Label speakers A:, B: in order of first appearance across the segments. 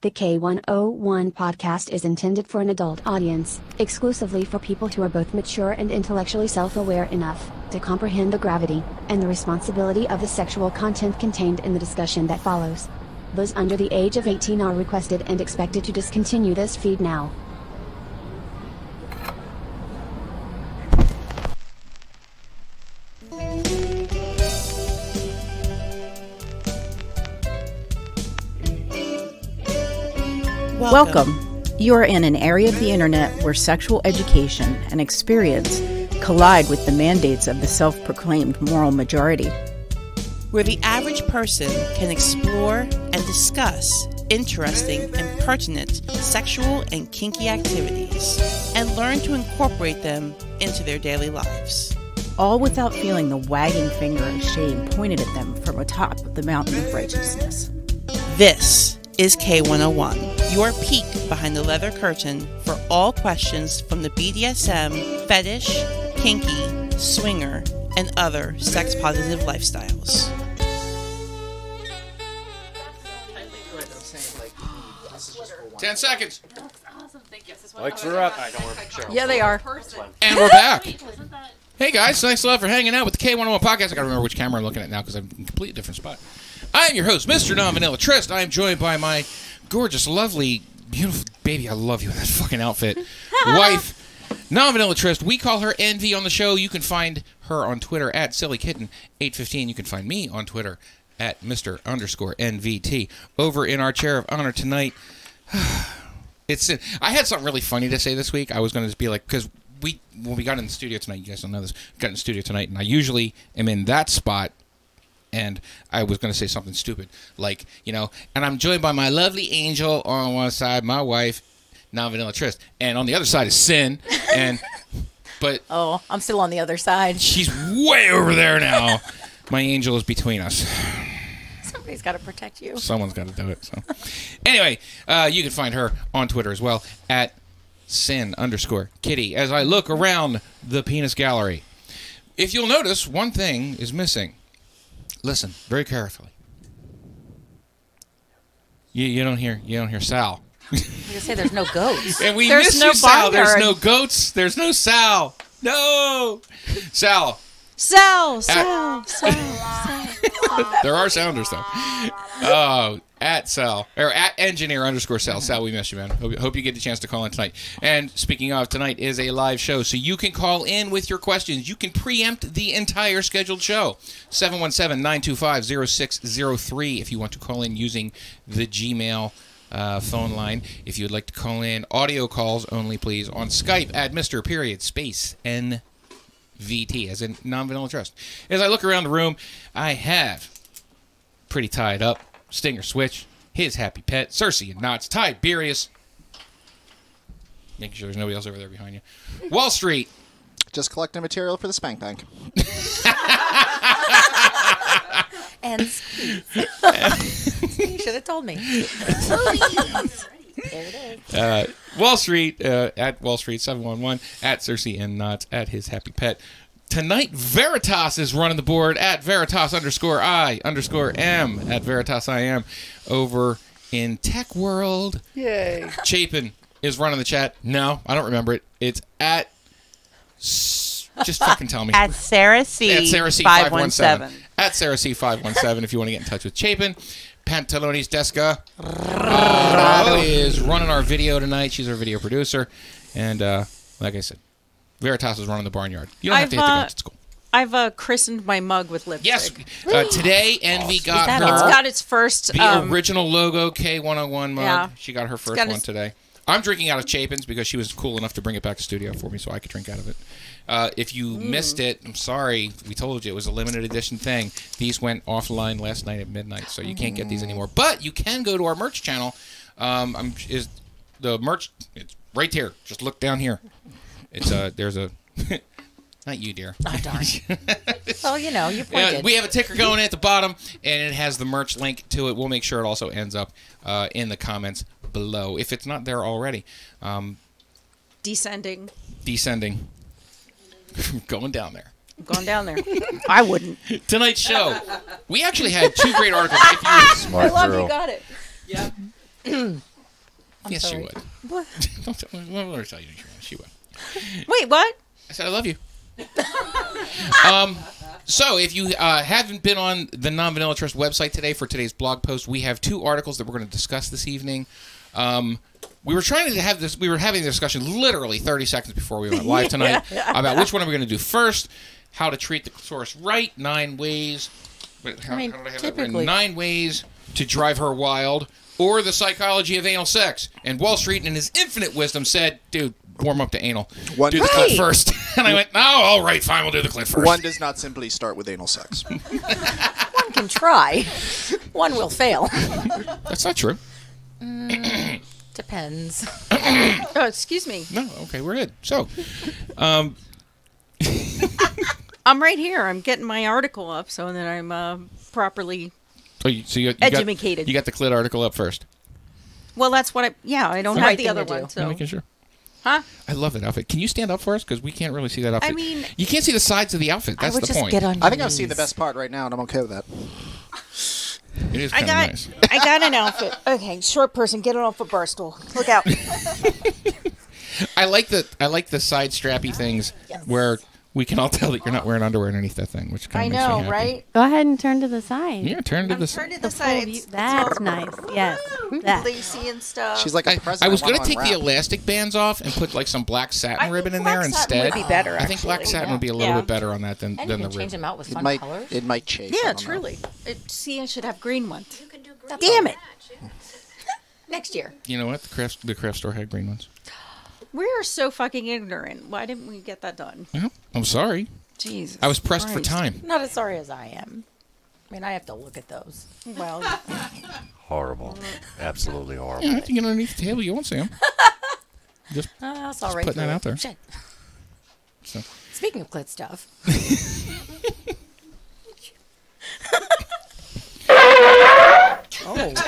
A: The K101 podcast is intended for an adult audience, exclusively for people who are both mature and intellectually self aware enough to comprehend the gravity and the responsibility of the sexual content contained in the discussion that follows. Those under the age of 18 are requested and expected to discontinue this feed now.
B: Welcome. You are in an area of the internet where sexual education and experience collide with the mandates of the self proclaimed moral majority.
C: where the average person can explore and discuss interesting and pertinent sexual and kinky activities and learn to incorporate them into their daily lives.
B: all without feeling the wagging finger of shame pointed at them from atop the mountain of righteousness.
C: This is oh. K101, your peek behind the leather curtain for all questions from the BDSM, fetish, kinky, swinger, and other sex positive lifestyles.
D: Ten seconds,
E: Lights are up.
B: Yeah, they are.
D: and we're back. hey guys, thanks a lot for hanging out with the K101 podcast. I gotta remember which camera I'm looking at now because I'm in a completely different spot. I am your host, Mr. Non Vanilla Trist. I am joined by my gorgeous, lovely, beautiful baby. I love you in that fucking outfit, wife. Non Vanilla Trist. We call her Envy on the show. You can find her on Twitter at SillyKitten815. You can find me on Twitter at Mr. underscore NVT. Over in our chair of honor tonight, It's. I had something really funny to say this week. I was going to just be like, because we when we got in the studio tonight, you guys don't know this. Got in the studio tonight, and I usually am in that spot, and I was going to say something stupid, like you know, and I'm joined by my lovely angel on one side, my wife, non vanilla Trist, and on the other side is Sin, and but
B: Oh, I'm still on the other side.
D: she's way over there now. My angel is between us.
B: Somebody's got to protect you.
D: Someone's got to do it. So, anyway, uh, you can find her on Twitter as well at sin underscore kitty. As I look around the penis gallery, if you'll notice, one thing is missing. Listen very carefully. You, you don't hear you don't hear Sal.
B: You say there's no goats.
D: And we
F: There's
D: miss
F: no
D: you, Sal. There's
F: barnyard.
D: no goats. There's no Sal. No Sal.
F: Sal,
D: Sal,
F: Sal, Sal.
D: There are sounders though. Oh, at Sal or at engineer underscore Sal. Sal, we miss you, man. Hope, hope you get the chance to call in tonight. And speaking of, tonight is a live show, so you can call in with your questions. You can preempt the entire scheduled show. 717-925-0603 if you want to call in using the Gmail uh, phone line. If you'd like to call in, audio calls only, please. On Skype at Mr. Period Space N. VT, as in non vanilla trust. As I look around the room, I have pretty tied up Stinger Switch, his happy pet, Cersei and Knots, Tiberius. Making sure there's nobody else over there behind you. Wall Street.
G: Just collecting material for the Spank Bank.
B: And you should have told me.
D: Uh, Wall Street, uh, at Wall Street 711, at Cersei and Knots, at his happy pet. Tonight, Veritas is running the board at Veritas underscore I underscore M at Veritas I am over in Tech World. Yay. Chapin is running the chat. No, I don't remember it. It's at. s- Just fucking tell me.
F: At Sarah C.
D: At Sarah C five one seven. At Sarah C five one seven. If you want to get in touch with Chapin, Pantalones Desca uh, is running our video tonight. She's our video producer, and uh, like I said, Veritas is running the barnyard. You don't have to hit
F: I've,
D: the
F: uh,
D: guns. It's cool.
F: I've uh, christened my mug with lipstick.
D: Yes, uh, today Envy got
B: that
D: her
B: all?
F: It's got its first.
D: the
F: um,
D: original logo K one hundred one mug.
F: Yeah.
D: She got her first
F: got
D: one
F: its-
D: today. I'm drinking out of Chapin's because she was cool enough to bring it back to studio for me, so I could drink out of it. Uh, if you
F: Mm.
D: missed it, I'm sorry. We told you it was a limited edition thing. These went offline last night at midnight, so you can't get
F: Mm.
D: these anymore. But you can go to our merch channel. Um, I'm is the merch. It's right here. Just look down here. It's uh there's a. Not you, dear.
F: Oh,
B: Well, you know, you
D: Yeah,
B: pointed.
D: we have a ticker going at the bottom, and it has the merch link to it. We'll make sure it also ends up uh, in the comments below if it's not there already. Um,
F: descending.
D: descending, going down there.
B: I'm going down there. I wouldn't.
D: Tonight's show, we actually had two great articles. If you,
E: Smart girl.
B: got it.
F: I'm
D: yes,
F: sorry.
D: she would.
F: What?
D: Don't tell, well, let her tell you. She would.
F: Wait, what?
D: I said, I love you. um, so, if you uh, haven't been on the Non Vanilla Trust website today for today's blog post, we have two articles that we're going to discuss this evening. Um, we were trying to have this, we were having the discussion literally 30 seconds before we went live tonight about which one are we going to do first, how to treat the source right, nine ways. But how,
F: mean,
D: how did I have that written?
F: typically-
D: nine ways to drive her wild, or the psychology of anal sex. And Wall Street, in his infinite wisdom, said, "Dude, warm up to anal.
G: One-
D: do the
G: Right.
D: clit first. And I went, "No, all right, fine, we'll do the clit first.
G: One does not simply start with anal sex.
B: One can try, one will fail.
D: That's not true.
H: Mm, Depends.
F: Oh, excuse me.
D: No, okay, we're good. So, um,
F: I'm right here. I'm getting my article up so that I'm uh, properly.
D: so you, so you, you got-
F: Edumacated.
D: You got the clit article up first.
F: Well, that's what I. Yeah, I don't
H: the
F: have
H: right
F: the
H: thing
F: other
H: to do.
F: one. So
D: Making sure.
F: Huh?
D: I love that outfit. Can you stand up for us? Because we can't really see that outfit.
F: mean-
D: you can't see the sides of the outfit.
H: I
D: That's
H: would
D: the
H: just
D: point.
H: get on. Your
G: I think I've seen the
H: knees.
G: best part right now, and I'm okay with that.
D: It is
F: I
D: kind of
F: got.
D: nice.
F: I got an outfit. Okay, short person, get it off a bar stool. Look out.
D: I like the I like the side strappy things where we can all tell that you're not wearing underwear underneath that thing, which
F: I
D: kind of
F: know, right?
I: Go ahead and turn to the side.
D: Yeah, turn to the. side.
F: to the
I: Full view- That's nice. Yes. That.
F: lacy and stuff.
G: She's like a
D: I, I
G: president.
D: was
G: going
D: gonna
G: to
D: take the elastic bands off and put like some black satin
F: think
D: ribbon in
F: black
D: there
F: satin
D: instead.
F: would be better,
D: I think black
F: actually,
D: satin
F: yeah.
D: would be a little
F: Yeah.
D: bit better on that than
H: And you
D: than
H: can
D: the
H: change
D: ribbon.
H: them out with
G: It
H: fun
G: might,
H: colors.
G: it might chafe. I
F: Yeah,
G: don't know.
F: truly. It, see, I should have green ones. Damn it!
H: Next year.
D: You know what? The craft the craft store had green ones.
F: We are so fucking ignorant. Why didn't we get that done?
D: Well, I'm sorry.
F: Jesus.
D: I was pressed for
F: Christ.
D: time.
H: Not as sorry as I am. I mean, I have to look at those.
F: Well,
J: Horrible. Absolutely horrible.
D: Yeah, I can get underneath the table. You won't see them. Mm-hmm. Just
H: Uh, that's all right.
D: putting that
H: through.
D: out there.
H: Shit.
D: So-
H: Speaking of clit stuff,
D: Oh. and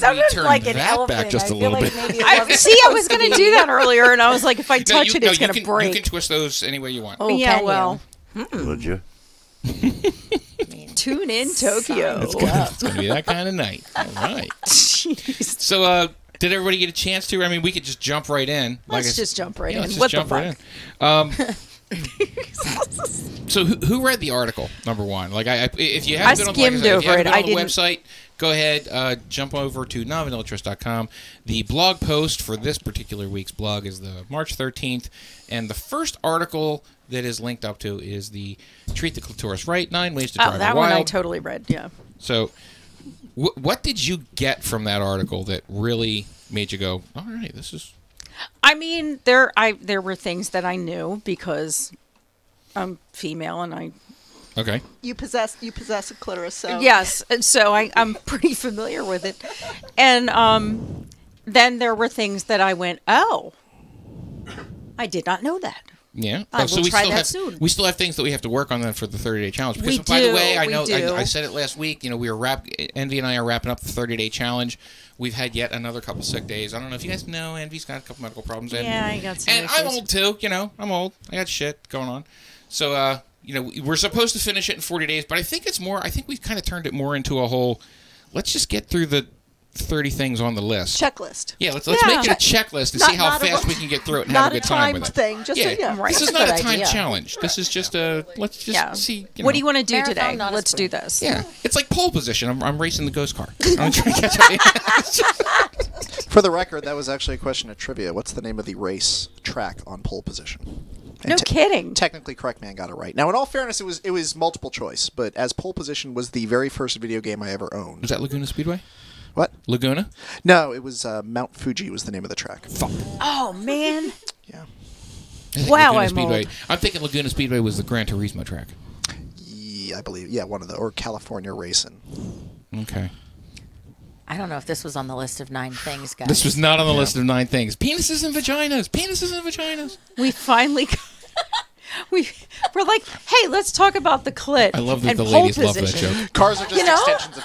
H: Sounded
D: we turned
H: like an
D: that
H: elephant.
D: back just
H: I
D: a
H: feel
D: little
H: like
D: bit.
H: maybe it
F: I,
H: wasn't
F: see, I was gonna do that earlier, and I was like, if I touch
D: you,
F: it,
D: no,
F: it's
D: you
F: gonna
D: can,
F: break.
D: You can twist those any way you want.
H: Oh,
F: yeah,
H: can
F: well,
J: Would you?
F: tune in Tokyo.
D: It's gonna be that kind of night. All right. So, uh, did everybody get a chance to? I mean, we could just jump right in. Like I
F: Let's
D: s-
F: just jump right
D: Yeah,
F: in.
D: let's just
F: What the
D: jump
F: fuck?
D: right in. Um, so who, who read the article? Number one, like I, I if you haven't
F: I
D: been on, like I said, if
F: skimmed
D: you
F: over
D: haven't
F: it.
D: been
F: I
D: on the
F: didn't-
D: website, go ahead, uh, jump over to nominaltrust.com. The blog post for this particular week's blog is the March thirteenth, and the first article that is linked up to is the "Treat the Clitoris Right: Nine Ways to Drive
F: Oh,
D: It
F: that
D: Wild."
F: one I totally read. Yeah.
D: So, wh- what did you get from that article that really made you go, "All right, this is"?
F: I mean, there I there were things that I knew because I'm female and I
D: Okay.
K: You possess you possess a clitoris, so
F: yes, and so I I'm pretty familiar with it. And um then there were things that I went, "Oh. I did not know that."
D: Yeah. Oh,
F: I will try
D: still
F: that
D: have,
F: soon.
D: We still have things that we have to work on then for the 30 day challenge. Because
F: We
D: by the
F: do,
D: way, I
F: we
D: know
F: do.
D: I, I said it last week. You know, we were wrap. Envy and I are wrapping up the 30 day challenge. We've had yet another couple sick days. I don't know if you guys know. Envy's got a couple medical problems. And,
F: Yeah, I got some
D: And I'm
F: issues.
D: old too. You know, I'm old. I got shit going on. So, uh, you know, we- we're supposed to finish it in 40 days, but I think it's more. I think we've kind of turned it more into a whole. Let's just get through the 30 things on the list.
K: checklist.
D: Yeah, let's, let's
F: Yeah.
D: make it a checklist and
K: Not-
D: see how
K: not a-
D: fast we can get through it and
K: not
D: have a good
K: a
D: time
K: timed
D: with it.
K: thing, just so- yeah, right.
D: This is
H: That's a
D: not a
H: good
D: time
H: idea.
D: challenge. This is just a let's just
F: Yeah.
D: see.
F: what
D: know.
F: do you want to do
H: Marathon,
F: today?
H: not a
F: Let's do
H: sprint.
F: this.
D: Yeah, it's like pole position. I'm, I'm racing the ghost car. I'm trying to catch up.
G: For the record, that was actually a question of trivia. What's the name of the race track on pole position? And
F: No
G: te-
F: kidding.
G: Technically, correct man got it right. Now, in all fairness, it was it was multiple choice, but as pole position was the very first video game I ever
D: Was
G: owned.
D: that Laguna Speedway?
G: What?
D: Laguna.
G: No, it was uh, Mount Fuji was the name of the track.
D: Fuck.
F: Oh man.
G: Yeah.
D: I think
F: Wow,
D: Laguna
F: I'm
D: Speedway.
F: old.
D: I'm thinking Laguna Speedway was the Gran Turismo track.
G: yeah, I believe. Yeah, one of the or California Racing.
D: Okay.
H: I don't know if this was on the list of nine things, guys.
D: This was not on the list of nine things. Penises and vaginas. Penises and vaginas.
F: we finally got, we we're like, hey, let's talk about the clit.
D: I love that
F: and
D: the
F: pole
D: ladies love that
F: position."
D: joke.
G: Cars are just
H: You know?
G: extensions of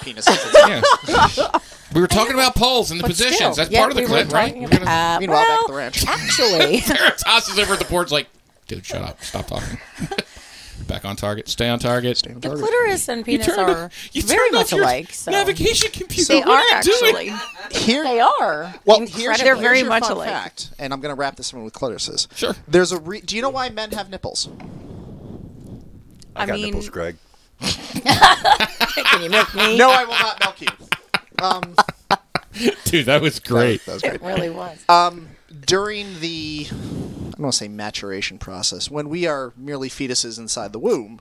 G: penises.
D: Yeah. we were talking about poles and the
H: But
D: positions.
H: still,
D: That's
H: yeah,
D: part of the
H: we were
D: clip, right?
H: talking
D: We're gonna-
H: about-
G: Meanwhile, back at the
H: well,
G: ranch.
H: actually,
D: Tosses over at the board's like, dude, shut up. Stop talking. Back back on target. Stay on target. Stay on
H: The clitoris and penis are very
D: turned off
H: much
D: your
H: alike. So.
D: navigation computer.
H: They
D: What
H: are
D: are you doing?
H: actually. they are.
G: Well, here's
H: Incredibly.
G: your, here's your fun fact, and I'm going to wrap this one with clitorises.
D: Sure.
G: There's a. Re- Do you know why men have nipples?
J: I,
G: I
J: got
G: mean-
J: nipples, Greg.
G: Can you milk me? No, I will not milk you. Um,
D: Dude, that was great.
G: That was great.
H: was.
G: Um, during the, I don't want to say maturation process, when we are merely fetuses inside the womb,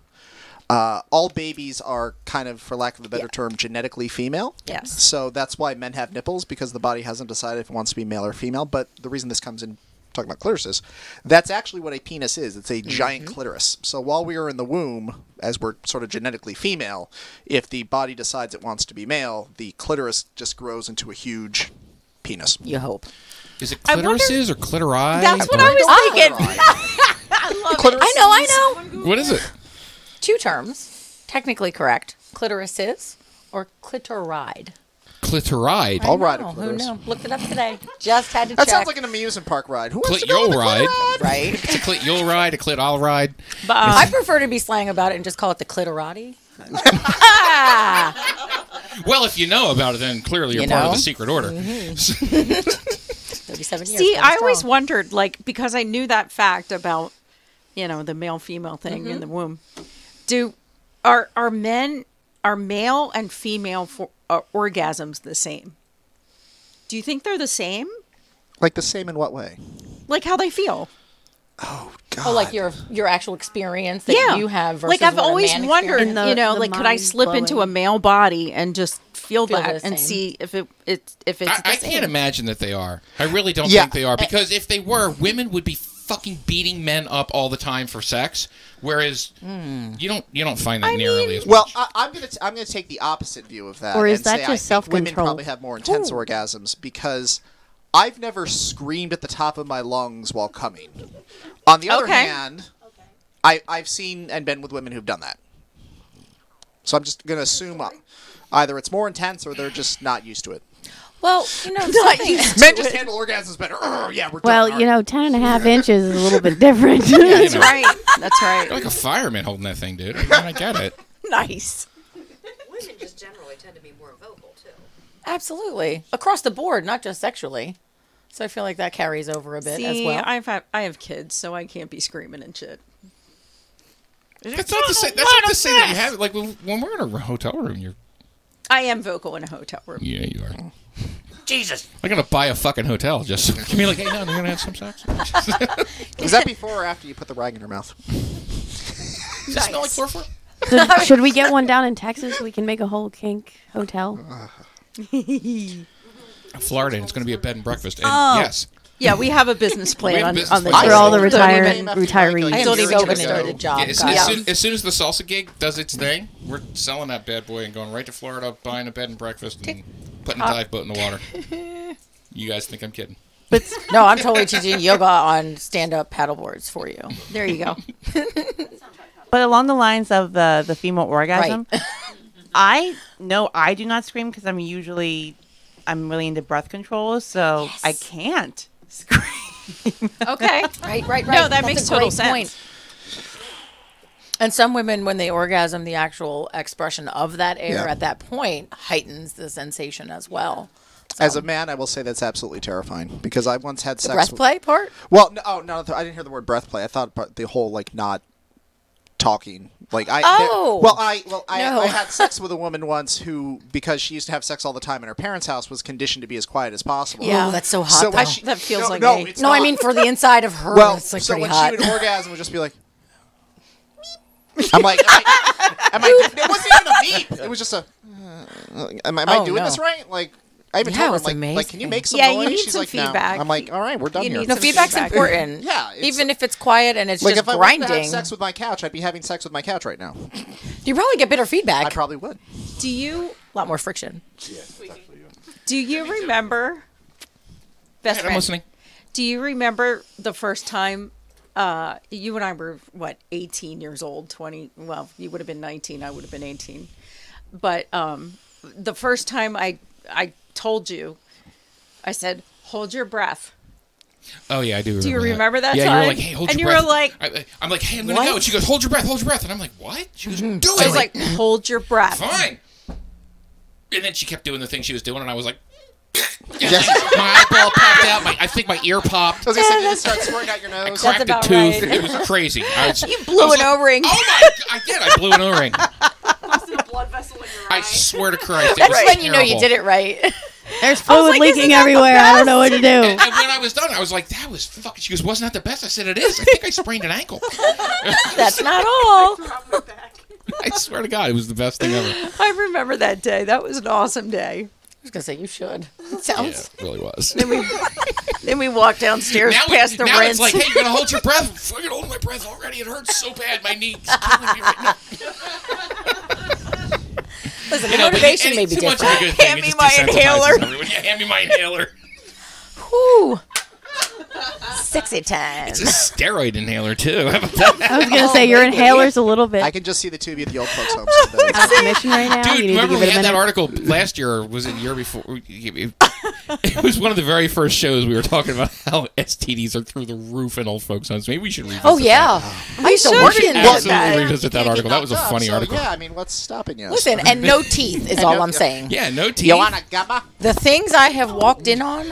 G: uh, all babies are kind of, for lack of a better term, genetically female.
H: Yes.
G: So that's why men have nipples because the body hasn't decided if it wants to be male or female. But the reason this comes in talking about clitorises, that's actually what a penis is. It's a
H: Mm-hmm.
G: giant clitoris. So while we are in the womb, as we're sort of genetically female, if the body decides it wants to be male, the clitoris just grows into a huge penis.
H: You hope.
D: Is it
H: I wonder-
D: clitorises or clitori?
H: That's what I was thinking. I know, I know.
D: What is it?
H: Two terms, technically correct. Clitoris is or clitoride.
D: Clitoride.
G: I'll ride a
H: Oh, who
G: clitoris.
H: knew? Looked it up today. Just had to
G: That
H: check.
G: sounds like an amusement park ride. Who wants
D: Clit
G: to go on
D: you'll
G: the
D: ride.
G: clitoride?
H: Right.
D: It's a clit you'll ride, a clit I'll ride.
F: But, um,
H: I prefer to be slang about it and just call it the clitorati.
D: Well, if you know about it, then clearly you're
H: You
D: part of
H: know? Mm-hmm.
D: the secret order.
H: Thirty-seven years.
F: See,
H: going
F: I always
H: strong.
F: wondered, like, because I knew that fact about, you know, the male female thing
G: Mm-hmm.
F: in the womb. Do are are men are male and female for, uh, orgasms the same? Do you think they're the same?
G: Like the same in what way?
F: Like how they feel?
H: Oh, like your your actual experience that
F: yeah,
H: you have. Versus
F: like I've
H: what a
F: always
H: man
F: wondered,
H: experiences.
I: the-
F: you know,
I: the
F: like could I
I: mind
F: slip into a
I: blowing.
F: male body and just feel,
H: Feel
F: that
H: the same.
F: and see if it it's if it's
D: I,
F: the
D: I
F: same?
D: can't imagine that they are. I really don't
G: Yeah.
D: think they are because if they were, women would be fucking beating men up all the time for sex, whereas
F: Hmm.
D: you don't you don't find that nearly as
G: Well,
D: much.
G: I, I'm gonna t- I'm gonna take the opposite view of that.
I: Or is
G: and
I: that
G: say I
I: just
G: think Women
I: self-control?
G: probably have more intense orgasms because I've never screamed at the top of my lungs while coming. On the other
F: Okay.
G: hand, I I've seen and been with women who've done that. So I'm just gonna assume uh, either it's more intense or they're just not used to it.
H: Well, you know, something,
G: Men just handle orgasms better. Oh, yeah, we're
I: Well,
G: done.
I: you know, ten and a half inches is a little bit different.
F: That's right. That's right.
D: You're like a fireman holding that thing, dude. I, mean, I get it.
F: nice.
L: Women just generally tend to be more vocal too.
H: absolutely across the board, not just sexually. So I feel like that carries over a bit
F: See,
H: as well.
F: I've had, I have kids, so I can't be screaming and shit.
D: That's not to say. That's not to say that you have it. Like when, when we're in a hotel room, you're
F: I am vocal in a hotel room.
D: yeah, you are. Jesus, I'm gonna buy a fucking hotel just. Can be like, hey, no, you're gonna have some sex.
G: Is that before or after you put the rag in her mouth?
D: Does it smell like chloroform?
I: So should we get one down in Texas? so We can make a whole kink hotel.
D: Florida, and it's gonna be a bed and breakfast. And
F: Oh.
D: yes,
F: Yeah, we have a business
D: We
F: plan
D: have a
F: on,
D: business
F: on the
D: plan.
I: For all the
G: Don't
I: retire
G: even-
D: oh,
I: retirees.
H: I
G: I'm
H: don't
G: year
H: even
G: or two
H: open
G: ago.
H: started job.
D: Yeah, as,
H: guys.
D: as, soon, as soon as the salsa gig does its thing, we're selling that bad boy and going right to Florida, buying a bed and breakfast, and putting a dive boat in the water. You guys think I'm kidding?
H: No, I'm totally teaching yoga on stand-up paddle boards for you.
F: There you go.
M: But along the lines of the the female orgasm, I no, I do not scream because I'm usually I'm really into breath control, so I can't scream.
F: Okay.
H: Right, right, right.
F: No, that
H: That's
F: makes
H: a
F: total
H: great
F: sense.
H: point. And some women, when they orgasm, the actual expression of that air
G: Yeah.
H: at that point heightens the sensation as well.
G: As a man, I will say that's absolutely terrifying because I once had
H: The
G: sex.
H: breath
G: with-
H: play part.
G: Well, no, oh, no, I didn't hear the word breath play. I thought about the whole like not talking. Like I, there-
H: Oh.
G: well, I, well, I,
H: No.
G: I had sex with a woman once who, because she used to have sex all the time in her parents' house, was conditioned to be as quiet as possible.
H: Yeah. Ooh, that's so
G: when
H: hot, though.
F: That feels
G: no,
F: like
G: no,
F: me.
G: it's
H: No, I
G: not.
H: mean for the inside of her.
G: well,
H: it's like
G: so
H: pretty
G: when
H: hot.
G: she would orgasm, it would just be like, I'm like, am I, am I- it wasn't even a beep. It was just a, uh, am, I- am I
H: Oh,
G: doing
H: no.
G: this right? Like. I even
H: Yeah, it
G: told her,
H: was
G: I'm like, like, can you
H: amazing.
G: make some
F: Yeah, you
G: noise?
F: need
G: She's
F: some
G: like,
F: feedback.
G: no. I'm like, all right, we're done
F: You
G: here.
F: need
H: No,
F: some
H: feedback's
F: feedback.
H: important.
G: Yeah, it's-
H: even if it's quiet and it's
G: Like
H: just
G: if I wanted to
H: grinding,
G: have sex with my couch, I'd be having sex with my couch right now.
H: you probably get better
G: I
H: feedback.
G: probably would.
F: Do you
H: a lot more friction.
F: do you remember best
D: Hey,
F: friend?
D: I'm listening.
F: Do you remember the first time uh, you and I were what 18 years old, 20? Well, you would have been 19. I would have been 18. But um, the first time I I told you, I said, "Hold your breath."
D: Oh yeah, I do. Remember
F: Do you
D: that.
F: remember that
D: yeah,
F: time?
D: you were like, hey, hold
F: And
D: your
F: you were
D: breath. I, I'm like, hey, I'm gonna
F: What?
D: go. And she goes, hold your breath, hold your breath. And I'm like, what? She goes,
H: Mm-hmm.
D: do
F: I
D: it.
F: was like, hold your breath.
D: Fine. And then she kept doing the thing she was doing, and I was like, my eyeball popped out. My, I think my ear popped.
G: I was gonna say, did it start squirting out your
D: I
G: nose?
D: cracked a tooth. It was crazy. I was,
F: You blew an O-ring.
D: I did. I blew an O-ring. I swear to Christ, it
H: That's
D: was
H: when you know you
D: terrible.
H: did it right.
I: There's fluid leaking everywhere. I don't know what to do.
D: And, and when I was done, I was like, "That was fucking." She goes, "Wasn't that the best?" I said, "It is." I think I sprained an ankle.
F: That's not all.
D: I swear to God, it was the best thing ever. Yeah,
F: I remember that day. That was an awesome day. I
H: was gonna say you should. sounds.
D: it really was.
F: Then we then we walked downstairs
D: now it-
F: past the
D: now it's
F: rinse.
D: like, "Hey, you're gonna hold your breath." I'm fucking holding my breath already. It hurts so bad. My knees killing me right now.
H: Listen,
D: You
H: the
D: know, but
H: motivation
D: any-
H: may be
D: too much
H: different.
D: of a good thing, it just desensitizes everyone. Yeah, hand me my inhaler.
H: Whew. Sexy time.
D: It's a steroid inhaler too. How about that?
I: I was gonna say your inhaler's a little bit.
G: Oh, I can just see the two of you at the old folks' home.
I: out of commission right now.
D: Dude,
I: you need to
D: remember
I: give
D: we
I: it a
D: had that
I: minute.
D: article last year, or was it the year before? It it was one of the very first shows we were talking about how STDs are through the roof in old folks' homes. Maybe we should revisit
H: Oh yeah, I used to
D: that.
H: work
D: we should
H: in that.
D: absolutely revisit that article. That was a
G: knocked up,
D: funny
G: so,
D: article.
G: Yeah, I mean, what's stopping you?
H: Listen, and no teeth is all I'm saying.
D: Yeah, no teeth.
H: Joanna The things I have walked in on.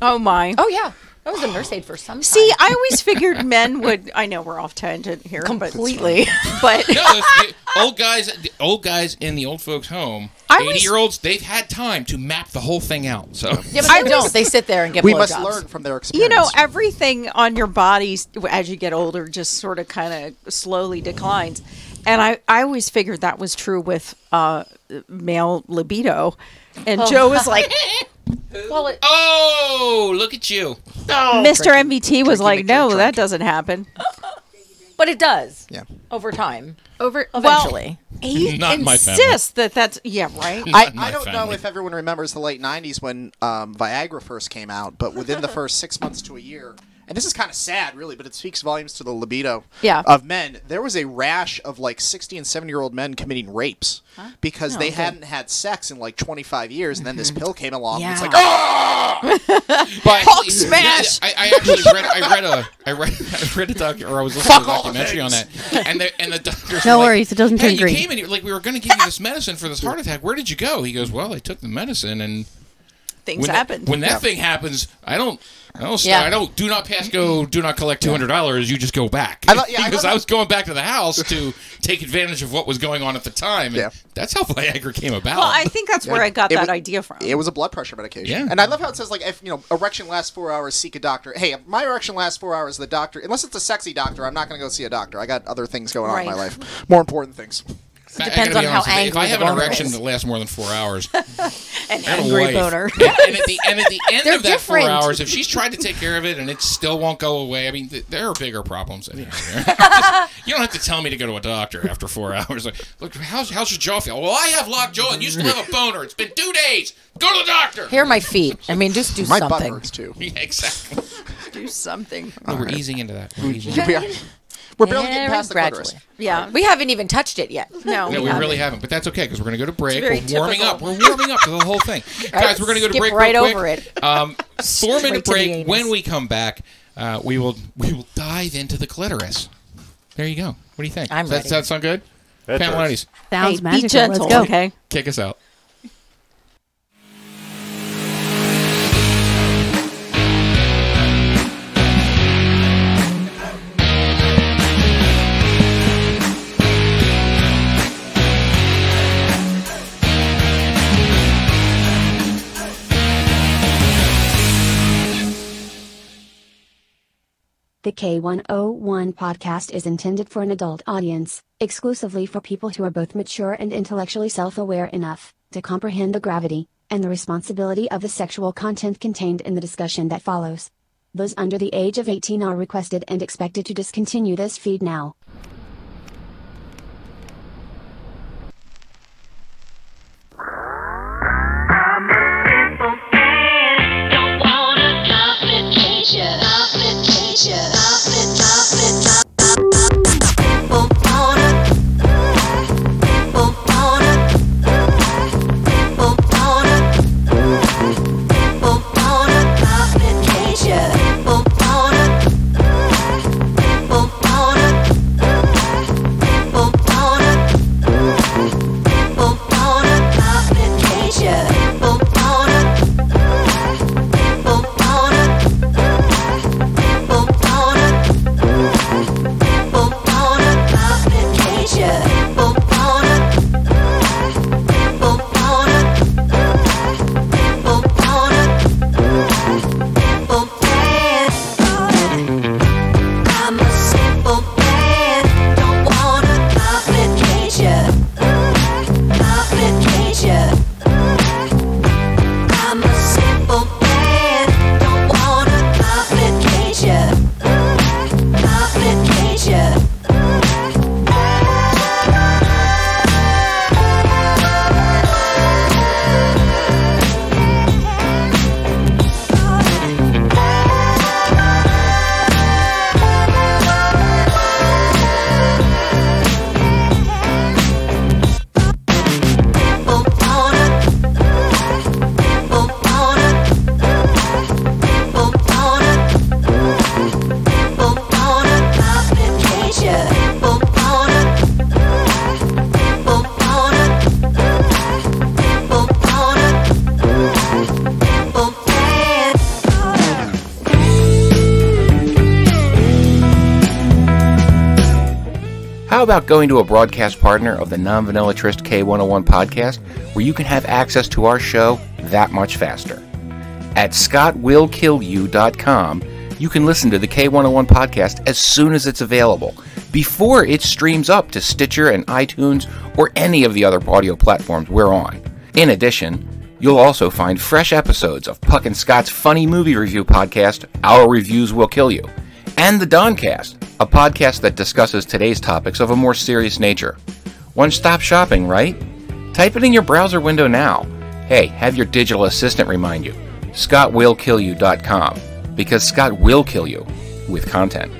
F: oh my.
H: Oh yeah, I was a nurse aid for some. time.
F: See, I always figured men would. I know we're off tangent here,
H: Completely.
F: But,
D: no, it's the old guys, the old guys in the old folks' home,
F: I was-
D: eighty-year-olds, they've had time to map the whole thing out. So
H: Yeah, but they don't. They sit there and get
G: We must
H: blowjobs.
G: learn from their
F: but you know, everything on your body as you get older just sort of kind of slowly declines, and I I always figured that was true with uh, male libido, and
H: Oh.
F: Joe was like,
H: Well, it,
D: oh, look at you!
H: Oh,
F: Mr. MBT was like, no, that doesn't happen.
H: but it does.
G: Yeah.
H: Over time.
F: Over
H: Eventually.
F: he
G: Not in my family.
F: insists that that's yeah right.
G: I, I don't know if everyone remembers the late 90s when um, Viagra first came out, but within the first six months to a year, and this is kind of sad, really, but it speaks volumes to the libido
H: Yeah.
G: of men. There was a rash of like 60 and 70 year old men committing rapes because
H: No,
G: they
H: okay.
G: hadn't had sex in like 25 years, and then
F: Mm-hmm.
G: this pill came along, and it's
H: Yeah.
G: like, oh!
D: But
G: Hulk
D: Yeah,
G: smash!
D: I, I actually read. I read a. I read. I read a doc, or I was listening
G: Fuck
D: to a
G: all the
D: documentary on that, and the and the doctor.
I: No worries, it doesn't
D: hey,
I: turn
D: you
I: green."
D: Came in here, like we were going to give you this medicine for this heart attack. Where did you go? He goes, well, I took the medicine and
F: Things
D: when that-
F: happen.
D: when that
F: Yeah.
D: thing happens, I don't. I don't. st-
F: Yeah.
D: I don't. Do not pass go. Do not collect two hundred dollars. You just go back.
G: I thought- yeah, I
D: because
G: thought-
D: I, was going back to the house to take advantage of what was going on at the time. And That's how Viagra came about.
F: Well, I think that's where I got
G: It
F: that
G: was-
F: idea from.
G: It was a blood pressure medication.
D: Yeah.
G: And I love how it says like if you know erection lasts four hours, seek a doctor. Hey, if my erection lasts four hours, the doctor unless it's a sexy doctor, I'm not gonna go see a doctor. I got other things going on in
H: Right.
G: my life. More important things.
D: I- I
H: depends
D: gotta be
H: on how
D: honest with you, If I
H: angry
D: have
H: the
D: an
H: boner
D: erection
H: is.
D: that lasts more than four hours, I
H: An
D: have a wife.
H: angry boner.
D: And, and at the, and at the end
H: They're
D: of that four
H: different.
D: hours, if she's tried to take care of it and it still won't go away, I mean, th- there are bigger problems. Anyway. you don't have to tell me to go to a doctor after four hours. Like, look, how's, how's your jaw feel? Well, I have locked jaw and you still have a boner. It's been two days. Go to the doctor.
H: Here are my feet. I mean, just do
G: My butt
H: something.
G: hurts too.
D: Yeah, exactly.
F: Do something.
D: No, we're easing into that. We're easing
G: We are- we're barely getting
H: Very
G: past the
H: gradually.
G: clitoris.
F: Yeah.
H: We haven't even touched it yet.
F: No.
D: No, we really haven't, but that's okay because we're going to go to break. We're
H: very
D: warming
H: typical.
D: up. We're warming up to the whole thing, guys. We're going to go to
H: Skip
D: break
H: right
D: real quick.
H: over it.
D: Um, four
H: Straight
D: minute
H: to the
D: break.
H: anus.
D: When we come back, uh, we will we will dive into the clitoris. There you go. What do you think?
H: I'm
D: Does that,
H: ready.
D: Does that sound good?
H: That
D: Pam
H: does.
D: Lennies.
I: Sounds
F: Hey,
I: magical.
F: Be gentle,
I: Let's go.
F: okay?
D: kick us out.
A: The K101 podcast is intended for an adult audience, exclusively for people who are both mature and intellectually self aware enough to comprehend the gravity and the responsibility of the sexual content contained in the discussion that follows. Those under the age of 18 are requested and expected to discontinue this feed now.
N: Complication. How about going to a broadcast partner of the non vanillatrist K101 podcast where you can have access to our show that much faster? At scottwillkillyou.com, you can listen to the K101 podcast as soon as it's available, before it streams up to Stitcher and iTunes or any of the other audio platforms we're on. In addition, you'll also find fresh episodes of Puck and Scott's funny movie review podcast, Our Reviews Will Kill You, and The Doncast, a podcast that discusses today's topics of a more serious nature. One stop shopping, right? Type it in your browser window now. Hey, have your digital assistant remind you ScottWillKillYou.com because Scott will kill you with content.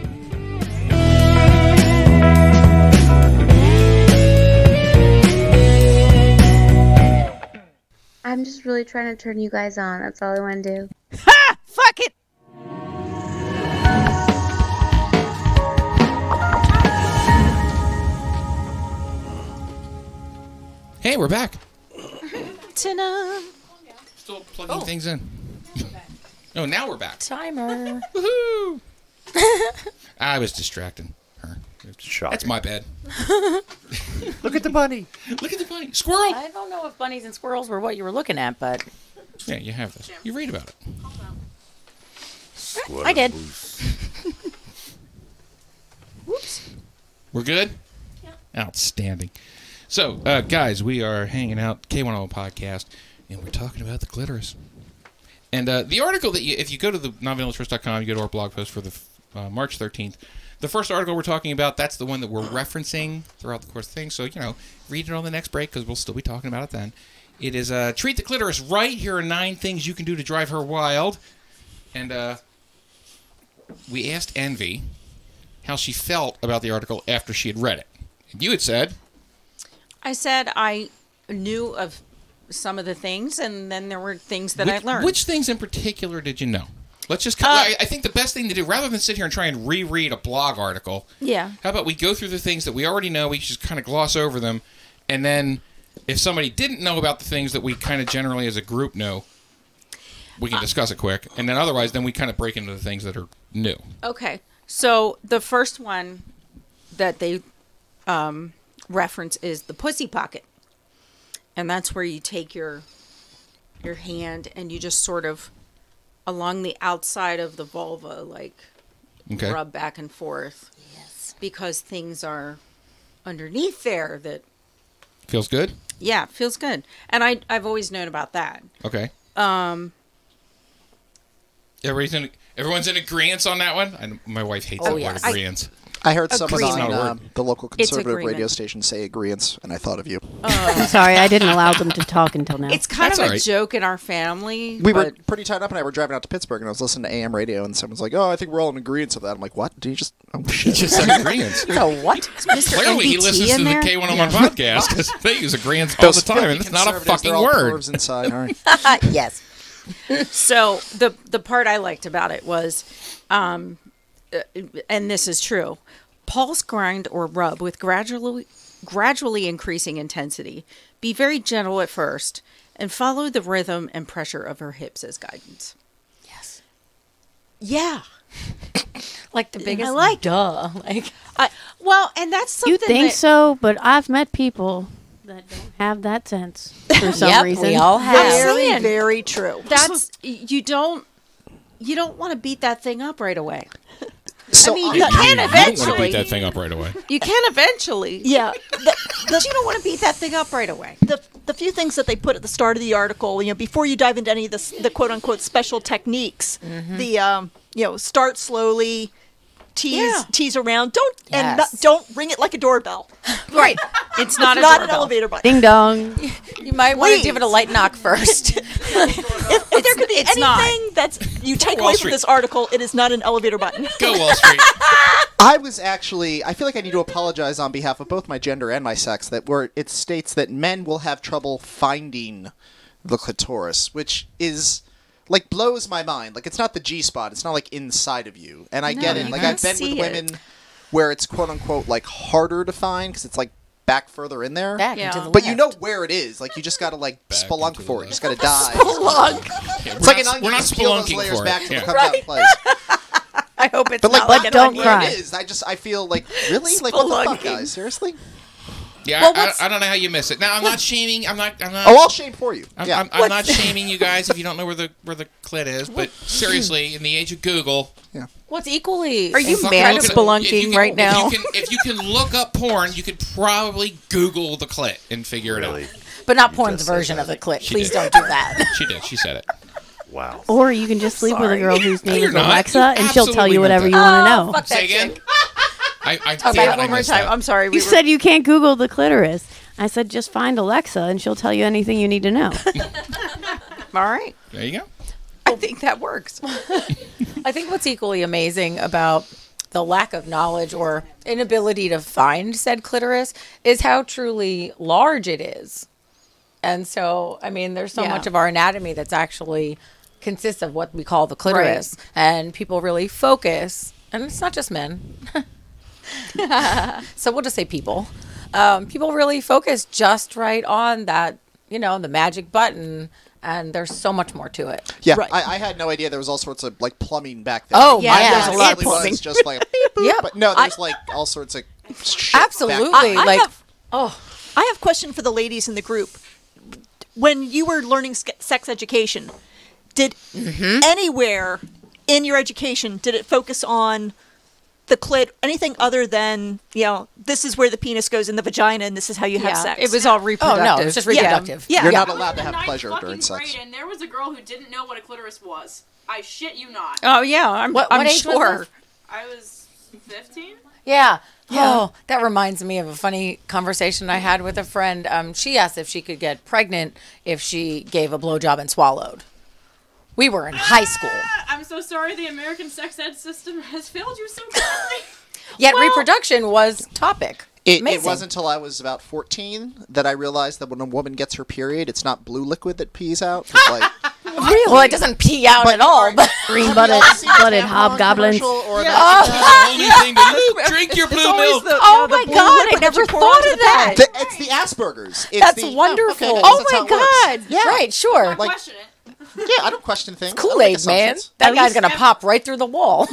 O: I'm just really trying to turn you guys on. That's all I want to do.
F: Ha! Fuck it.
D: Hey, we're back.
F: Ta-da.
D: Still
H: Oh.
D: plugging things in. No, Oh, now we're back.
H: Timer.
D: Woohoo! I was distracting her. That's my bad.
H: Look at the bunny.
D: Look at the bunny. Squirrel.
H: I don't know if bunnies and squirrels were what you were looking at, but
D: Yeah, you have this. You read about it.
H: I did.
D: We're good? Outstanding. So, uh, guys, we are hanging out, K101 Podcast, and we're talking about the clitoris. And uh, the article that you, if you go to the nonviolentrust.com, you go to our blog post for the uh, March 13th, the first article we're talking about, that's the one that we're referencing throughout the course of things. So, you know, read it on the next break because we'll still be talking about it then. It is uh, Treat the Clitoris Right. Here are nine things you can do to drive her wild. And uh, we asked Envy how she felt about the article after she had read it. And you had said,
F: I said I knew of some of the things, and then there were things that
D: Which-
F: I learned. Uh,
D: Which things in particular did you know? Let's just. I, I think the best thing to do, rather than sit here and try and reread a blog article,
F: Yeah.
D: how about we go through the things that we already know? We just kind of gloss over them, and then if somebody didn't know about the things that we kind of generally as a group know, we
F: Uh,
D: can discuss it quick, and then otherwise, then we kind of break into the things that are new.
F: Okay. So the first one that they um, reference is the pussy pocket. And that's where you take your your hand and you just sort of along the outside of the vulva like
D: Okay.
F: rub back and forth. Yes. Because things are underneath there that
D: Feels good.
F: yeah, feels good. And I I've always known about that.
D: Okay.
F: Um
D: Everybody's in, everyone's in agreement on that one. I, my wife hates
F: Oh,
D: that
F: yes.
D: word
F: I-
D: agreement.
G: I heard someone
D: Agreement. It's
G: on
D: not a word.
G: um, the local
F: It's
G: conservative
F: agreement.
G: radio station say agreeance, and I thought of you.
H: Um,
I: I'm sorry, I didn't allow them to talk until now.
F: it's kind
G: That's
F: of a
G: all right.
F: joke in our family.
G: We
F: but
G: were pretty tied up, and I were driving out to Pittsburgh, and I was listening to AM radio, and someone's like, "Oh, I think we're all in agreement of that." I'm like, "What? Do you just? Oh shit!
D: just said agreeance.
G: You know what?
D: Clearly, he listens to the K101 podcast because they use agreements all
G: Those
D: the time,
G: filthy
D: and it's not a
G: conservatives,
D: fucking
G: they're all
D: word.
G: pervs Inside, all right.
H: yes.
F: so the the part I liked about it was, um, uh, and this is true, pulse grind or rub with gradually gradually increasing intensity. Be very gentle at first, and follow the rhythm and pressure of her hips as guidance. Yes. Yeah.
H: like the biggest.
F: I like
H: duh. Like
F: I, well, and that's something
I: you think
F: that-
I: so, but I've met people that don't have that sense for some
H: Yep, we
I: reason.
H: all have.
F: I'm
K: Very,
F: saying.
K: very true.
F: That's you don't you don't want to beat that thing up right away.
G: So
F: I mean,
G: I-
F: you
G: You-
F: can
D: You don't want to
F: eventually.
D: beat that thing up right away.
F: You can eventually.
K: Yeah.
F: but you don't want to beat that thing up right away.
K: the the few things that they put at the start of the article, you know, before you dive into any of the s- the quote unquote special techniques,
F: Mm-hmm.
K: the um, you know, start slowly, tease
F: Yeah.
K: tease around, don't and
F: Yes.
K: not, don't ring it like a doorbell.
F: Right. It's not a
K: not an
F: doorbell.
K: elevator button.
I: Ding dong.
H: you might want to give it a light knock first.
K: If there could be anything
H: not.
K: that's you take
G: Wall
K: away
G: Street.
K: from this article, it is not an elevator button.
D: Go Wall Street.
G: I was actually. I feel like I need to apologize on behalf of both my gender and my sex that where it states that men will have trouble finding the clitoris, which is like blows my mind. Like it's not the G spot. It's not like inside of you. And I
P: No,
G: get it.
P: you
G: Like
P: can't
G: I've been with
P: see it.
G: women where it's quote unquote like harder to find because it's like back further in there.
H: Back into Yeah. the
G: but you know where it is. Like you just gotta like spelunk for it. You just gotta dive.
H: Spelunk.
D: Yeah,
G: It's like
D: we're
G: an
D: not-
G: onion.
D: We're not
G: Just peel those
D: spelunking
G: layers
D: for
G: back
D: it.
G: till
D: Yeah.
G: it comes out in place.
H: I hope it's
G: But like,
H: not like
G: not
H: an
G: don't
H: onion.
G: cry. It is. I just I feel like really like what the fuck,
H: Spelunking.
G: guys? Seriously?
D: Yeah,
G: Well,
D: I-
G: what's-
D: I, I don't know how you miss it. Now I'm not shaming. I'm not. I'm not.
G: Oh, I'll shame for you.
D: I'm,
G: yeah.
D: I'm, I'm not shaming you guys if you don't know where the where the clit is. But seriously, in the age of Google, yeah.
H: What's equally?
F: Are you
H: fucking-
F: mad spelunking right now?
D: If you, can, if you can look up porn, you could probably Google the clit and figure it out.
H: But not porn's version of the clip.
D: She
H: Please
D: did.
H: don't do that.
D: She did. She said it. Wow.
I: Or you can just sleep with a girl whose
D: No,
I: name
D: you're
I: is
D: not.
I: Alexa,
D: You
I: and she'll tell
D: absolutely
I: you whatever
D: don't.
I: you want to know.
H: Oh, fuck that
D: Say again. I, I
H: Okay,
D: damn it, I
H: one more
D: missed
H: time.
D: that.
H: I'm sorry.
I: You said you can't Google the clitoris. I said just find Alexa, and she'll tell you anything you need to know.
H: All right.
D: There you go.
H: I think that works. I think what's equally amazing about the lack of knowledge or inability to find said clitoris is how truly large it is. And so, I mean, there's so
F: Yeah.
H: much of our anatomy that's actually consists of what we call the clitoris, and people really focus. And it's not just men. so we'll just say people. Um, people really focus just right on that, you know, the magic button, and there's so much more to it.
G: Yeah, I, I had no idea there was all sorts of like plumbing back then.
H: Oh,
G: I
H: yeah.
G: thought
H: There's
G: it
H: a lot of
G: really
H: plumbing.
G: Was just like,
H: yeah,
G: but no, there's like all sorts of shit back then.
H: Absolutely,
K: I
H: like-
K: have,
H: oh,
K: I have a question for the ladies in the group. When you were learning sc- sex education, did
H: Mm-hmm.
K: anywhere in your education did it focus on the clit, anything other than you know this is where the penis goes in the vagina and this is how you have
H: Yeah,
K: sex?
H: it was all Oh, no, it was reproductive. just reproductive.
K: Yeah,
G: You're
K: yeah.
G: not allowed to have pleasure during sex.
E: Grade, and there was a girl who didn't know what a clitoris was. I shit you not.
H: Oh, yeah, I'm- What- I'm what age was sure. this?
E: I was 15.
H: Yeah.
E: Yeah.
H: Oh, that reminds me of a funny conversation I had with a friend. Um, she asked if she could get pregnant if she gave a blowjob and swallowed. We were in high school.
E: I'm so sorry. The American sex ed system has failed you so badly.
H: Yet reproduction was topic.
G: It, it
H: Amazing.
G: wasn't until I was about 14 that I realized that when a woman gets her period, it's not blue liquid that pees out. It's like
H: Well, it doesn't pee out at all. But
I: Green blooded, blooded hobgoblins.
G: uh,
D: Drink your
I: blue always milk. the-
H: oh
I: the
H: my
I: blue
H: god, I
I: liquid that
H: never
I: you pour
H: thought
I: onto
H: of
I: the
H: that.
G: The- it's the Asperger's. It's
H: That's
G: the- okay,
H: wonderful.
G: I guess
H: Oh
G: that's
H: my
G: how it works.
H: God. Right, sure. Don't
G: question it. yeah, I don't question things. I don't
H: Kool
G: make
H: Aid man,
G: assumptions.
H: that guy's gonna pop right through the wall.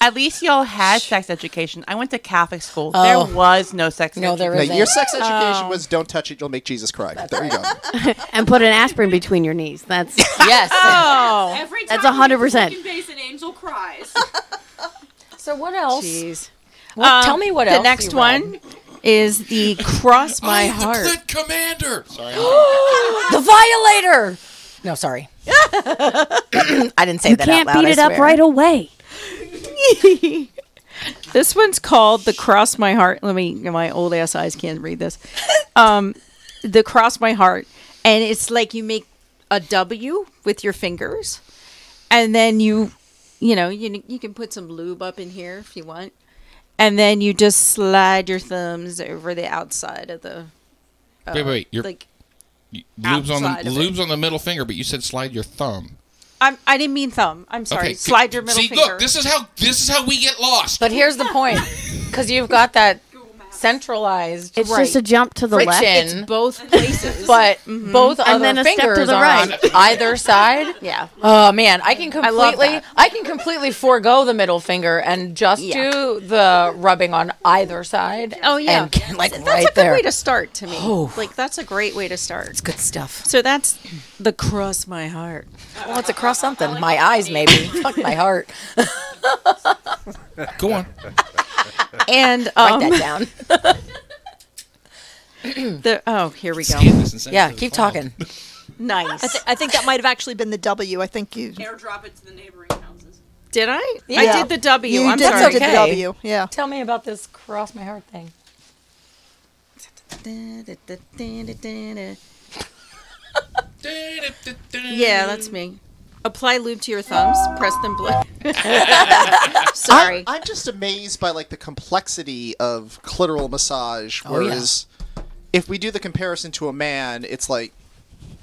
M: At least y'all had sex education. I went to Catholic school.
H: Oh.
M: There was no sex
H: No, there
M: education.
G: No, your sex
M: Oh.
G: education was don't touch it, you'll make Jesus cry. there you go.
I: and put an aspirin between your knees. That's
H: yes.
I: Oh,
E: Every time
I: that's hundred percent.
E: You base an angel cries.
H: so what else?
F: Jeez.
H: Well, tell me what
F: Uh, the
H: else
F: next
H: you read.
F: one is the cross
H: Oh,
F: my heart.
D: Clit commander. Sorry.
H: the violator. No, sorry. I didn't say
I: you
H: that
I: can't
H: out loud.
I: beat
H: I
I: it up
H: swear.
I: right away.
F: this one's called the cross my heart let me my old ass eyes can't read this um the cross my heart and it's like you make a w with your fingers and then you you know you, you can put some lube up in here if you want and then you just slide your thumbs over the outside of the uh,
D: wait, wait, wait. You're,
F: like
D: you- lube's on
F: outside
D: the
F: of it.
D: lube's on the middle finger, but you said slide your thumb.
F: I'm, i didn't mean thumb i'm sorry
D: Okay,
F: slide your middle
D: see,
F: finger
D: look, this is how this is how we get lost.
H: But here's the point, because you've got that centralized.
I: It's just a jump to the left.
H: friction,
I: It's Mm-hmm.
F: both places,
H: but
F: Mhm.
H: both
I: And
H: other
I: then a step to
H: fingers
I: the
H: are on
I: right.
H: either side.
F: Yeah.
H: Oh man, I can
F: I love
H: completely, I,
F: that.
H: can completely forego the middle finger and just do the rubbing on either side.
F: Oh yeah,
H: and can, like
F: that's
H: right
F: a good
H: there.
F: way to start to me.
H: Oh.
F: Like that's a great way to start. It's
H: good stuff.
F: So that's the cross my heart.
H: Well, it's across something. my eyes, maybe. Fuck my heart.
D: Go on.
F: And
H: Write
F: um,
H: that down.
F: the oh, here we go.
H: Yeah, keep talking.
F: Nice.
K: I, thi- I think that might have actually been the W. I think you
E: airdrop it to the neighboring houses.
F: Did I? I
K: Yeah.
F: did the W.
K: You
F: am
K: did
F: sorry.
K: the That's okay. W, yeah.
H: Tell me about this cross my heart thing.
F: Yeah, that's me. Apply lube to your thumbs. Press them blue. sorry.
G: I'm, I'm just amazed by like the complexity of clitoral massage.
F: Oh, yeah.
G: Whereas, if we do the comparison to a man, it's like,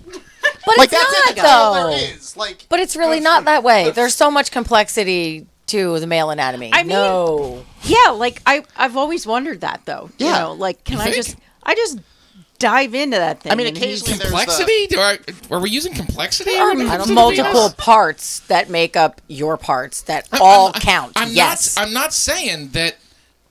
H: But
G: Like,
H: it's
G: that's it,
H: not
G: that's all
H: though.
G: there is, like-
H: but it's really not that way. There's so much complexity to the male anatomy.
F: I mean-
H: no.
F: Yeah, like I I've always wondered that though. You
H: Yeah.
F: know, like can
H: You
F: I
H: think?
F: just I just
Q: dive into that thing.
G: I mean,
Q: and he's-
G: occasionally there's
D: complexity? Do I, are we using complexity?
H: uh, There are
D: when it comes to
H: multiple
D: things?
H: parts that make up your parts that all count.
D: I'm
H: yes.
D: not. I'm not saying that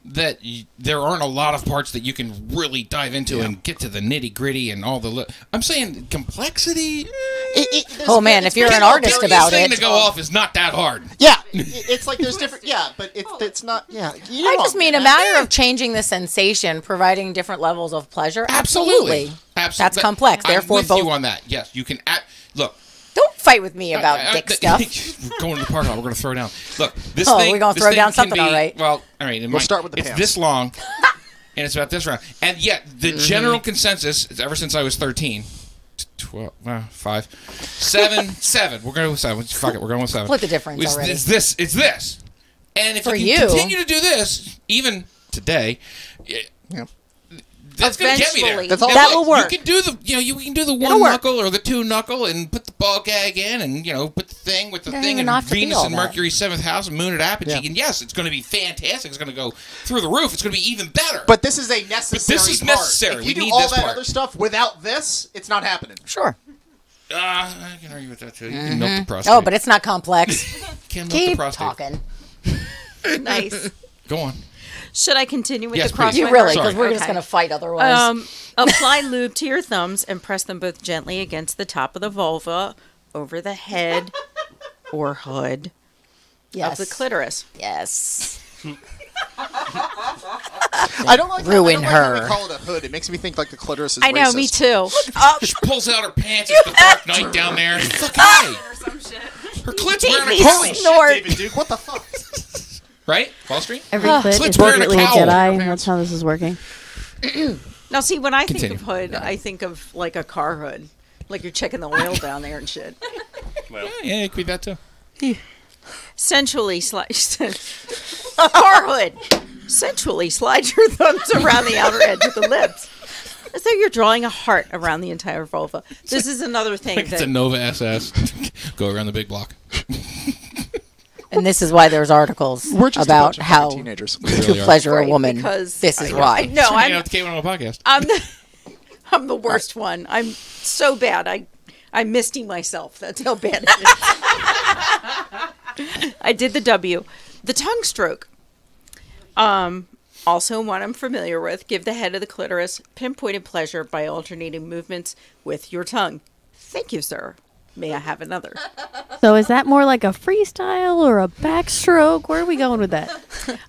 D: that y- there aren't a lot of parts that you can really dive into and get to the nitty gritty and all the. Li- I'm saying complexity. uh,
H: oh man, if you're an artist about
D: thing
H: it,
D: to go off is not that hard.
G: Yeah, it's like there's different. Yeah, but it's it's not. Yeah, you
H: I
G: know
H: just
G: I'm
H: mean a
G: getting
H: matter of changing the sensation, providing different levels of pleasure. Absolutely.
D: Absolutely.
H: That's complex.
D: I'm
H: Therefore,
D: with
H: both.
D: you on that. Yes, you can. Act, look,
H: Don't fight with me about dick stuff.
D: we're going to the parking lot. We're going to throw down. Look, this
H: Oh,
D: thing.
H: we're gonna
D: this
H: throw
D: thing can
H: down something,
D: be-
H: all right.
D: Well, all right.
G: We'll start with the
D: It's
G: pants.
D: this long, and it's about this round. And yet,
H: Mm-hmm.
D: the
G: Mhm.
D: general consensus is ever since I was thirteen. t- 12, uh, 5, 7, 7. We're going with 7. Fuck it, we're going with 7.
H: Split the difference
D: it's,
H: already.
D: It's this. It's this. And if
H: For
D: you,
H: you.
D: can continue to do this, even today, it- that's going to get me there.
G: Eventually. That's all-
D: And
G: That will
D: You can do the, you know, you can do the
G: It'll
D: one
G: work.
D: knuckle or the two knuckle and put the ball gag in and, you know, put the thing with the
G: Doesn't
D: thing
G: even
D: and
G: have to be
D: Venus
G: all
D: and
G: that.
D: Mercury seventh house and Moon at Apogee.
G: Yeah.
D: And yes, it's going to be fantastic. It's going to go through the roof. It's going to be even better.
G: But this is a necessary.
D: this is
G: part.
D: necessary.
G: If
D: We
G: you do
D: need
G: all
D: this
G: that
D: part.
G: other stuff without this, it's not happening.
H: Sure.
D: Uh, I can argue with that too. You can milk the
H: Mhm.
D: prostate.
H: Oh, but it's not complex.
D: Can milk the
H: Keep
D: prostate.
H: talking.
F: nice.
D: Go on.
F: Should I continue with
D: Yes,
F: the cross?
D: please. You
F: my
D: really,
F: heart?
D: 'cause we're just
H: gonna fight otherwise.
F: Um, apply lube to your thumbs and press them both gently against the top of the vulva, over the head, or hood
H: Yes.
F: of the clitoris.
H: Yes.
G: I don't like
H: Ruin
G: that. I don't like that we
H: her.
G: call it a hood. It makes me think like the clitoris is.
F: I know, me
G: racist. uh,
F: too.
D: She pulls out her pants. It's the dark night down there. Fucking A. Her clit's wearing a holy
G: Holy shit,
D: shit,
G: David Duke, what the fuck?
D: right? Wall Street.
I: Every
H: Ah,
I: clit is
D: clit's wearing a
I: secretly a,
D: cowl.
I: Jedi. That's how this is working.
F: Now, see, when I
I: Continue.
F: think of hood, I think of like a car hood, like you're checking the oil down there and shit.
D: Yeah, yeah, it could be that too.
F: Sensually slide a car hood. Sensually slide your thumbs around the outer edge of the lips. As though you're drawing a heart around the entire vulva. This is another thing
D: Like it's
F: that
D: a Nova SS. Go around the big block.
H: And this is why there's articles
G: We're just a
H: about
G: bunch of
H: how
G: fucking teenagers. We
H: to
G: really are.
H: pleasure
F: Right,
H: a woman.
F: because-
H: this is
F: I-
H: why.
F: No,
D: It's hanging
F: I'm-
D: out with the K101 podcast.
F: I'm the, I'm the worst one. I'm so bad. I I misty myself. That's how bad it is. I did the W, the tongue stroke. Um, also one I'm familiar with. Give the head of the clitoris pinpointed pleasure by alternating movements with your tongue. Thank you, sir. May I have another?
I: So is that more like a freestyle or a backstroke? Where are we going with that?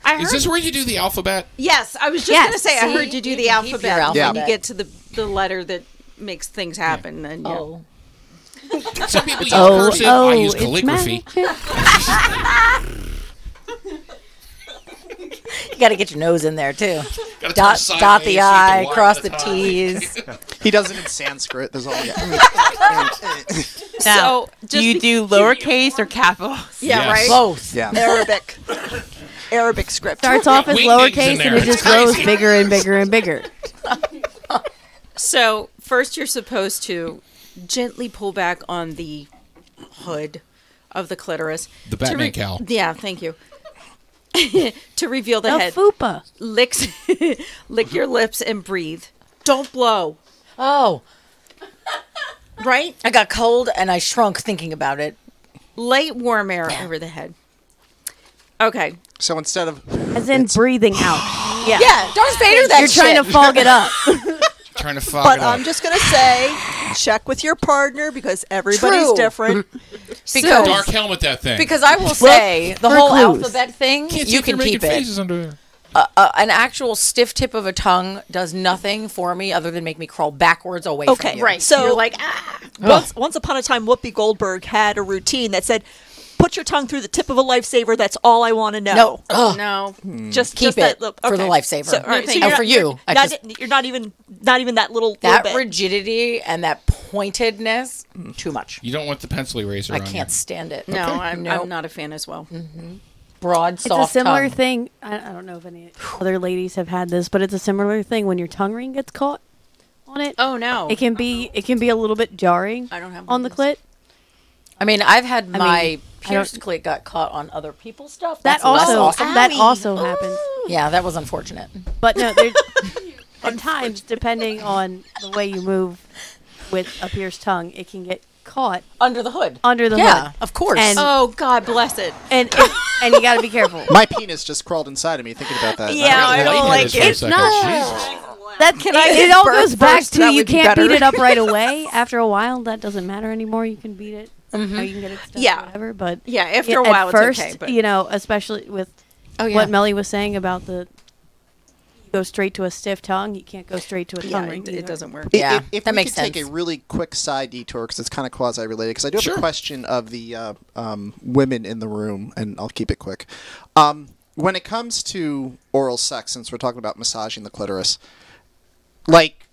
F: I heard,
D: Is this where you do the alphabet?
F: yes, I was just
I: Yes,
F: gonna say I
I: see,
F: heard you do
I: you
F: the
I: can keep
F: alphabet,
I: your
F: and
I: alphabet.
F: you get to the the letter that makes things happen. And yeah.
D: Some people use
I: Oh,
D: cursive. I
I: oh,
D: use
I: it's
D: calligraphy.
H: You got to get your nose in there too.
D: Gotta turn
H: Dot,
D: sideways
H: dot
D: so you
H: the
D: can
H: I,
D: wind
H: cross
D: the
H: the
D: tongue.
H: T's.
G: He does it in Sanskrit. There's all.
C: Now, do you do lowercase or capital?
F: Yeah, right.
G: Yeah.
F: Arabic. Arabic script.
I: Starts off as lowercase and it just grows bigger and bigger and bigger.
F: So first, you're supposed to gently pull back on the hood of the clitoris.
D: The
F: to
D: Batman cowl.
F: Yeah, thank you. to reveal the
I: The
F: head.
I: fupa.
F: Licks, lick your lips and breathe. Don't blow.
H: Oh,
F: Right?
H: I got cold and I shrunk thinking about it.
F: Light warm air over the head. Okay.
G: So instead of
I: As in breathing out. Yeah.
F: Yeah, Darth Vader that
I: You're trying to
F: shit.
I: fog it up.
D: Trying to fuck
F: But
D: it up.
F: I'm
P: just gonna say, check with your partner because everybody's
H: True.
P: different.
H: Because-
D: dark helmet that thing.
H: Because I will
D: Well,
H: say the
D: for
H: whole
D: clues.
H: alphabet thing,
D: Can't see
H: you
D: if
H: can
D: you're making
H: keep it.
D: faces under there.
H: Uh, uh, an actual stiff tip of a tongue does nothing for me other than make me crawl backwards away from
P: Okay,
H: you.
P: So,
H: You're
P: like, once, once upon a time, Whoopi Goldberg had a routine that said, "Put your tongue through the tip of a lifesaver." That's all I want to know.
H: No. Ugh.
F: No.
P: Just
H: Keep
P: just that
H: it
P: look-
H: for the
P: okay.
H: lifesaver.
P: So, all right, so
H: And
P: you're
H: for
P: not-
H: you,
P: you're
H: I
P: not,
H: just-
P: you're not even not even that little
H: that
P: little bit.
H: rigidity and that pointedness, too much.
D: You don't want the pencil eraser
H: I
D: on
H: can't
D: you.
H: stand it.
F: No, I'm,
H: No.
F: I'm not a fan as well. Mm-hmm.
H: Broad,
I: It's a
H: soft
I: similar
H: tongue.
I: thing. I, I don't know if any other ladies have had this, but it's a similar thing when your tongue ring gets caught on it.
F: Oh no.
I: It can be it can be a little bit jarring. I don't have on the clit.
H: I mean, I've had my
I: I mean, I don't-
H: pierced clit got caught on other people's stuff.
I: That
H: That's less
I: also
H: awesome.
I: that also happens.
H: Yeah, that was unfortunate.
I: But no, there's and times depending on the way you move with a pierced tongue, it can get caught
H: under the hood.
I: Under the
H: Yeah,
I: hood.
H: of course.
I: And,
H: Oh, God bless it.
I: And it, and you got to be careful.
G: My penis just crawled inside of me thinking about that.
I: Yeah,
G: got
I: I don't
G: lightheaded
I: like
G: for
I: it.
G: a
I: It's
G: second.
I: not-
G: Jesus.
I: That
H: Can
I: can
H: I
I: I? It,
H: just
I: all
H: burp
I: goes back
H: first? That
I: to you
H: would be
I: can't
H: better.
I: beat it up right away. After a while, that doesn't matter anymore. You can beat it.
H: Mhm.
I: Or you can get it stuck
H: Yeah.
I: or whatever. But
H: Yeah, after
I: y-
H: a
I: at
H: while it's
I: first,
H: okay, but-
I: you know, especially with
H: Oh, yeah.
I: what Melly was saying about the you go straight to a stiff tongue. You can't go straight to a tongue ring. either.
G: I- If, if we could take a really quick side detour because it's kind of quasi related, because I do have a question of the uh, um, women in the room, and I'll keep it quick. Um, when it comes to oral sex, since we're talking about massaging the clitoris, like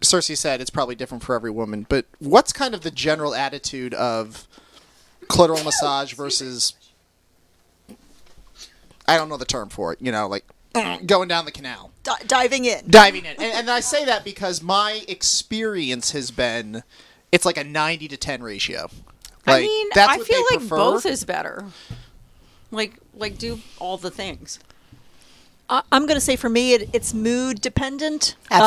G: Cersei said, it's probably different for every woman, but what's kind of the general attitude of clitoral massage versus. I don't know the term for it, you know, like going down the canal.
K: D- diving in.
G: diving in. And, and I say that because my experience has been it's like a 90 to 10 ratio. Like,
F: I mean,
G: that's
F: I
G: what
F: feel
G: they
F: like
G: prefer.
F: both is better. Like, like do all the things.
K: I- I'm going to say for me, it, it's mood dependent.
P: um,
K: um,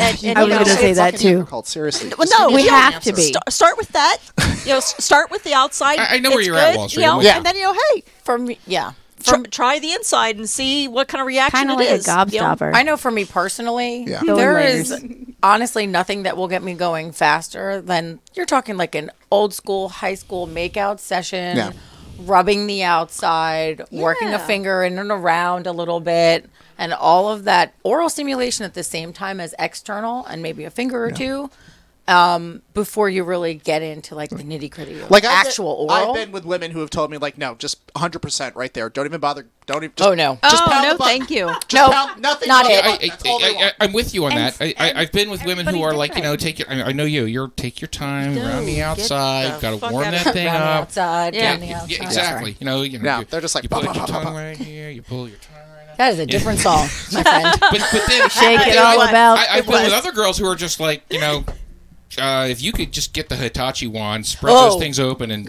K: and-
I: I was
K: you know,
I: going to say
K: it's
I: that
K: fucking-
I: too.
G: Called seriously.
K: Well, no,
I: We
K: you know,
I: have to be.
K: sta- start with that. You know, s- start with the outside.
I: I- I know where
K: It's
I: you're at,
K: good,
I: Wall Street.
K: You
I: I'm
K: know,
I: with you.
K: and then you know, hey,
H: from yeah,
K: try, try the inside and see what kind of reaction
H: Kinda
K: it
H: like a
K: is, you know?
I: gobstopper.
H: I know for me personally,
I: Yeah. Going
H: there
I: layers.
H: is honestly nothing that will get me going faster than you're talking like an old school high school makeout session,
I: Yeah.
H: rubbing the outside, working a finger in and around a little bit, and all of that oral stimulation at the same time as external and maybe a finger or two. Um, before you really get into like the nitty gritty,
G: Like I've
H: actual
G: been,
H: oral.
G: I've been with women who have told me like, no, just 100 percent right there. Don't even bother. Don't even. Just,
H: oh no.
G: Just pound
F: no,
G: the button.
F: thank you.
G: Just pound- nothing.
H: not
G: on the
H: it.
G: button.
D: I,
G: That's all they
D: I,
G: want.
D: I, am with you on
G: And-
D: that. I, I, I've been with women who are like, you know, take your. I I know you. You're take your time around the
H: get
D: outside.
H: the
D: Got to
H: fuck
D: warm
H: out
D: that
H: of-
D: thing
H: round the
D: up.
H: outside,
D: yeah,
H: down the
D: yeah,
H: outside. Yeah,
D: exactly.
H: sorry.
D: You know, you know.
G: No,
D: you-
G: they're just like,
D: you
G: bah,
D: put
G: bah,
D: your
G: bah, bah,
D: tongue
G: bah.
D: right here. You pull your tongue right out.
H: That is a different song, my friend.
D: but, but then
H: Shake it all
D: I,
H: about
D: I, I've
H: the
D: been with
H: West.
D: other girls who are just like, you know, uh, if you could just get the Hitachi wand, spread
H: Oh.
D: those things open, and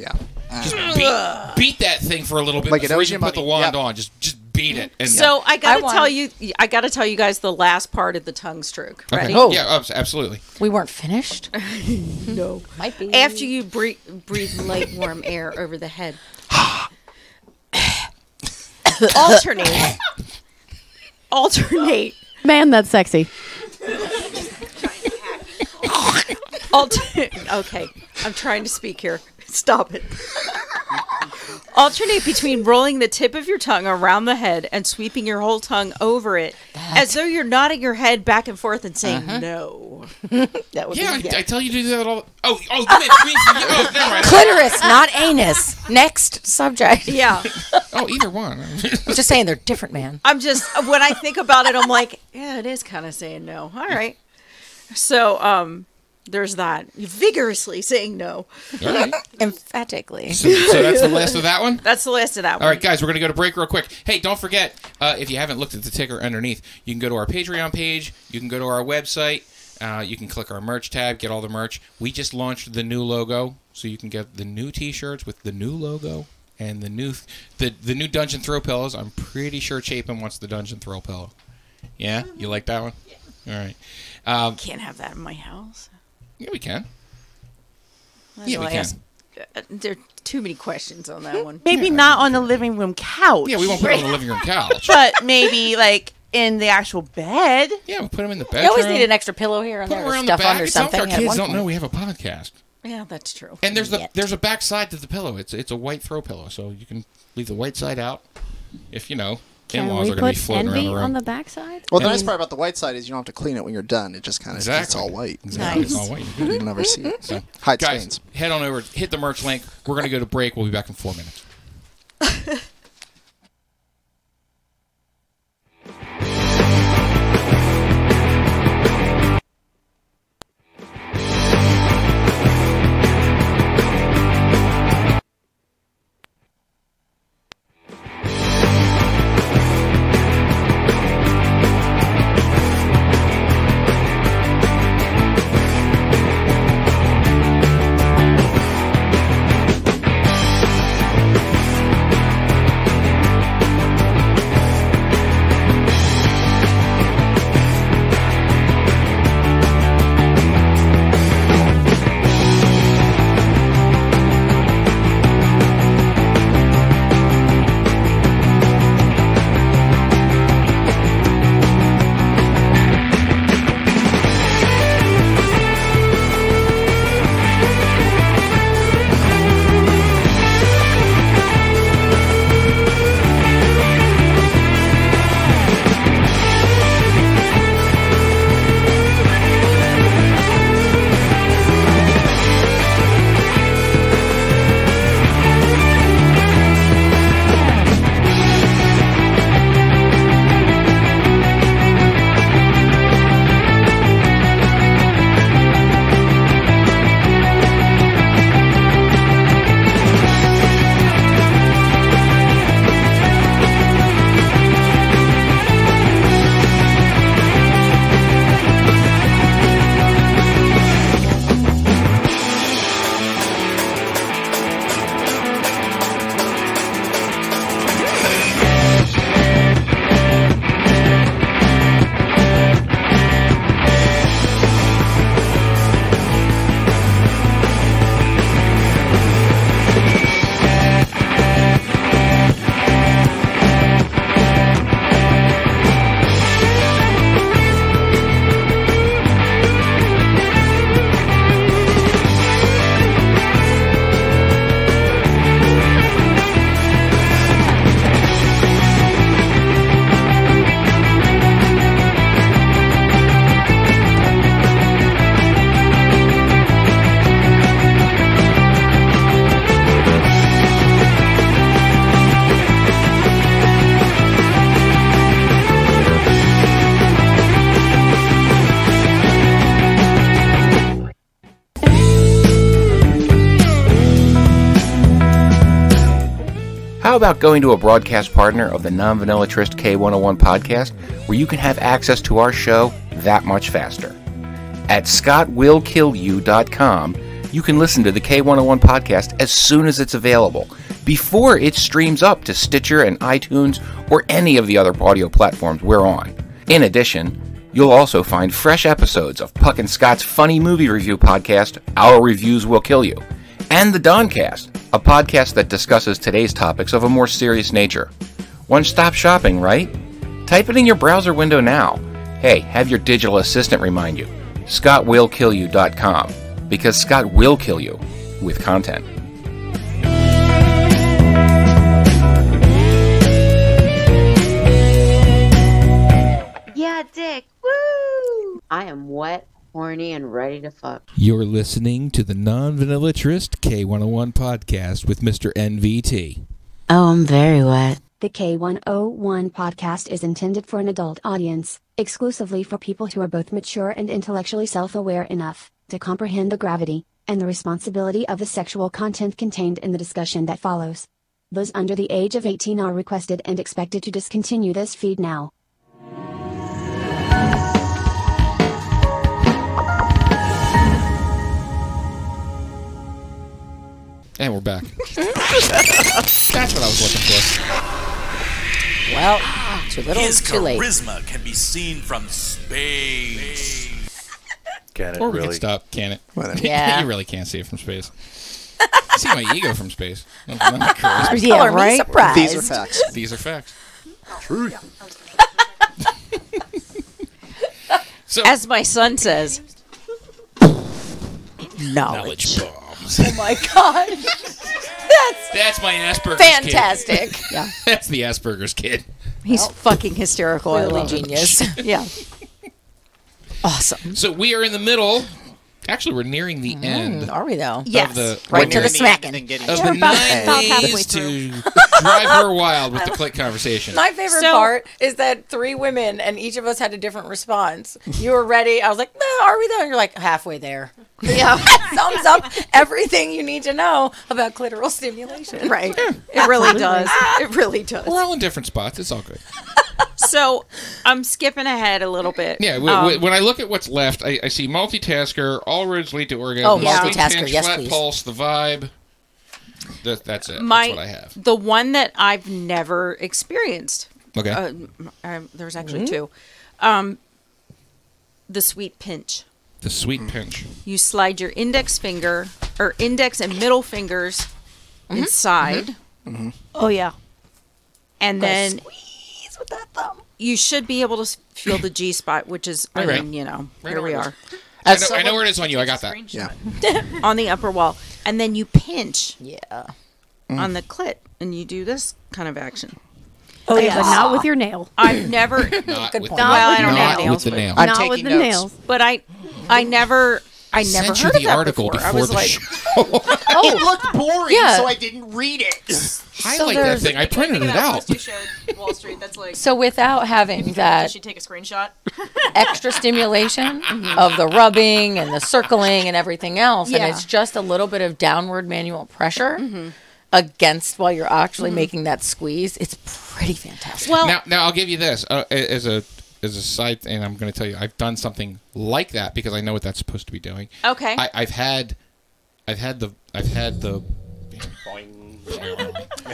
D: just beat, beat that thing for a little bit
G: Like it
D: before
G: owes
D: you
G: you
D: put the
G: money.
D: wand on. Just just beat it. And
F: So I gotta
H: I
F: tell
H: won.
F: you, I gotta tell you guys the last part of the tongue stroke.
D: Okay.
F: Ready?
D: Oh. Yeah, abs- absolutely.
H: We weren't finished. no, might be
F: After you breathe, breathe light, warm air over the head, alternate, alternate,
I: Man, that's sexy.
F: alternate. Okay, I'm trying to speak here. Stop it. Alternate between rolling the tip of your tongue around the head and sweeping your whole tongue over it, as though you're nodding your head back and forth and saying no.
H: that would
D: Uh-huh. yeah, I, I tell you to do that all. Oh, oh, you meant me? Oh, never mind.
H: clitoris, not anus. Next subject.
F: Yeah.
D: Oh, either one.
H: I'm just saying they're different, man.
F: I'm just when I think about it, I'm like, yeah, it is kind of saying no. All right. So um, there's that vigorously saying no,
D: All right.
H: emphatically.
D: So, so that's the last of that one.
F: That's the last of that
D: All
F: one.
D: right, guys, we're going to go to break real quick. Hey, don't forget, uh, if you haven't looked at the ticker underneath, you can go to our Patreon page, you can go to our website, uh, you can click our merch tab, get all the merch. We just launched the new logo, so you can get the new T-shirts with the new logo and the new the the new Dungeon Throw pillows. I'm pretty sure Chapin wants the Dungeon Throw pillow. Yeah, you like that one? Yeah. All right. Um,
F: Can't have that in my house.
D: yeah, we can.
F: I
D: Yeah, we
F: really
D: can.
F: ask- uh, there are too many questions on that one.
M: Maybe not on the living room couch.
D: Yeah, we won't put it on the living room couch.
M: but maybe like in the actual bed.
D: Yeah, we'll put them in the
H: You always need an extra pillow here and
M: Put
H: there
M: them
H: to
M: around
H: stuff
M: the back.
H: under
M: It's not
H: something.
M: for
D: Our
H: at
D: kids
H: one
D: don't
H: point.
D: know we have a podcast.
F: Yeah, that's true.
D: And there's the there's a back side to the pillow. It's it's a white throw pillow, so you can leave the white side out. If you know,
I: Can
D: in-laws
I: we
D: are going
I: put
D: to be floating around
I: envy
D: the room.
I: on the backside?
G: Well, the nice part about the white side is you don't have to clean it when you're done. It just kind of it's
D: Exactly.
G: all white.
D: Exactly. It's all white.
G: You never see it.
D: So,
G: Hide
D: guys,
G: stains.
D: head on over, hit the merch link. We're going to go to break. We'll be back in four minutes.
N: How about going to a broadcast partner of the Non Vanillatrist K101 podcast where you can have access to our show that much faster? At scottwillkillyou.com, you can listen to the K101 podcast as soon as it's available, before it streams up to Stitcher and iTunes or any of the other audio platforms we're on. In addition, You'll also find fresh episodes of Puck and Scott's funny movie review podcast, Our Reviews Will Kill You, and The Doncast, a podcast that discusses today's topics of a more serious nature. One stop shopping, right? Type it in your browser window now. Hey, have your digital assistant remind you ScottWillKillYou.com, because Scott will kill you with content.
R: Yeah, dick. Woo! I am wet, horny, and ready to fuck.
D: You're listening to the Non Vanillatrist K101 podcast with Mr. NVT.
R: Oh, I'm very wet.
A: The K101 podcast is intended for an adult audience, exclusively for people who are both mature and intellectually self aware enough to comprehend the gravity and the responsibility of the sexual content contained in the discussion that follows. Those under the age of 18 are requested and expected to discontinue this feed now.
D: And we're back. That's what I was looking for.
H: Well, too little,
S: His
H: too late.
S: charisma can be seen from space.
D: Can
S: it
D: or we
S: really?
D: can stop, can it?
S: Whatever.
H: Yeah.
D: you really can't see it from space. see my ego from space. Not my charisma.
H: Yeah, Color me right? surprised. These are facts.
D: These are facts. Truth.
F: As my son says,
D: Knowledge bombs.
F: Oh my God.
D: That's That's my Asperger's kid.
F: fantastic. Yeah.
D: That's the Asperger's kid.
F: he's fucking hysterical. I
D: Clearly
F: love him.
D: genius.
F: yeah.
D: Awesome. So we are in the middle. Actually, we're nearing
F: Mm,
D: the end.
H: Are we though?
D: Yes. the- Right to the smacking. Of the
H: We're about-
D: nine
H: about halfway
D: ways to drive her wild with the click conversation.
H: My favorite
F: So-
H: part is that three women and each of us had a different response. You were ready. I was like, no, are we though? And you're like, halfway there. Yeah. Sums up everything you need to know about clitoral stimulation.
F: Right. It really does. It really does.
D: We're all in different spots. It's all good.
F: So I'm skipping ahead a little bit.
D: Yeah, w-
F: Um,
D: w- when I look at what's left, I, I see multitasker, all roads lead to orgasm.
F: Oh, yeah.
D: sweet
F: Multitasker,
D: pinch,
F: yes,
D: flat
F: please.
D: pulse, the vibe. That, that's it.
F: my
D: that's what I have.
F: the one that I've never experienced.
D: Okay.
F: Uh, um, there's actually
D: Mhm.
F: two. Um, the sweet pinch.
D: The sweet pinch.
F: You slide your index finger or index and middle fingers
D: Mm-hmm.
F: inside,
I: Oh yeah.
F: and
I: Go
F: then You should be able to s- feel the G spot, which is I
D: Right, right.
F: mean, you know,
D: Right,
F: here
D: right,
F: we
D: right.
F: are.
D: I know, I know where it is on you. I got that. Yeah.
F: on the upper wall, and then you pinch.
H: Yeah.
D: Mm.
F: On the clit, and you do this kind of action.
I: Oh, yeah, but not with your nail.
F: I've never.
I: Not
D: Good with- point.
F: Well, I don't
D: not
F: have
D: with
F: nails.
D: the
F: but-
D: nail. I'm
I: Not with taking the notes. nails.
F: But I, I never, I never
D: Sent
F: heard
D: you
F: of
D: the
F: that
D: article
F: before. I
D: before
F: was
D: the
F: like, oh,
S: It looked boring,
F: Yeah.
S: so I didn't read it.
D: Highlight that thing. I printed it out.
E: Wall Street. That's like
H: So without having
E: I
H: that
E: should take a screenshot.
H: extra stimulation
F: Mm-hmm.
H: of the rubbing and the circling and everything else,
E: Yeah.
H: and it's just a little bit of downward manual pressure
F: Mm-hmm.
H: against while you're actually
F: Mhm.
H: making that squeeze, it's pretty fantastic.
D: now, now I'll give you this uh, a- as a as a side, and I'm going to tell you, I've done something like that because I know what that's supposed to be doing.
F: Okay.
D: I, I've had, I've had the, I've had the,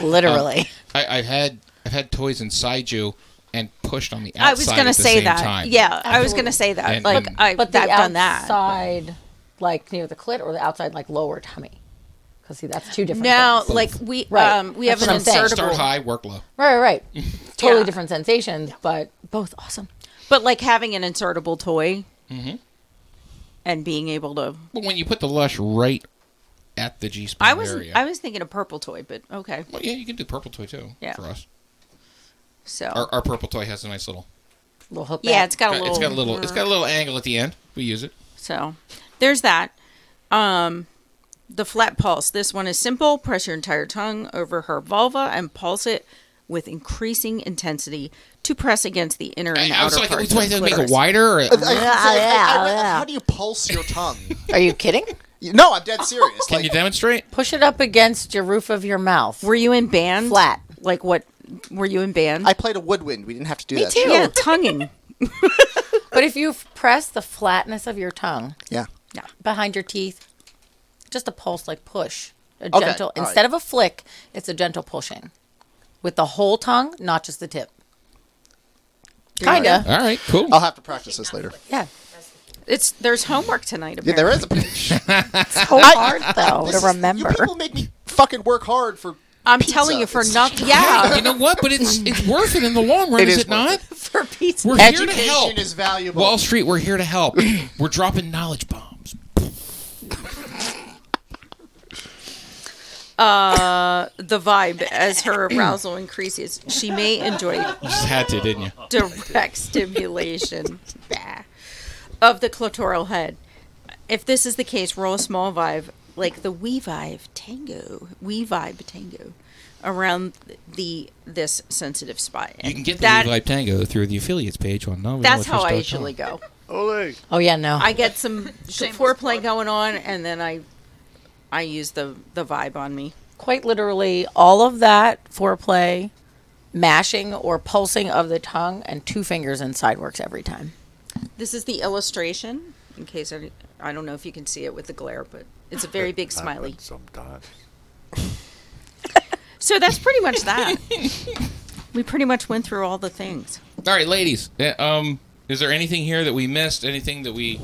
H: Literally.
D: Um, I, I've had, I've had toys inside you and pushed on the outside.
F: I was
D: going to
F: say that. Yeah, I was going to say that.
D: And-
F: like,
D: and-
F: I,
H: but the
F: I've done that.
H: outside, like near the clit, or the outside, like lower tummy. Because see, that's two different.
F: No,
H: things.
F: like we,
H: Right.
F: um, we
H: That's
F: have
H: what
F: an
H: I'm saying.
F: insertable.
D: Start high, work low.
H: Right, right, right. totally
F: Yeah.
H: different sensations, but both awesome.
F: But like having an insertable toy
D: Mm-hmm.
F: and being able to.
D: But when you put the lush right at the G spot
F: I was
D: area,
F: I was thinking a purple toy, but okay.
D: Well, yeah, you can do purple toy too.
F: Yeah.
D: for us,
F: So
D: our, our purple toy has a nice little.
H: Little hook.
F: Yeah, it's got a
D: It's got a
F: little-
D: little. It's got a little angle at the end. We use it.
F: So there's that. Um, the flat pulse. This one is simple. Press your entire tongue over her vulva and pulse it with increasing intensity to press against the inner and
D: I was
F: outer
D: like,
F: parts
D: do I
F: of
D: have to
F: the
D: make it
F: clitoris.
D: wider? Or...
G: I- I- I- I-
H: yeah.
G: How do you pulse your tongue?
H: Are you kidding?
G: No, I'm dead serious.
D: Can you demonstrate?
H: Push it up against your roof of your mouth. Were
F: you in band?
H: Flat.
F: Like what? Were you in band?
G: I played a woodwind. We didn't have to do
F: Me
G: that.
F: too. Yeah, tonguing.
H: but if you f- press the flatness of your tongue
G: Yeah.
H: behind your teeth, just a pulse, like push, a
G: Okay,
H: gentle
G: all right.
H: instead of a flick, it's a gentle pushing with the whole tongue, not just the tip. Kinda.
D: All right, cool.
G: I'll have to practice this later.
H: Yeah.
F: It's there's homework tonight.
G: Yeah, there is a
F: it's
G: so hard, though, to
F: remember.
G: people make me fucking work hard for.
F: I'm
G: pizza.
F: telling you for
G: It's-
F: nothing. Yeah.
D: You know what? But it's it's worth it in the long run,
G: It
D: is
G: is
D: it not?
H: For pizza.
D: We're here to
G: Education
D: help.
G: is valuable.
D: Wall Street, we're here to help. we're dropping knowledge bombs.
F: Uh, the vibe as her arousal increases, she may enjoy
D: You just had to, didn't you?
F: direct stimulation Bah. of the clitoral head. If this is the case, roll a small vibe like the we vibe tango, we vibe tango, around the this sensitive spot.
D: You can get the
F: that.
D: Levi Tango through the affiliates page on Novel.
F: that's how I usually go.
H: Oh yeah, no.
F: I get some foreplay going on, and then I, I use the the vibe on me.
H: quite literally all of that foreplay, mashing or pulsing of the tongue, and two fingers inside works every time.
F: This is the illustration. In case I, I don't know if you can see it with the glare, but it's a very big smiley.
S: Sometimes.
F: So that's pretty much that. we pretty much went through all the things.
D: All right, ladies. Yeah, um, is there anything here that we missed? Anything that we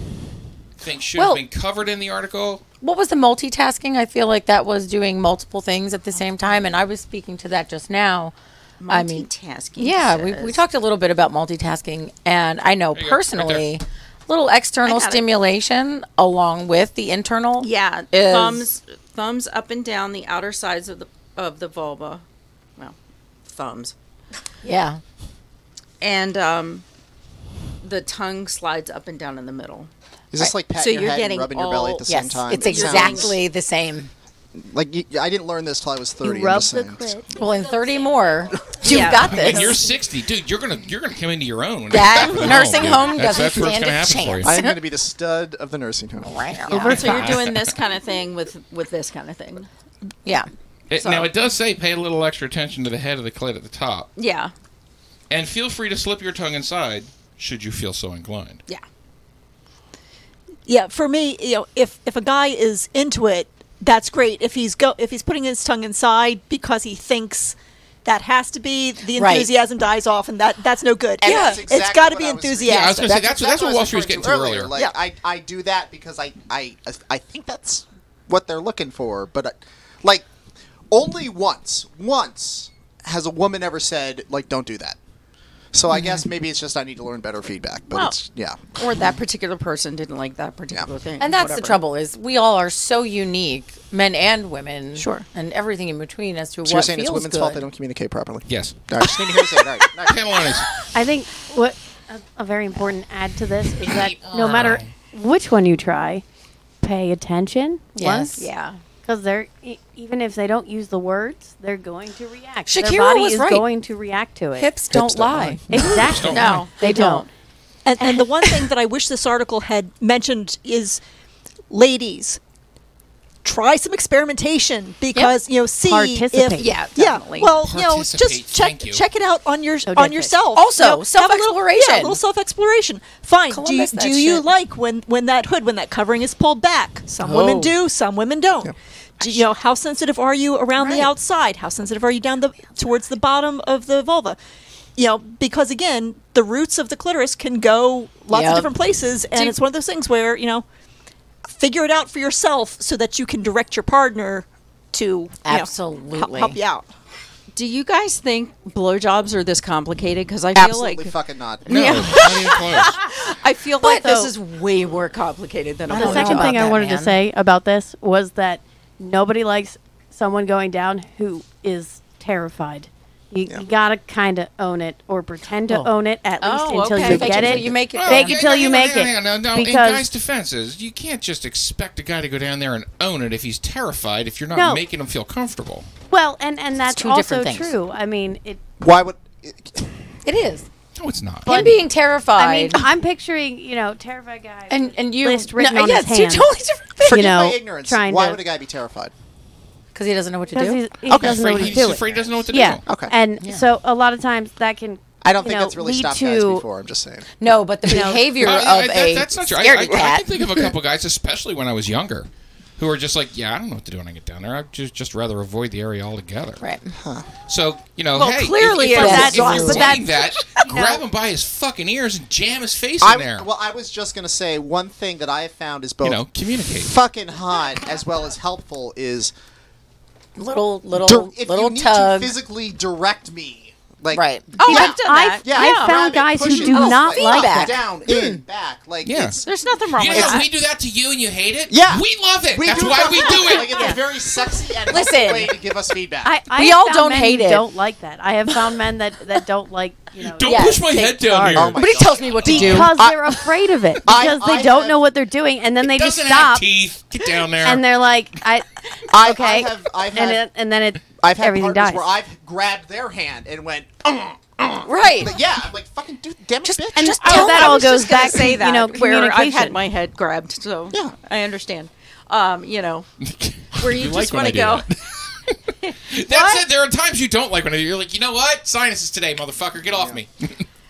D: think should
H: Well-
D: have been covered in the article?
H: What was the multitasking? I feel like that was doing multiple things at the same time, and I was speaking to that just now. I mean,
F: Multitasking.
H: yeah, we, we
F: says.
H: talked a little bit about multitasking, and I know
F: There you go, right
H: personally, little external
F: I got it.
H: stimulation along with the internal.
F: Yeah,
H: is,
F: thumbs thumbs up and down the outer sides of the of the vulva. Well, thumbs.
H: Yeah,
F: And um, the tongue slides up and down in the middle.
G: Is this like patting
F: so
G: your
F: you're
G: head and
F: getting
G: rubbing your belly
F: all-
G: at the same Yes, time?
H: it's
G: It sounds-
H: exactly the same.
G: Like you, I didn't learn this till I was thirty. I'm just saying.
H: Well, in thirty more, you've got this.
D: When you're 60, dude, you're gonna you're gonna come into your own. when it's
H: That
D: time for the
H: nursing
D: dude.
H: home
D: That's-
H: doesn't
D: that's where it's
H: stand
D: gonna
H: a
D: happen for you.
G: I'm going to be the stud of the nursing home.
F: Yeah. So you're doing this kind of thing with with this kind of thing.
H: Yeah.
D: It- now it does say pay a little extra attention to the head of the clit at the top,
F: Yeah.
D: and feel free to slip your tongue inside should you feel so inclined.
P: Yeah, for me, you know, if if a guy is into it, that's great. If he's go if he's putting his tongue inside because he thinks that has to be, the
K: Right.
P: enthusiasm dies off, and that that's no good.
G: And
P: yeah,
G: that's exactly
P: it's got to
G: what
P: be
G: I was-
P: enthusiastic.
D: Yeah, I was gonna say, that's- that's what
G: I
D: Wall
G: was
D: Street was
G: referring
D: getting to earlier.
G: Like
D: Yeah.
G: I, I do that because I, I, I think that's what they're looking for. But I, like, only once, once has a woman ever said like, "Don't do that." So I guess maybe it's just I need to learn better feedback. But
F: Well,
G: it's yeah.
F: Or that particular person didn't like that particular thing.
H: And that's
F: whatever.
H: the trouble is we all are so unique, men and women, sure, and everything in between as to
G: So
H: what
G: you're saying
H: feels
G: it's women's
H: good.
G: fault they don't communicate properly?
D: Yes.
G: All right, just need to hear you say it. All right.
I: I think what a, a very important add to this is that no matter which one you try, pay attention.
H: Yes.
I: once.
H: Yeah.
I: Because they're e- even if they don't use the words, they're going to react.
H: Shakira
I: Their body
H: was
I: is
H: right.
I: going to react to it.
H: Hips don't Hips don't lie. lie. Hips
I: Exactly.
H: don't No, lie.
I: they don't.
P: And, and the one thing that I wish this article had mentioned is, ladies, try some experimentation because you know see
I: Participate.
P: if
I: Yeah,
F: definitely.
P: yeah well you know
F: Participate,
P: just check
F: thank you.
P: check it out on your
F: So
P: on
F: different.
P: yourself.
F: Also,
P: You know, have a little-
F: self-exploration.
P: Yeah, a little self exploration. Fine. do you,
F: Columbus that
P: do you
F: shit.
P: like when when that hood when that covering is pulled back? Some
F: Oh.
P: women do. Some women don't. Do you know how sensitive are you around the outside? How sensitive are you down the towards the bottom of the vulva? You know, because again, the roots of the clitoris can go lots
H: Yep.
P: of different places, and
H: Do-
P: it's one of those things where you know, figure it out for yourself so that you can direct your partner to you know, hel-
H: Absolutely.
P: help you out.
F: Do you guys think blowjobs are this complicated? Because I
G: Absolutely
F: feel like
G: fucking not.
F: No, Yeah.
G: not even close.
F: I feel
I: But
F: like this
I: though-
F: is way more complicated than a
I: The second
F: blowjob.
I: thing I wanted to say about this was that nobody likes someone going down who is terrified. You, you gotta kind of own it or pretend to
H: Oh.
I: own it at least
H: Oh,
I: until
H: okay.
I: you
H: Fake
I: get
H: it
I: it.
H: till you make it
D: Well,
I: Fake
D: yeah,
I: it till
D: yeah,
I: you
D: yeah,
I: make
D: yeah,
I: it.
D: yeah, No, no, in
I: because
D: guys' defenses, you can't just expect a guy to go down there and own it if he's terrified. If you're not
I: No.
D: making him feel comfortable.
I: well, and and that's
H: two
I: also
H: different things.
I: true. I mean, it
G: Why would?
H: It is.
D: No, it's not.
H: Him being terrified.
I: I mean, I'm picturing you know terrified guy
H: and and you
I: list written
H: no,
I: on
H: yes,
I: his
H: two
I: hand.
H: totally different things.
G: Forgive
I: You know,
G: my ignorance.
I: trying
G: Why
I: to-
G: would a guy be terrified?
H: Because he doesn't know what to
I: 'Cause
H: do.
I: he's- he Okay, doesn't know afraid- what he's he's doing.
D: afraid he doesn't know what to
I: yeah.
D: do. Okay.
I: And
D: Yeah.
I: so a lot of times that can.
G: I don't
I: you
G: think
I: know,
G: that's really
I: lead
G: stopped
I: to,
G: guys before. I'm just saying.
H: No, but the
I: No.
H: behavior
D: Uh,
H: of
D: I- that-
H: a
D: that's not true. I,
H: scaredy
D: I- I
H: cat.
D: can think of a couple guys, especially when I was younger, who are just like, "Yeah, I don't know what to do when I get down there. I'd just just rather avoid the area altogether."
H: Right.
D: So you know,
H: Well,
D: hey,
H: clearly
D: if, if,
H: it's
D: I'm-
H: that-
D: if you're
H: but that-
D: doing that, grab him by his fucking ears and jam his face
G: I,
D: in there.
G: Well, I was just going to say one thing that I have found is both
D: you know, communicate.
G: fucking hot as well as helpful is
H: little little
G: dir- if
H: little
G: you need
H: tug.
G: to physically direct me. Like
H: Right.
G: Oh,
H: Yeah.
G: I've done
H: I've-
G: that. Yeah,
H: I've
G: grab it,
H: found guys who
G: push it
H: do
G: up,
H: not like that. Mm.
G: Down, in, back. Like
H: Yeah.
G: it's,
H: There's nothing wrong
D: you know
H: with
D: how
H: that.
D: we do that to you and you hate it?
G: Yeah.
D: We love it.
G: We
D: That's
G: do
D: why
G: love
D: we
G: it.
D: do it.
G: Like, it's a very sexy and
H: Listen.
G: way to give us feedback.
I: I, I
H: We
I: have
H: all
I: found
H: don't
I: men
H: hate
I: who
H: it.
I: Don't like that. I have found men that that don't like. You know,
D: Don't push my head down here.
H: Nobody tells me what to do.
I: because they're afraid of it
G: I-
I: because
G: I
I: they don't
G: have-
I: know what they're doing, and then they just
D: Doesn't have
I: stop
D: teeth. Get down there.
I: and they're like, I,
G: I- I
I: okay,
G: have- I've
I: and
G: had-
I: it, and then it,
G: I've had
I: everything
G: partners
I: dies.
G: where I've grabbed their hand and went, "Uh, uh."
H: Right.
G: But yeah, I'm like fucking dude, damn just, bitch.
I: and
G: Just
I: just tell
G: tell
I: that
G: them.
I: all
F: I was
I: goes
F: just gonna
I: back to,
F: say
I: you
F: that,
I: know,
F: where I've
I: communication.
F: had my head grabbed, so I understand. Um, you know, where you,
D: You like
F: just
D: when
F: want
D: I
F: to
D: do
F: go.
D: That's it. There are times you don't like when you're like, you know what? Sinuses today, motherfucker. Get off me.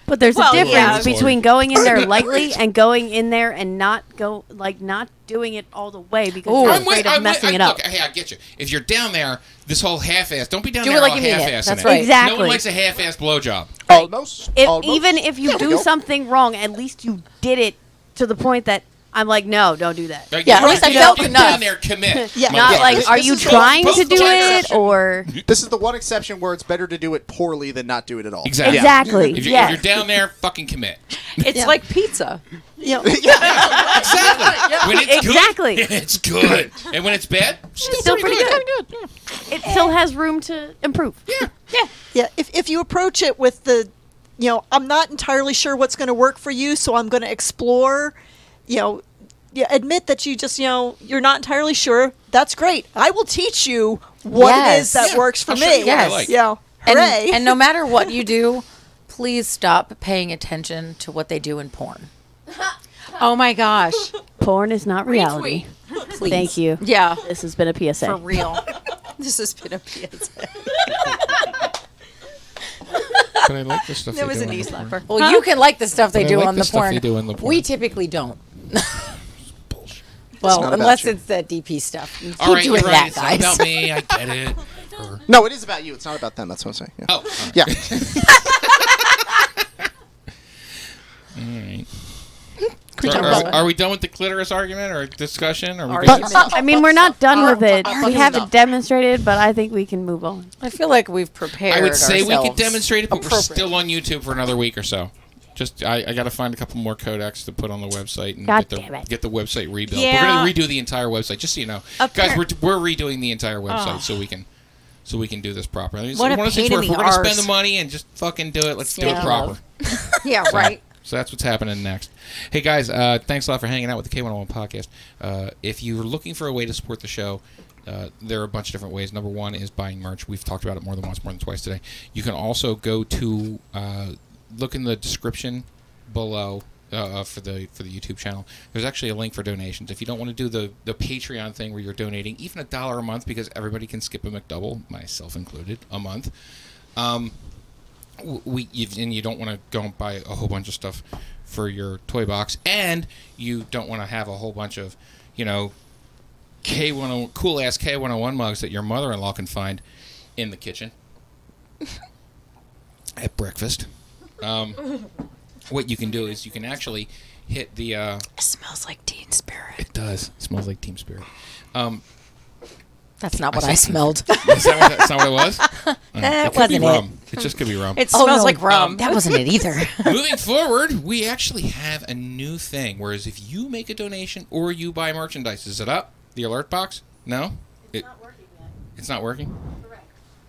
I: But there's
F: Well,
I: a difference
D: yeah.
I: between going in there lightly and going in there and not go like not doing it all the way because you're
D: I'm
I: afraid
D: wait-
I: of
D: I'm wait-
I: messing
D: I-
I: it up.
D: Look, hey, I get you. If you're down there, this whole half-ass, don't be down
I: Do it
D: there
I: like
D: all
I: you mean it.
D: half-ass.
I: That's
D: in
I: right.
D: No one
I: Exactly. Oh,
D: likes a half-ass blowjob.
G: Almost.
I: If,
G: almost.
I: even if you
G: There we
I: do
G: go.
I: something wrong, at least you did it to the point that I'm like, no, don't do that.
D: Like,
G: Yeah, at
D: you
G: least I
D: get
G: felt
D: down
G: enough.
D: there, commit.
G: Yeah.
I: Not
G: Yeah.
I: like,
G: This-
I: are
G: this
I: you
G: is both-
I: trying
G: both
I: to do
G: sides.
I: it or
G: This is the one exception where it's better to do it poorly than not do it at all.
D: Exactly.
I: Exactly,
D: If, you're,
I: yes.
D: if you're down there, fucking commit.
F: It's like pizza.
G: Yeah.
D: When it's
I: Exactly.
D: Good, it's good. And when it's bad, still,
I: still
D: pretty,
I: pretty
D: good.
I: it still has room to improve?
P: Yeah, if, if you approach it with the, you know, I'm not entirely sure what's going to work for you, so I'm going to explore, you know, yeah, admit that you just, you know, you're not entirely sure. That's great. I will teach you what it is
H: Yes.
P: that
H: Yeah,
P: works for
H: I'll show you
P: me.
H: what I Yes. like.
P: You know,
H: and,
P: hooray.
H: and no matter what you do, please stop paying attention to what they do in porn.
F: Oh my gosh.
I: Porn is not reality.
H: Please.
I: Thank you.
F: Yeah.
I: This has been a PSA.
F: For real. this has been a PSA.
D: But I like the stuff
F: That
D: they
F: was
D: do
F: a
D: on
F: knee
D: the porn.
F: slapper.
H: Well, you can like the stuff they
D: But I
H: do
D: like
H: on
D: the
H: the,
D: stuff
H: porn.
D: they do on the
H: We
D: porn.
H: typically don't.
G: not
H: well,
G: about
H: unless
G: you.
H: it's that DP stuff. You Keep
D: All right, you're
H: doing
D: right.
H: that,
D: It's not
H: guys.
D: about me. I get it. Or-
G: No, it is about you. It's not about them. That's what I'm saying. Yeah.
D: Oh, all right.
G: Yeah.
D: All right.
G: we
D: So
G: talk
D: are,
G: about-
D: are we done with the clitoris argument or discussion? Are we
I: But, uh,
D: good?
I: I mean, we're not done with it.
H: uh,
I: We
H: uh,
I: haven't
H: stop.
I: demonstrated, but I think we can move on.
H: I feel like we've prepared.
D: I would say we could
H: ourselves
D: demonstrate it, but we're
H: appropriately.
D: still on YouTube for another week or so. Just I, I got to find a couple more codecs to put on the website and
I: God
D: get
I: damn
D: the
I: it.
D: get the website rebuilt.
F: Yeah.
D: We're going to redo the entire website. Just so you know, guys, we're, we're redoing the entire website so we can so we can do this properly. It's
F: What a
D: one of those things
F: pain
D: where
F: in
D: if we're
F: the
D: going to
F: arse.
D: spend the money and just fucking do it, let's do it
H: Yeah.
D: proper.
F: Yeah, right.
D: So that's what's happening next. Hey guys, uh, thanks a lot for hanging out with the K101 podcast. Uh, if you're looking for a way to support the show, uh, there are a bunch of different ways. Number one is buying merch. We've talked about it more than once, more than twice today. You can also go to uh, look in the description below uh, for the for the YouTube channel. There's actually a link for donations. If you don't want to do the the Patreon thing where you're donating even a dollar a month, because everybody can skip a McDouble, myself included, a month. Um, w- we you- and you don't want to go and buy a whole bunch of stuff for your toy box, and you don't want to have a whole bunch of, you know, K one cool ass K one hundred one mugs that your mother in law can find in the kitchen at breakfast. Um, what you can do is you can actually hit the. Uh,
F: It smells like teen spirit.
D: it does it smells like Team Spirit. Um,
H: That's not
D: I
H: what I,
D: said-
H: smelled.
D: is that what, that's not what it was? Uh,
H: That
D: it could be
H: wasn't it.
D: rum. It. just could be rum.
F: It
H: Oh,
F: smells
H: no,
F: like rum.
H: That wasn't it either.
D: Moving forward, we actually have a new thing. Whereas if you make a donation or you buy merchandise, is it up? The alert box? No? It's not working yet. It's not working? Correct.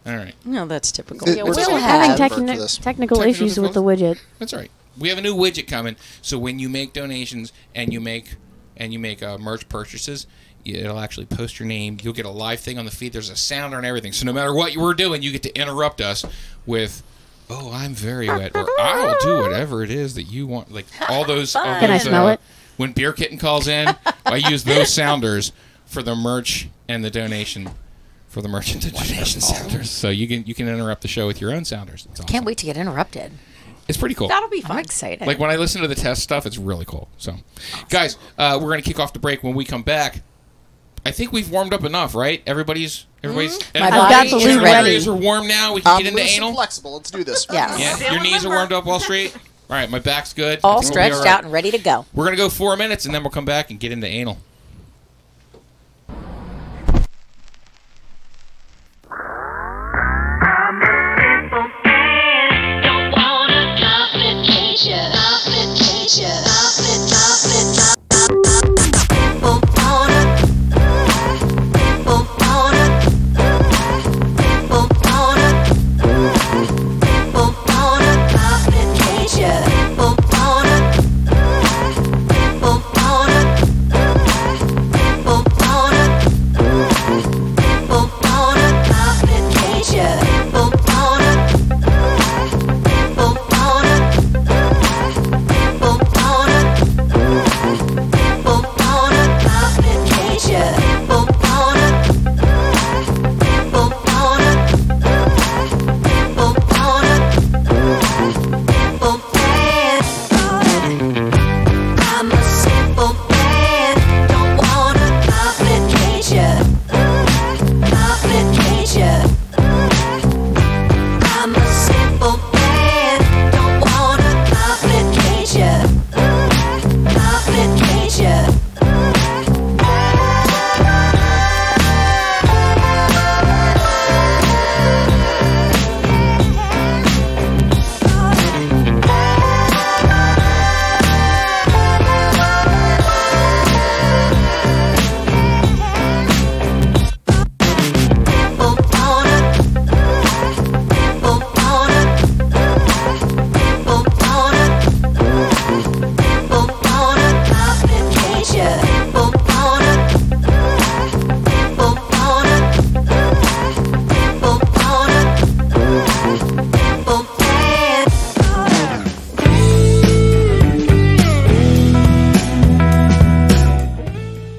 D: All right.
F: No, that's typical.
G: It-
H: Yeah,
G: it's-
H: we'll
G: it's
H: have
G: advert for
I: techni-
G: this.
I: technical
D: Technical
I: issues with the widget.
D: That's all right. We have a new widget coming. So when you make donations and you make and you make uh, merch purchases, it'll actually post your name. You'll get a live thing on the feed. There's a sounder and everything. So no matter what you were doing, you get to interrupt us with, "Oh, I'm very wet," or "I'll do whatever it is that you want." Like all those. all
I: Can I
D: those,
I: smell it?
D: When Beer Kitten calls in, I use those sounders for the merch and the donation for the merchant engineer sounders. So you can you can interrupt the show with your own sounders. It's, awesome.
H: Can't wait to get interrupted.
D: it's pretty cool.
H: That'll be fun. I'm excited.
D: Like when I listen to the test stuff, it's really cool. So, guys, uh, we're gonna kick off the break. When we come back, I think we've warmed up enough, right? Everybody's everybody's.
H: Mm-hmm.
G: My
D: everybody's-
G: body is
D: your
G: ready.
D: areas are warm now. We can
G: I'm
D: get into
G: Um, loose and
D: anal.
G: flexible. Let's do this.
D: Yeah, your knees are warmed up. Wall Street. All right, my back's good. I
H: All
D: think we'll be
H: stretched
D: right.
H: out and ready to go.
D: We're gonna go four minutes, and then we'll come back and get into anal.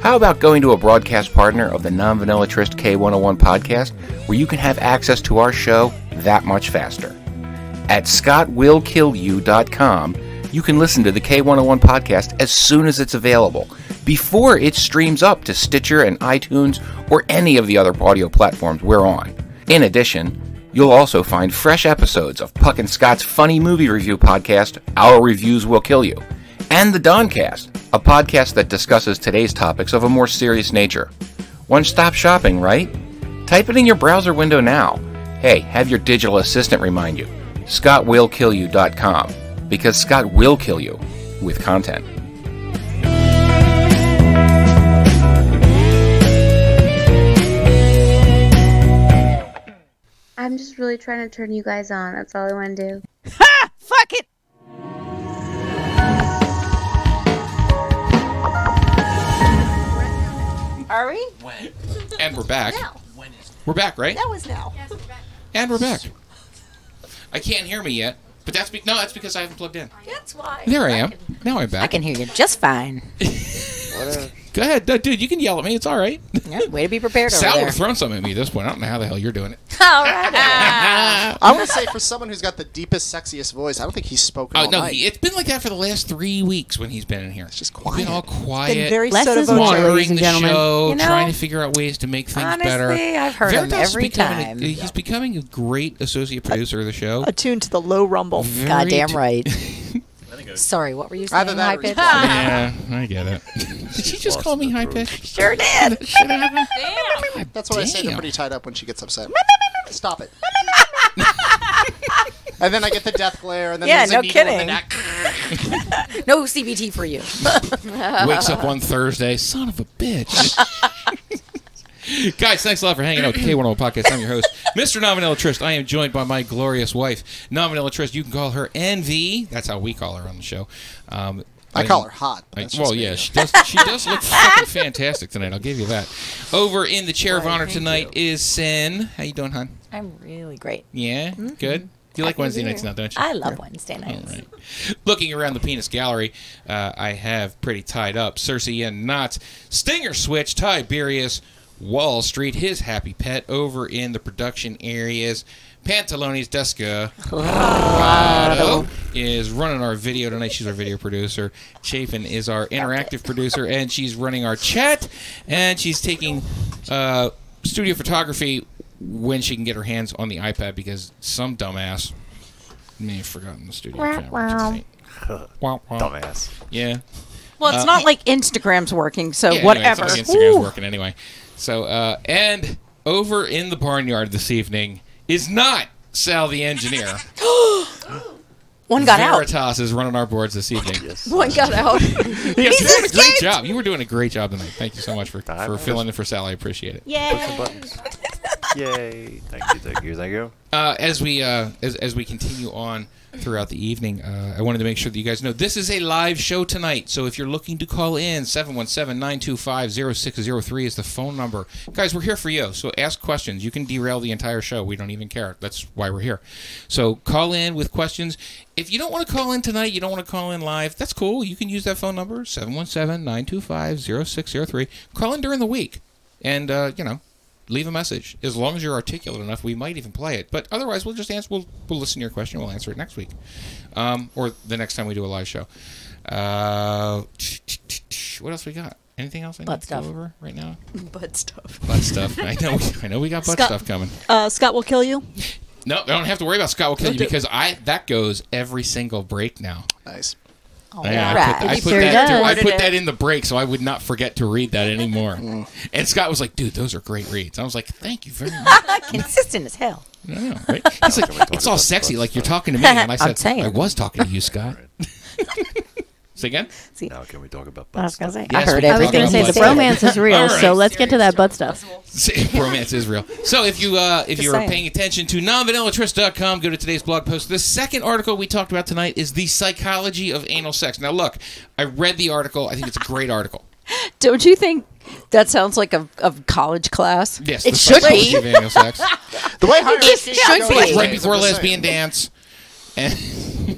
N: How about going to a broadcast partner of the Non Vanilla Trist K101 podcast where you can have access to our show that much faster? At scottwillkillyou.com, you can listen to the K101 podcast as soon as it's available, before it streams up to Stitcher and iTunes or any of the other audio platforms we're on. In addition, you'll also find fresh episodes of Puck and Scott's funny movie review podcast, Our Reviews Will Kill You, and the Doncast, a podcast that discusses today's topics of a more serious nature. One stop shopping, right? Type it in your browser window now. Hey, have your digital assistant remind you ScottWillKillYou.com because Scott will kill you with content.
O: I'm just really trying to turn you guys on. That's all I want to do.
F: Fuck it.
K: Are we?
D: And we're back. We're back, right?
K: That was now.
D: And we're back. I can't hear me yet, but that's be- no, that's because I haven't plugged in.
K: That's why.
D: There I am. Now I'm back.
H: I can hear you just fine.
D: Go ahead, no, dude. You can yell at me. It's all right.
H: Yeah, way to be prepared over
D: Sal would
H: there.
D: have thrown something at me at this point. I don't know how the hell you're doing it.
H: All right.
G: I want to say for someone who's got the deepest, sexiest voice, I don't think he's spoken.
D: Oh
G: all
D: no,
G: night.
D: he, it's been like that for the last three weeks when he's been in here. It's just quiet. Been all quiet.
G: Been very
D: Less
G: soda
D: is
G: voce.
D: more,
G: ladies
D: monitoring
G: and
D: the
G: gentlemen.
D: show,
G: You know,
D: trying to figure out ways to make things better.
K: honestly, I've heard him
D: Veritas is
K: every
D: becoming a-
K: time.
D: he's becoming a great associate producer of the show.
K: Attuned to the low rumble.
D: Very Goddamn t- right.
H: Sorry, what were you
K: Either
H: saying?
K: that
H: High
K: or he's
H: pitch.
K: blind.
D: yeah, I get it. Did she just call me high pitched?
H: Sure did.
G: That's what I say.
D: Damn.
G: They're pretty tied up when she gets upset. Stop it. and then I get the death glare, and then
H: Yeah,
G: there's a
H: no
G: needle in the
H: kidding.
G: neck.
H: no CBT for you.
D: Wakes up on Thursday. Son of a bitch. Guys, thanks a lot for hanging out with the K101 Podcast. I'm your host, Mr. Nominella Trist. I am joined by my glorious wife, Nominella Trist. You can call her NV. That's how we call her on the show. Um,
G: I call her hot, but
D: I-
G: that's
D: well,
G: just me,
D: yeah,
G: though.
D: she does. She does look fucking fantastic tonight. I'll give you that. Over in the chair of honor tonight is Sin. How you doing, hon?
H: I'm really great. Mm-hmm.
D: Yeah, good. You like
H: Happy
D: Wednesday
H: New
D: nights
H: Year.
D: now, don't you?
H: I love
D: Yeah.
H: Wednesday nights.
D: All right. Looking around the penis gallery, uh, I have pretty tied up Cersei and Knot, Stinger Switch, Tiberius, Wall Street, his happy pet, over in the production areas. Pantalones Deska Corrado is running our video tonight. She's our video producer. Chafin is our interactive producer, and she's running our chat. And she's taking uh, studio photography when she can get her hands on the iPad because some dumbass may have forgotten the studio camera. Wow, wow.
F: Dumbass.
D: Yeah.
F: Well, it's
D: Uh,
F: not like Instagram's working, so
D: yeah, anyway, it's
F: whatever.
D: not like Instagram's
F: Woo.
D: working anyway. So, uh, and over in the barnyard this evening is not Sal the engineer.
H: One got out.
D: Veritas is running our boards this evening. yes.
H: One got out.
D: you were
H: He's
D: doing a great
H: escaped!
D: job. You were doing a great job tonight. Thank you so much for, for filling in for Sal. I appreciate it.
J: Yay! Thank you, thank you, thank you.
D: Uh, as we uh, as, as we continue on throughout the evening, uh, I wanted to make sure that you guys know this is a live show tonight. So if you're looking to call in, 717-925-0603 is the phone number. Guys, we're here for you. So ask questions. You can derail the entire show. We don't even care. That's why we're here. So call in with questions. If you don't want to call in tonight, you don't want to call in live, that's cool. You can use that phone number, 717-925-0603. Call in during the week. And uh, you know, leave a message. As long as you're articulate enough, we might even play it. But otherwise, we'll just answer. We'll, we'll listen to your question. We'll answer it next week, um, or the next time we do a live show. Uh, what else we got? Anything else? I need
K: Butt
D: to go
K: stuff.
D: over right now.
K: Butt stuff.
D: Butt stuff. I know. I know. We got butt
K: Scott-
D: stuff coming.
K: Uh, Scott will kill you.
D: No, I don't have to worry about Scott will kill
K: Don't
D: you
K: do-
D: because I that goes every single break now. Nice. I,
G: Alright.
D: put, I
G: He
D: put
G: sure
D: that,
G: does.
D: I put
G: Recorded
D: that in the break so I would not forget to read that anymore. and Scott was like, dude, those are great reads. I was like, thank you very much.
F: Consistent as hell.
D: Yeah, right? It's, like, it's all sexy, like you're talking to me. And I
F: I'm
D: said,
F: saying.
D: I was talking to you, Scott. Say again?
J: Now can we talk about
I: I was gonna say,
D: Yes,
I: I heard
D: we
I: it. I was
D: talked
I: gonna
D: about
I: say
D: butt
I: the
D: stuff.
I: romance is real,
D: All
I: so
D: right.
I: let's get to that butt stuff.
D: See, romance is real. So if you uh, if
I: Just
D: you are
I: saying.
D: paying attention to nonvanillatrist.com, go to today's blog post. The second article we talked about tonight is the psychology of anal sex. Now look, I read the article. I think it's a great article.
F: Don't you think that sounds like a, a college class?
D: Yes,
F: it
D: the
F: should
D: psychology
F: be.
D: of anal sex.
G: the way hierarchy
F: It should
D: It's
F: be.
D: right before
G: I'm just
D: lesbian dance. And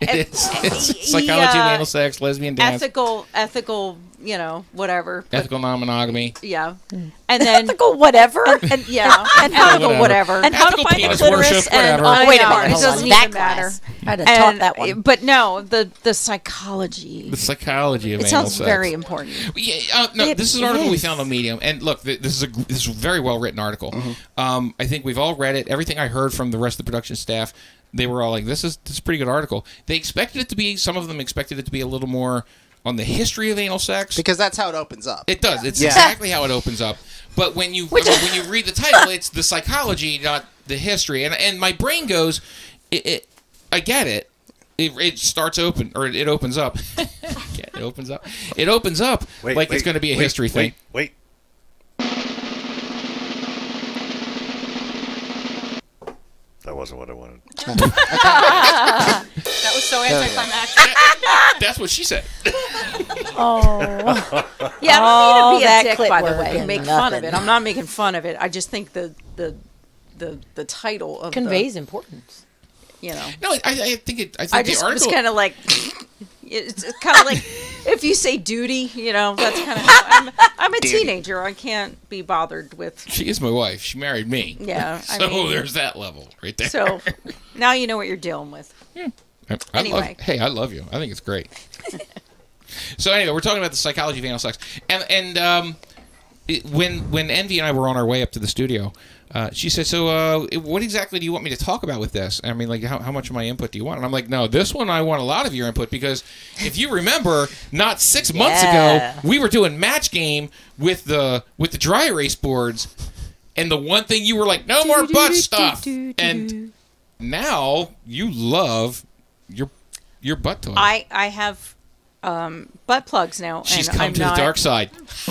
D: it's, it's psychology
F: yeah.
D: of anal sex, lesbian dance,
F: Ethical, ethical, you know, whatever.
D: ethical non-monogamy.
F: Yeah. And then ethical whatever. And, and- yeah. and ethical whatever.
K: And how to find a clitoris and
F: Oh, wait a minute. It
K: hold on.
F: doesn't even
K: That
F: matter.
K: class.
F: I'd
K: have taught that
F: one. But no, the the psychology.
D: The psychology of
F: It
D: anal
F: sounds
D: sex.
F: very important.
D: Yeah, uh, no, this is an article we found on Medium, and look, th- this is a gr- this is a very well written article. Um, I think we've all read it. Everything I heard from the rest of the production staff, they were all like, "This is this is a pretty good article." They expected it to be. Some of them expected it to be a little more on the history of anal sex
G: because that's how it opens up.
D: It does. It's
G: Yeah.
D: exactly how it opens up. But when you I mean, when you read the title, it's the psychology, not the history. And and my brain goes, it, it I get it. It, it starts open or it, it opens up. Yeah, it opens up. It opens up
J: Wait,
D: like it's
J: wait,
D: going to be a
J: wait,
D: history thing.
J: Wait, wait. That wasn't what I wanted.
E: that was so anticlimactic.
D: That's what she said.
F: Oh. Yeah,
H: All
F: I don't mean to be
H: that
F: a dick,
H: clit
F: by the
H: work
F: way,
H: and
F: and make fun of
H: nothing.
F: it. I'm not making fun of it. I just think the the the, the title of
H: Conveys
F: the, importance. You know.
D: No, I, I think it. I think
F: Oh. I
D: the
F: just
D: article.
F: was kind of like, it's kind of like if you say duty, you know, that's kind of. I'm, I'm a
D: Duty.
F: teenager. I can't be bothered with.
D: she is my wife. She married me.
F: Yeah, I
D: so
F: mean-
D: there's that level right there. Hmm.
F: So now you know what you're dealing with.
D: I love-
F: Anyway.
D: hey, I love you. I think it's great. so anyway, we're talking about the psychology of anal sex, and and um, it- when when Envy and I were on our way up to the studio, uh, she said, "So uh, what exactly do you want me to talk about with this?" I mean, like how, how much of my input do you want? And I'm like, "No, this one I want a lot of your input because if you remember, not six months
T: Yeah.
D: ago we were doing match game with the with the dry erase boards." And the one thing you were like, no more butt stuff. And now you love your your butt toy.
F: I I have um, butt plugs now.
D: She's
F: and
D: come
F: I'm
D: to
F: not,
D: the dark side.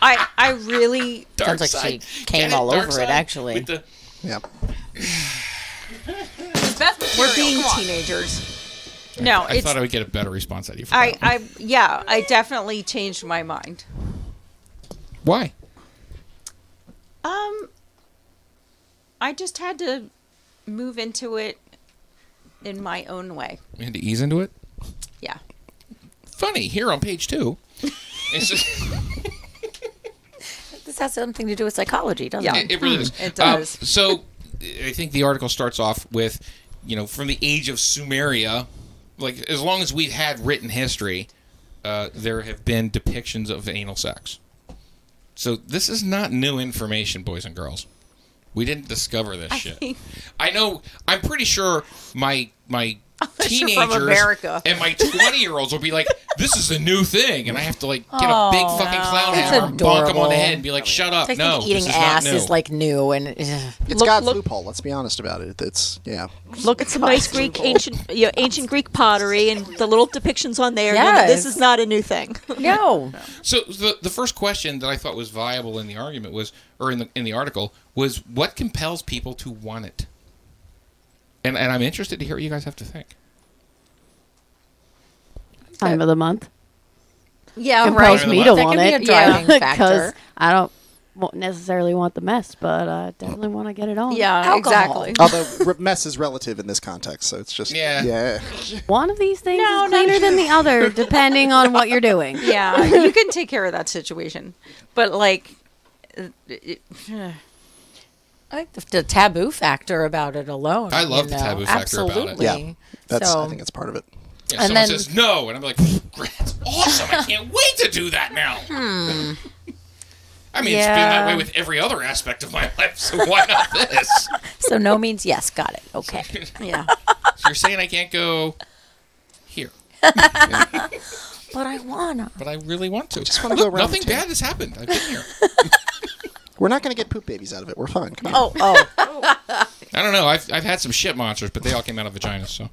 F: I I really
D: Dark side. Get it, dark side? With the-
F: We're being teenagers. No,
D: I
F: it's
D: thought I would get a better response out of you. For
F: I,
D: that one.
F: I, yeah, I definitely changed my mind.
D: Why?
F: Um, I just had to move into it in my own way.
D: You had to ease into it.
F: Yeah.
D: Funny here on page two. It's just-
H: This this has something to do with psychology, doesn't it?
D: It, it really does.
H: Hmm. It
D: Uh,
H: does.
D: so I think the article starts off with, you know, from the age of Sumeria, like as long as we've had written history, uh, there have been depictions of anal sex. So this is not new information, boys and girls. We didn't discover this shit. I know. I'm pretty sure my my
F: you're
D: teenagers
F: from America.
D: and my 20 year olds will be like, "This is a new thing," and I have to like get a big
H: Oh,
D: fucking
H: no.
D: clown
H: That's
D: hammer and bonk them on
H: adorable.
D: the head and be like, "Shut up!"
H: I think
D: no,
H: eating
D: this is
H: ass
D: not new.
H: is like new and
G: It's God's loophole. Let's be honest about it. It's yeah.
P: Look, it's some nice Greek ancient, you know, ancient Greek pottery and the little depictions on there. you know,
H: Yes.
P: this is not a new thing.
H: No.
D: So the the first question that I thought was viable in the argument was, or in the in the article was, what compels people to want it? And and I'm interested to hear what you guys have to think.
I: Time of the month.
H: Yeah,
I: compels
H: right.
I: me
H: That
I: to
H: could
I: want
H: be a
I: it.
H: driving
I: yeah,
H: factor.
I: because I don't wa- necessarily want the mess, but I definitely want to get it on.
H: Uh,
D: Oh.
G: Although re- mess is relative in this context, so it's just
D: Yeah.
G: yeah.
I: One of these things is cleaner than the other, depending on what you're doing.
F: yeah, you can take care of that situation, but like, uh, it- eh.
H: I think the, the taboo factor about it alone.
D: I love
H: you
D: the
H: know.
D: taboo factor about it.
H: Absolutely.
D: Yeah.
G: That's
H: so,
G: I think that's part of it.
D: Yeah,
H: And
D: someone
H: then-
D: says no, and I'm like, "Great, that's awesome! I can't wait to do that now.
H: Hmm.
D: I mean, it's been that way
H: Yeah.
D: with every other aspect of my life, so why not this?
H: so no means yes. Got it. Okay.
F: yeah.
D: So you're saying I can't go here,
H: But I wanna.
D: but I really want to.
G: wanna go
D: Look,
G: around
D: nothing
G: the table.
D: bad has happened. I've been here.
G: We're not going to get poop babies out of it. We're fine. Come on.
H: Oh, oh.
D: I don't know. I've, I've had some shit monsters, but they all came out of vaginas. So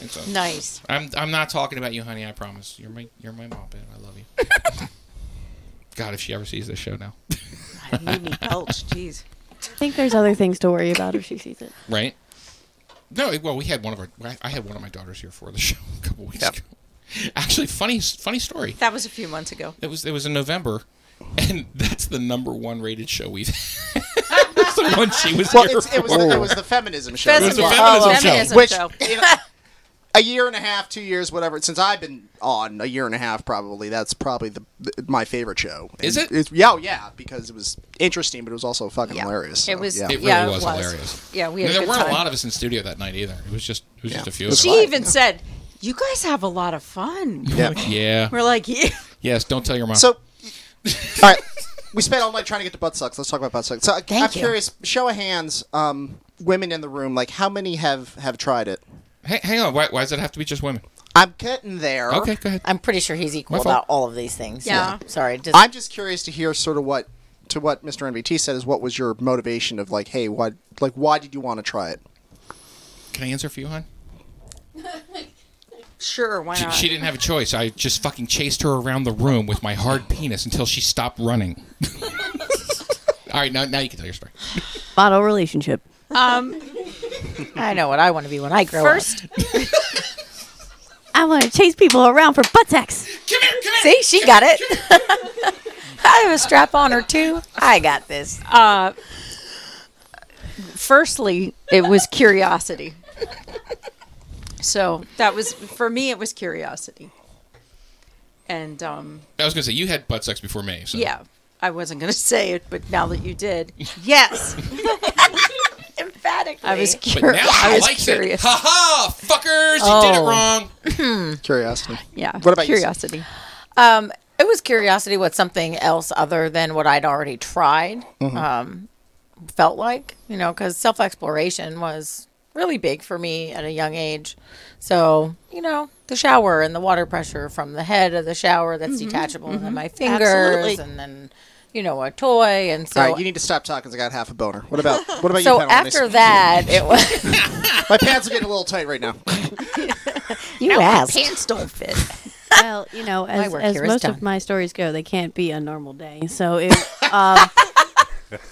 D: It's a-
F: Nice.
D: I'm I'm not talking about you, honey. I promise. You're my you're my mom, babe. I love you. God, if she ever sees this show now,
F: made me belch. Jeez.
I: I think there's other things to worry about if she sees it.
D: right? No, well, we had one of our I- I had one of my daughters here for the show a couple weeks ago. Actually, funny funny story.
F: That was a few months ago.
D: It was it was in November, and that's the number one rated show we've. had. It's the one she was
G: Well,
D: here
G: it's, it was
D: for.
G: the, it was the feminism show.
D: It was the feminism
F: Oh,
D: show.
G: Which you know, a year and a half, two years, whatever. Since I've been on a year and a half, probably that's probably the my favorite show.
D: Is
G: And
D: it?
G: It's, yeah, oh, yeah, because it was interesting, but it was also fucking hilarious.
F: It
G: so,
F: was-
G: Yeah.
D: It really
F: Yeah, it
D: was,
F: was.
D: hilarious.
F: Yeah, we had
D: And
F: a
D: there
F: good
D: weren't
F: time.
D: a lot of us in studio that night either. It was just it was just a few. of
F: She
D: us.
F: even said, "You guys have a lot of fun."
D: Yeah.
F: We're like, yeah.
D: Yes. Don't tell your mom.
G: So, all right, we spent all night trying to get to butt sucks. Let's talk about butt sucks. So, I,
H: Thank
G: I'm
H: you.
G: curious. Show of hands, um, women in the room. Like, how many have have tried it?
D: Hey, hang on. Why, why does it have to be just women?
G: I'm getting there.
D: Okay, go ahead.
H: I'm pretty sure he's equal
G: fault.
H: about all of these things.
G: Yeah.
H: Sorry. Just,
G: I'm just curious to hear sort of what to what Mr. NBT said is what was your motivation of like, hey, why like why did you want to try it?
D: Can I answer for you, hon?
F: Sure, why
D: She,
F: not?
D: she didn't have a choice. I just fucking chased her around the room with my hard penis until she stopped running. All right, now now you can tell your story.
I: Model relationship.
F: Um,
H: I know what I want to be when I grow
F: First-
H: up.
I: I want to chase people around for butt sex.
H: See, she got it. I have a strap on or two. I got this.
F: Uh, firstly, it was curiosity. So that was for me. It was curiosity, and um,
D: I was gonna say you had butt sex before me. So.
F: yeah, I wasn't going to say it, but now that you did, yes,
H: emphatically.
F: I was
D: But
F: curious.
D: now she
F: I was
D: likes it.
F: curious.
D: Ha ha! Ah, Fuckers, you
H: Oh.
D: did it wrong.
H: wrong.
G: Curiosity.
F: Yeah.
H: What about you, Sue?
F: curiosity?
H: Um, it was curiosity what something else other than what I'd already tried
F: Mhm.
H: um, felt like, you know, because self exploration was really big for me at a young age. So, you know, the shower and the water pressure from the head of the shower that's detachable, and then my fingers,
G: Absolutely.
H: and then, you know, a toy. And so,
G: All right, you need to stop talking 'cause I got half a boner. What about what about
H: so
G: you? Penny?
H: after that, it was.
G: my pants are getting a little tight right now.
H: You
G: Ow, my
H: asked.
G: pants
H: don't fit.
I: Well, you know,
H: My
I: as,
H: work
I: as
H: here is
I: most
H: done.
I: of my stories go, they can't be a normal day. So it, um,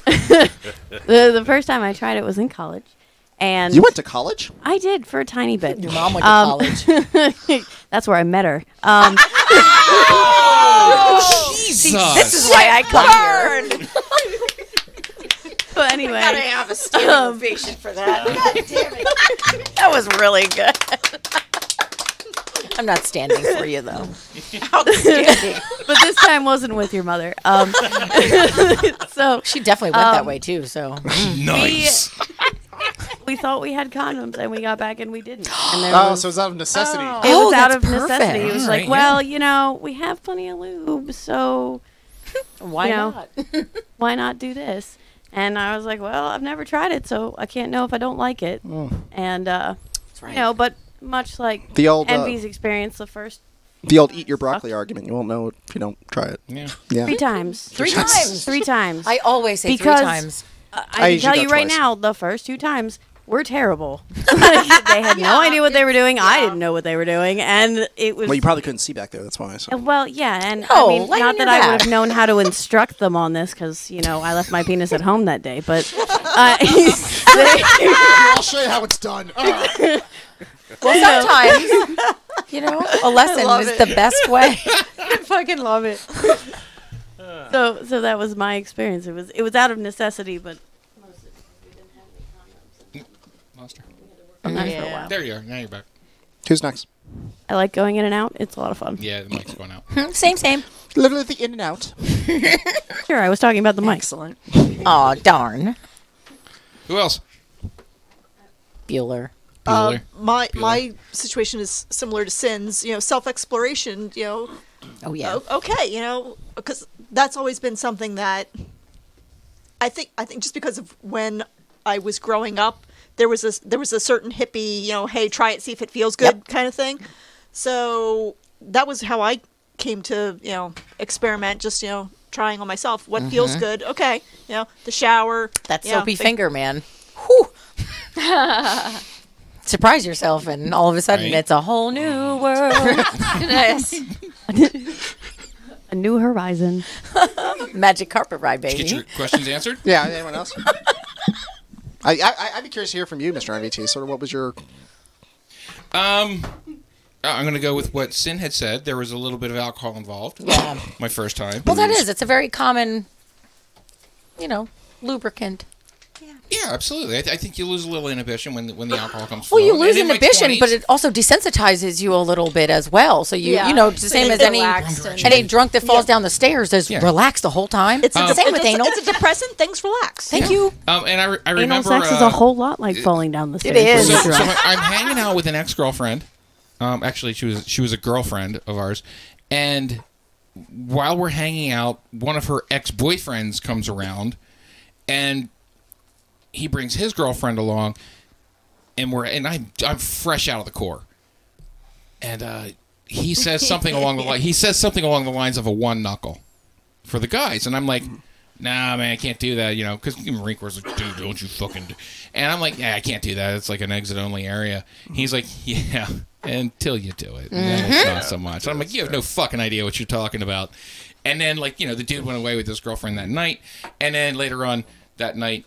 I: the the first time I tried it was in college, and
G: You went to college?
I: I did for a tiny bit. Your
H: mom went
I: to college. that's where I met her. Um,
H: See, this is why I come here.
I: But anyway,
H: I gotta have a standing ovation for that. God damn it, that was really good. I'm not standing for you though.
I: but this time wasn't with your mother. Um, so
H: she definitely went that
I: um,
H: way too. So
G: Mm.
I: Nice. we thought we had condoms and we got back and we didn't. And there
G: Oh,
I: was- Oh,
G: so it's out of necessity.
I: It
H: Oh,
I: was out of necessity. It was like, well, you know, we have plenty of lube, so
H: Why
I: you know, why not do this? And I was like, well, I've never tried it, so I can't know if I don't like it.
G: Mm.
I: And uh, you know, but much like
G: The old, uh,
I: envy's experience, the first
G: The old eat your broccoli argument. You won't know if you don't try it. Yeah. Yeah.
I: Three times.
G: Three times.
I: Three times.
H: I always say three
I: because
H: times.
I: I,
G: I
I: I can
G: usually
I: tell
G: go
I: you right
G: twice.
I: now, the first two times were terrible. they had no idea what they were doing. I didn't know what they were doing, and it was.
G: Well, you probably couldn't see back there. That's why. So.
I: Uh, Well, yeah, and
H: No,
I: I mean,
H: lay on
I: not
H: your
I: that I would
H: back.
I: have known how to instruct them on this because you know I left my penis at home that day, but uh, they-
G: I'll show you how it's done. Ah.
H: well, sometimes you know a lesson
I: love
H: is
I: it.
H: the best way.
I: I fucking love it. so, so that was my experience. It was it was out of necessity, but
D: Lost her.
I: I'm not for a while.
D: There you are. Now you're back.
G: Who's next?
I: I like going in and out. It's a lot of fun.
D: Yeah, the mic's going out.
H: same, same.
G: Literally the in and out.
I: Sure, I was talking about the mic.
H: Excellent. Oh darn,
D: Who else?
H: Bueller.
P: Uh,
D: Bueller.
P: my my situation is similar to Sin's. You know, self exploration. You know,
H: Oh yeah.
P: o- okay, you know, because that's always been something that I think I think just because of when I was growing up, there was a there was a certain hippie, you know, hey, try it, see if it feels good kind of thing. So that was how I came to you know experiment, just you know trying on myself what feels
H: Mhm.
P: good. Okay, you know, the shower.
H: That
P: you know,
H: soapy
P: the-
H: finger, man. Whew. Surprise yourself, and all of a sudden
I: Right.
H: it's a whole new
D: Mm.
H: world. yes.
I: A new horizon.
H: Magic carpet ride,
D: Did you get your
H: baby.
D: questions answered?
G: Yeah. Anyone else? I, I I'd be curious to hear from you, Mr. MVT. Sort of what was your
D: Um, I'm going to go with what Sin had said. There was a little bit of alcohol involved.
H: Yeah.
D: My first time.
H: Well, that is. It's a very common, you know, lubricant.
D: Yeah, absolutely. I, th- I think you lose a little inhibition when the, when the alcohol comes.
H: Well, you
D: flowing.
H: lose
D: And in my
H: inhibition,
D: 20s
H: but it also desensitizes you a little bit as well. So you,
P: Yeah.
H: you know, it's the same
P: It-
H: as
P: it
H: any
P: relaxed
D: and-
H: any drunk that falls down the stairs is relaxed the whole time. It's
D: a Um,
H: the same with
P: it's,
H: anal.
P: it's a depressant. Things relax.
H: Thank you.
D: Um, and I, re- I
I: Anal
D: remember
I: sex is
D: uh,
I: a whole lot like falling down the stairs.
D: So,
I: when you're
D: so
I: drunk.
D: I- I'm hanging out with an ex girlfriend. Um, actually, she was she was a girlfriend of ours, and while we're hanging out, one of her ex boyfriends comes around, and he brings his girlfriend along, and we're and I'm I'm fresh out of the core, and uh, he says something along the line he says something along the lines of a one knuckle for the guys, and I'm like. Nah, man, I can't do that, you know, because Marine Corps is like, dude, don't you fucking. Do. And I'm like, yeah, I can't do that. It's like an exit only area. He's like, yeah, until you do it. And then it's
S: Mhm.
D: not so much. I'm like, you have no fucking idea what you're talking about. And then, like, you know, the dude went away with his girlfriend that night. And then later on that night,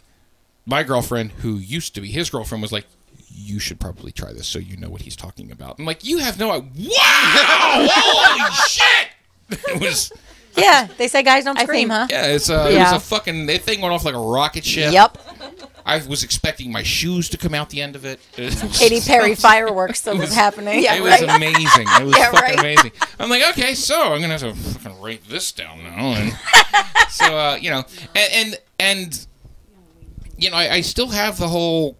D: my girlfriend, who used to be his girlfriend, was like, you should probably try this so you know what he's talking about. I'm like, you have no idea. Wow! Holy shit! It was,
H: Yeah, they say guys don't scream, huh?
D: yeah, it's uh, it
H: Yeah.
D: was a fucking, that thing went off like a rocket ship.
H: Yep.
D: I was expecting my shoes to come out the end of it.
H: Katy Perry fireworks that was, happening.
D: it was amazing. It was
H: Yeah,
D: fucking
H: right.
D: amazing. I'm like, okay, so I'm gonna have to fucking write this down now, and so uh, you know, and and, and you know, I, I still have the whole.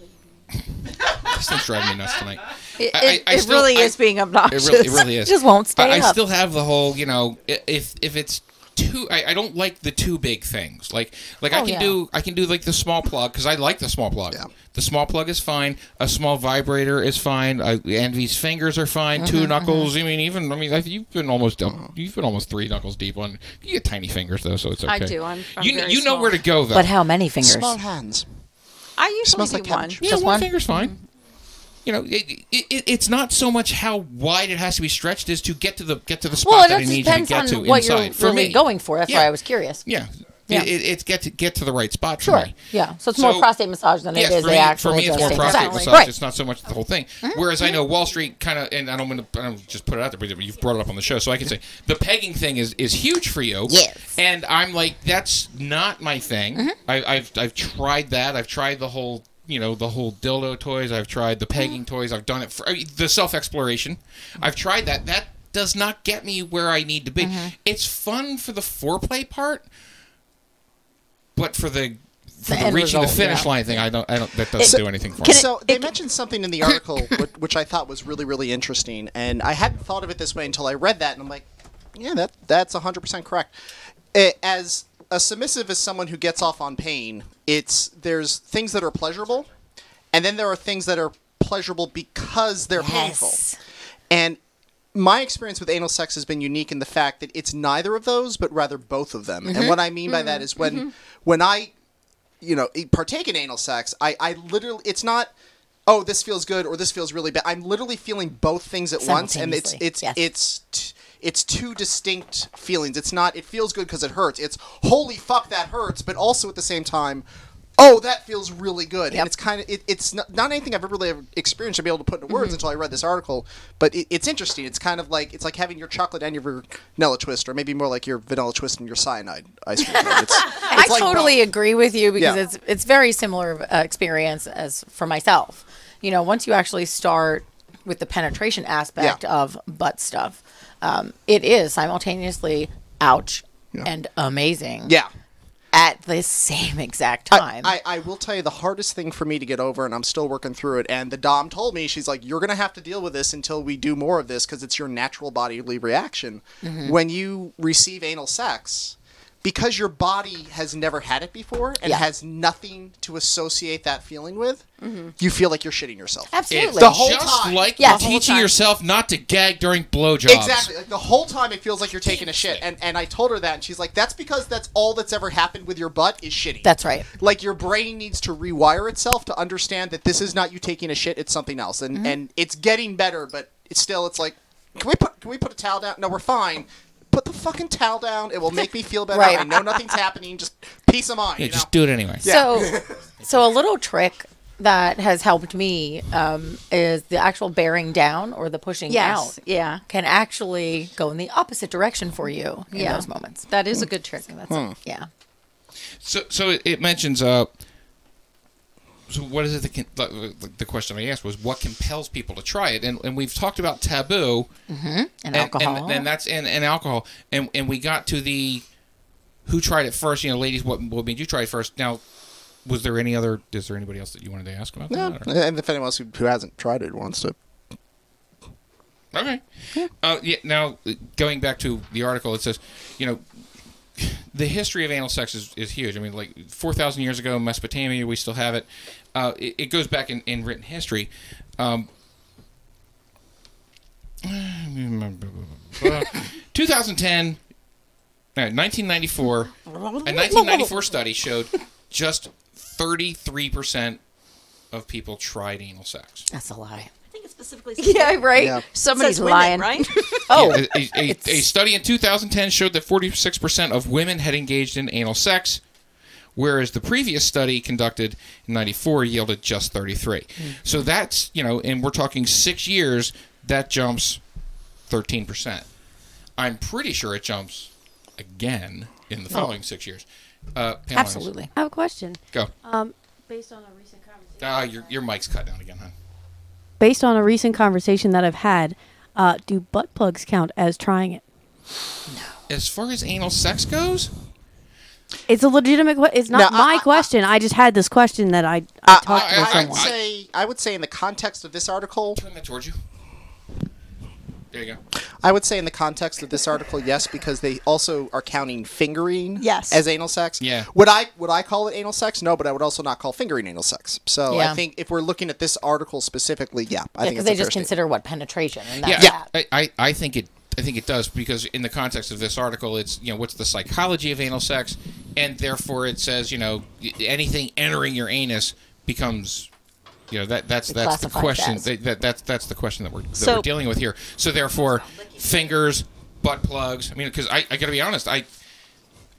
D: this thing's driving me nuts tonight.
F: It,
D: I- I-
F: it-
D: I
F: it
D: still-
F: really
D: I-
F: is being obnoxious.
D: It really, it really is.
F: Just won't stay
D: I, I
F: up.
D: still have the whole, you know, i- if if it's too, I, I don't like the too big things. Like like I
S: Oh,
D: can
S: yeah.
D: do I can do like the small plug because I like the small plug. The small plug is fine. A small vibrator is fine. I, Envy's fingers are fine. Two
H: Mm-hmm,
S: Mhm,
D: knuckles. I mean, even I mean, I, you've been almost you've been almost three knuckles deep on. You get tiny fingers though, so it's okay.
F: I do. I'm- I'm
D: you kn-
F: very
D: you know where to go though.
H: But how many fingers?
G: small hands?
F: I usually do one. Mm-hmm.
D: Yeah, one, finger's fine. You know, it, it, it, it's not so much how wide it has to be stretched as to get to the get to the spot
H: Well, it
D: that I
H: just
D: need you to
H: depends
D: get to
H: on what
D: inside.
H: you're
D: for
H: really
D: me,
H: going for. That's
D: Yeah.
H: why I was curious.
D: Yeah.
H: Yeah.
D: It, it, it's get to get to the right spot
H: Sure.
D: for me.
H: Yeah. So it's
D: So-
H: more prostate massage than
D: Yes,
H: it is
D: for,
H: the
D: me,
H: actual
D: for me, it's more
H: adjusting.
D: prostate
H: Exactly.
D: massage.
H: Right.
D: It's not so much the whole thing. Whereas I know Wall Street kind of, and I don't want to, I don't just put it out there, but you've brought it up on the show, so I can say the pegging thing is is huge for you.
S: Yes.
D: And I'm like, that's not my thing. I, I've I've tried that. I've tried the whole you know the whole dildo toys. I've tried the pegging toys. I've done it for I mean, the self exploration. I've tried that. That does not get me where I need to be. It's fun for the foreplay part, but for the for
G: The
D: the,
G: end
D: reaching
G: result,
D: the finish
G: yeah.
D: line thing, I don't. I don't. That doesn't do anything for me.
G: So they mentioned something in the article whi- which I thought was really really interesting, and I hadn't thought of it this way until I read that, and I'm like, yeah, that that's 100 percent correct. Eh, As a submissive is someone who gets off on pain. It's there's things that are pleasurable, and then there are things that are pleasurable because they're painful. And my experience with anal sex has been unique in the fact that it's neither of those, but rather both of them.
T: Mhm.
G: And what I mean by that
T: Mhm.
G: is when
T: Mhm.
G: when I, you know, e- partake in anal sex, I I literally it's not. Oh, this feels good, or this feels really bad. I'm literally feeling both things at once, and it's
T: Simultaneously,
G: it's
T: yes.
G: it's t- it's two distinct feelings. It's not it feels good because it hurts. It's holy fuck that hurts, but also at the same time, oh that feels really good. And it's kind of it, it's not, not anything I've ever really experienced to be able to put into words until I read this article. But it, it's interesting. It's kind of like it's like having your chocolate and your vanilla twist, or maybe more like your vanilla twist and your cyanide ice cream. It's,
H: I totally agree with you because
G: Yeah.
H: it's it's very similar of, uh, experience as for myself. You know, once you actually start with the penetration aspect of butt stuff, um, it is simultaneously ouch and amazing.
G: Yeah.
H: At the same exact time.
G: I, I will tell you the hardest thing for me to get over, and I'm still working through it. And the Dom told me, she's like, You're going to have to deal with this until we do more of this because it's your natural bodily reaction.
H: Mm-hmm.
T: Mhm.
G: When you receive anal sex, because your body has never had it before and
T: Yeah.
G: has nothing to associate that feeling with,
H: Mm-hmm.
T: Mhm.
G: you feel like you're shitting yourself.
D: It's
G: The whole
D: just
G: time.
D: like teaching yourself not to gag during blowjobs.
G: Exactly. Like the whole time, it feels like you're taking a shit, and and I told her that, and she's like, "That's because that's all that's ever happened with your butt is shitty."
H: That's right.
G: Like your brain needs to rewire itself to understand that this is not you taking a shit; it's something else,
H: Mm-hmm.
G: and and it's getting better, but it's still it's like, can we put can we put a towel down? No, we're fine. Put the fucking towel down. It will make me feel better.
H: Right.
G: I know nothing's happening. Just peace of mind.
D: Yeah,
G: you know?
D: just do it anyway.
H: So, so a little trick that has helped me um, is the actual bearing down or the pushing out.
F: Yes, yeah.
H: can actually go in the opposite direction for you in
F: Yeah.
H: those moments.
F: That is a good trick.
H: So that's
D: Hmm.
H: yeah.
D: So, so it, it mentions. Uh, so, what is it? That can, the, the- the question I asked was, what compels people to try it? And, and we've talked about taboo
H: Mm-hmm. And, alcohol.
D: and, that's and, and alcohol. And and we got to the who tried it first. You know, ladies, what what made you try it first? Now, was there any other? Is there anybody else that you wanted to ask about
G: No,
D: that? or-
G: and if anyone else who, who hasn't tried it wants to,
D: Okay. Uh, yeah, now, uh, going back to the article, it says, you know, the history of anal sex is, is huge. I mean, like 4,000 years ago in Mesopotamia, we still have it. Uh, it, it goes back in, in written history. Um, 2010, no, 1994, a 1994 study showed just 33% of people tried anal sex.
H: That's a lie.
K: Specifically,
H: Yeah, right? Yeah. Somebody's lying.
K: right?
H: Oh,
D: Yeah, a, a- a study in 2010 showed that 46% of women had engaged in anal sex, whereas the previous study conducted in 94 yielded just 33.
I: Hmm.
D: So that's, you know, and we're talking six years, that jumps 13%. I'm pretty sure it jumps again in the
I: Oh.
D: following six years. Uh, Pamela,
I: I have a question.
D: Go.
I: Um,
E: Based on a recent conversation.
D: Ah, your, your mic's cut down again, huh?
I: based on a recent conversation that I've had, uh, do butt plugs count as trying it?
D: As far as anal sex goes,
I: It's a legitimate. Que- it's not
G: No,
I: my question. I, just had this question that I, I talked
G: I,
I: with
G: I would
I: someone.
G: say I would say in the context of this article,
D: turn that towards you. There you go.
G: I would say in the context of this article, yes, because they also are counting fingering
T: Yes.
G: as anal sex.
T: Yeah.
G: Would I would I call it anal sex? No, but I would also not call fingering anal sex. So I
H: Yeah.
G: think if we're looking at this article specifically, yeah, I
H: yeah,
G: think
H: because
G: it's
H: they
G: a fair
H: just
G: statement.
H: consider what penetration. And that's
D: yeah,
H: that.
D: I, I, I think it I think it does because in the context of this article, it's you know what's the psychology of anal sex, and therefore it says you know y- anything entering your anus becomes you know that that's
T: It
D: that's the
T: classifies
D: question
T: as.
D: that, that that's that's the question that we're that
T: So-
D: we're dealing with here. So therefore, fingers, butt plugs. I mean, because I, I got to be honest, I.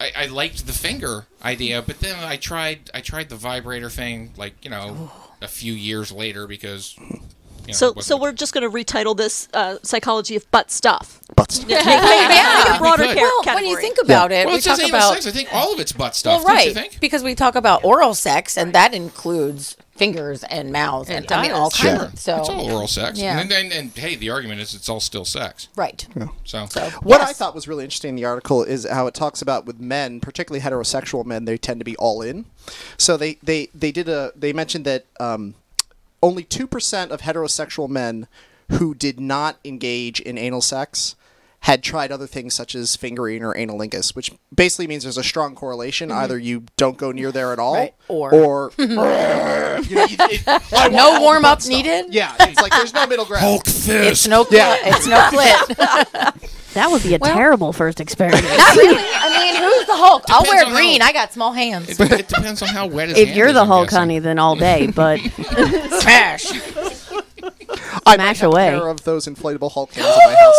D: I, I liked the finger idea, but then I tried I tried the vibrator thing like you know a few years later because you know,
K: so,
D: it wasn't
K: so we're just going to retitle this uh, "Psychology of Butt Stuff."
G: Butt
K: stuff.
H: Yeah.
P: Ah,
K: a broader
H: Well,
K: ca-
H: when
K: category.
H: you think about it,
D: Well,
H: we
D: it says
H: talk
D: anal
H: about
D: sex. I think all of it's butt stuff.
H: Well, right,
D: Don't you think?
H: because we talk about oral sex, and that includes fingers and mouths and, I mean
D: Yeah.
H: all kinds.
D: Sure.
H: of- So
D: it's all oral sex.
H: Yeah.
D: And, and, and hey, the argument is it's all still sex.
H: Right.
D: So,
G: What I thought was really interesting in the article is how it talks about with men, particularly heterosexual men, they tend to be all in. So they they they did a they mentioned that um, only two percent of heterosexual men who did not engage in anal sex had tried other things such as fingering or analingus, which basically means there's a strong correlation. Either you don't go near there at all,
H: Mm-hmm. Right. Or-
G: or you know, you- it- I want all
H: no
G: the
H: warm up
G: butt stuff.
H: needed.
G: Yeah, it's like there's no middle ground.
D: Hulk fist.
H: It's no clit.
G: Yeah.
H: It's no clit.
I: That would be a terrible first experiment.
H: I mean, who's the Hulk? I'll
D: Depends
H: wear
D: on how-
H: green. I got small hands.
D: it, it depends on how wet his
I: if
D: hand
I: you're
D: is,
I: the
D: I'm
I: Hulk,
D: guessing.
I: honey, then all day. But
H: Smash.
G: I might have a
I: away.
G: pair of those inflatable Hulk hands in my house.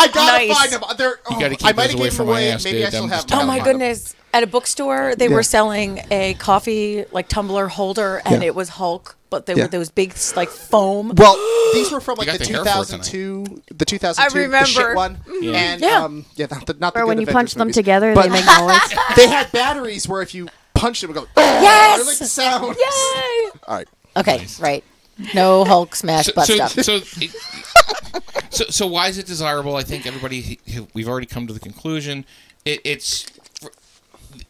G: I gotta
H: Nice.
G: find them. They're, oh,
D: You gotta keep
G: I
D: those
G: might have
D: away
G: given
D: from
G: them
D: my
G: away.
D: ass,
G: Maybe
D: dude.
G: I still
D: Them
G: have
D: just don't
G: them.
H: Oh my
D: Bottom.
H: goodness! At a bookstore, they
G: Yeah.
H: were selling a coffee like tumbler holder, and
G: Yeah.
H: it was Hulk, but they
G: Yeah.
H: were those big like foam.
G: Well, these were from like
H: You
G: the,
H: got the hair for it tonight.
G: 2002, the 2002,
H: I
G: the shit
H: remember.
G: one,
H: Mhm.
G: and
H: Yeah.
G: um, yeah, not the not the
I: or
G: good
I: when you
G: Avengers
I: punch them
G: movies.
I: together,
G: But
I: they make noise.
G: they had batteries where if you punched it, it would go.
H: Yes!
G: Or, like the sound.
H: Yay!
G: All right.
H: Okay, right. No Hulk smash
D: So,
H: butt
D: so,
H: stuff.
D: so, it- so, so why is it desirable? I think everybody who- we've already come to the conclusion it, it's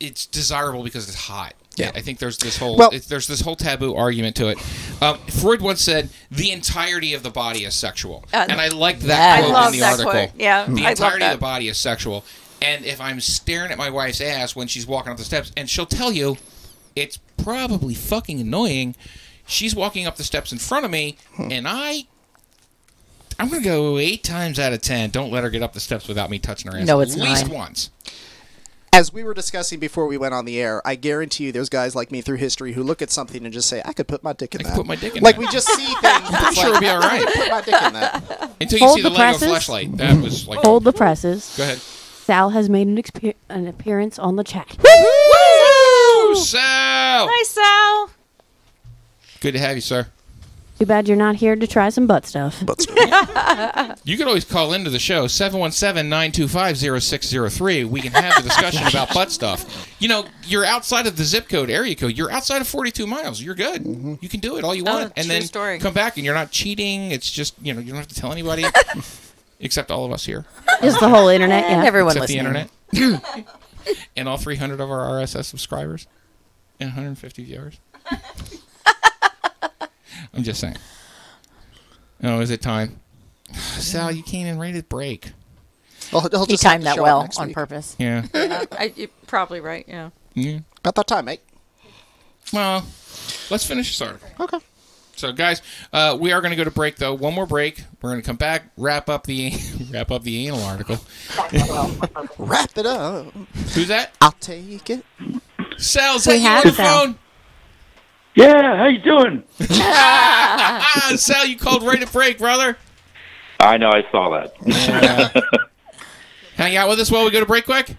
D: it's desirable because it's hot.
G: Yeah.
D: I think there's this whole
G: Well-
D: it's, there's this whole taboo argument to it. Um, Freud once said the entirety of the body is sexual,
C: Uh,
D: and I like that
C: I
D: quote
C: love
D: in the
C: that
D: article.
C: quote. Yeah, I
D: the
C: love
D: entirety
C: that.
D: of the body is sexual, and if I'm staring at my wife's ass when she's walking up the steps, and she'll tell you, it's probably fucking annoying. She's walking up the steps in front of me, and I I'm gonna go eight times out of ten. Don't let her get up the steps without me touching her ass.
G: No, it's
D: at least
G: not.
D: once.
G: As we were discussing before we went on the air, I guarantee you there's guys like me through history who look at something and just say, I could put my dick in that.
D: put my dick in
G: Like
D: that.
G: we just see things. I'm
D: sure it'll be all right.
G: put my dick in that.
D: Until you
I: Hold
D: see
I: the
D: the, Lego
I: presses.
D: flashlight, that was like
I: Hold the presses.
D: Go ahead.
I: Sal has made an, expe- an appearance on the chat.
D: Woo! Sal.
F: Hi, Sal.
D: Good to have you, sir.
I: Too bad you're not here to try some butt stuff.
G: Butt Uh,
D: You can always call into the show 717-925-0603. We can have the discussion about butt stuff. You know, you're outside of the zip code area code. You're outside of 42 miles. You're good.
G: Mm-hmm.
D: You can do it all
G: Oh,
D: you want, and
F: true
D: then
F: story.
D: come back, and you're not cheating. It's just you know you don't have to tell anybody, except all of us here.
I: Just the whole internet. Yeah.
D: Except the internet. and all 300 of our RSS subscribers and 150 viewers. I'm just saying. Oh, is it time? Sal, you can't even rate it break.
G: Well, he'll
H: He
G: just have
H: timed
G: to
H: that
G: show up
H: well
G: next
H: on
G: week.
H: purpose.
D: Yeah.
F: Yeah, I, you're probably right. Yeah.
D: yeah.
G: About that time, mate.
D: Well, let's finish this article. Okay. So, guys, uh, we are going to go to break though. One more break. We're going to come back, wrap up the wrap up the anal article.
G: Wrap it up.
D: Who's that?
G: I'll take it.
D: Sal's that
G: We
D: you
G: have
D: on the
G: Sal.
D: phone.
T: Yeah, how you doing?
D: Ah, Sal, you called right at break, brother.
T: I know, I saw that.
D: Hang out with us while we go to break quick?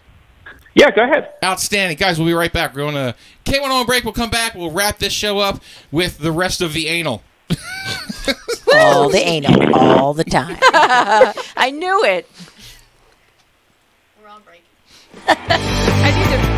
T: Yeah, go ahead.
D: Outstanding. Guys, we'll be right back. We're going to K1 on break. We'll come back. We'll wrap this show up with the rest of the anal.
H: all the anal, all the time.
F: I knew it. We're on break. I need to.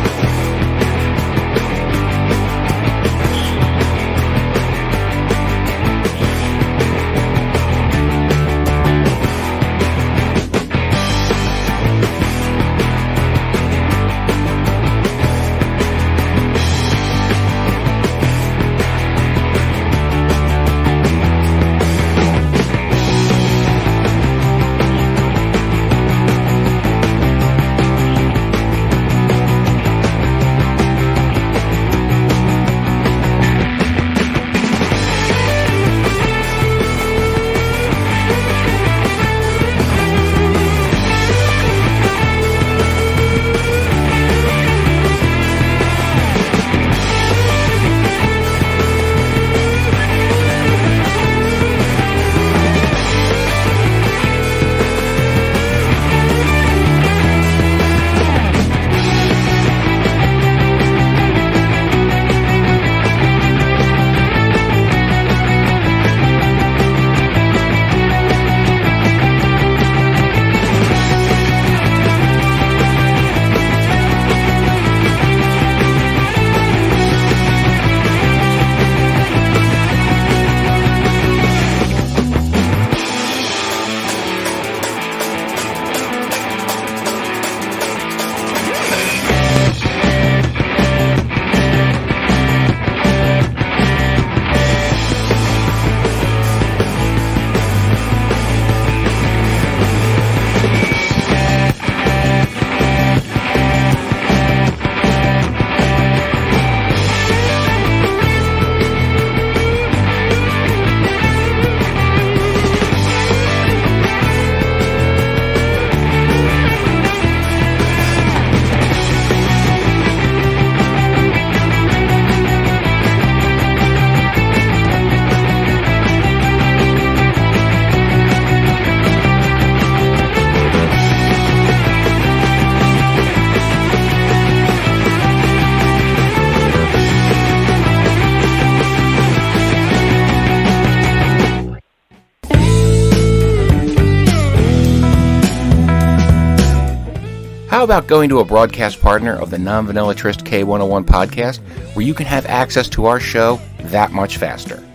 N: How about going to a broadcast partner of the Non Vanillatrist K101 podcast where you can have access to our show that much faster?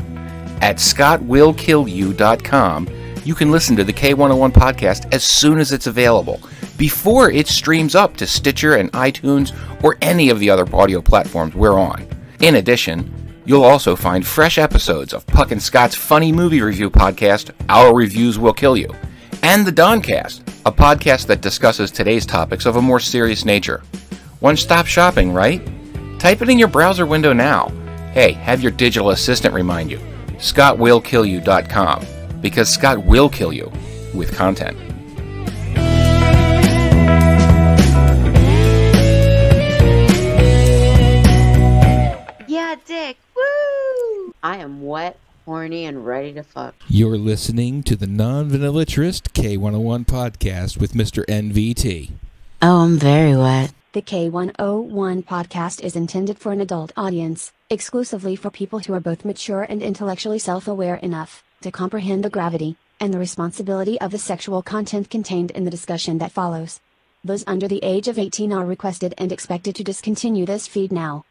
N: At scottwillkillyou.com, you can listen to the K101 podcast as soon as it's available, before it streams up to Stitcher and iTunes or any of the other audio platforms we're on. In addition, you'll also find fresh episodes of Puck and Scott's funny movie review podcast, Our Reviews Will Kill You, and The Doncast, a podcast that discusses today's topics of a more serious nature. One stop shopping, right? Type it in your browser window now. Hey, have your digital assistant remind you ScottWillKillYou.com because Scott will kill you with content.
R: Yeah, dick. Woo! I am wet, horny, and ready to fuck.
D: You're listening to the Non Vanillatrist K101 podcast with Mr. NVT.
R: Oh, I'm very wet.
A: The K101 podcast is intended for an adult audience, exclusively for people who are both mature and intellectually self aware enough to comprehend the gravity and the responsibility of the sexual content contained in the discussion that follows. Those under the age of 18 are requested and expected to discontinue this feed now.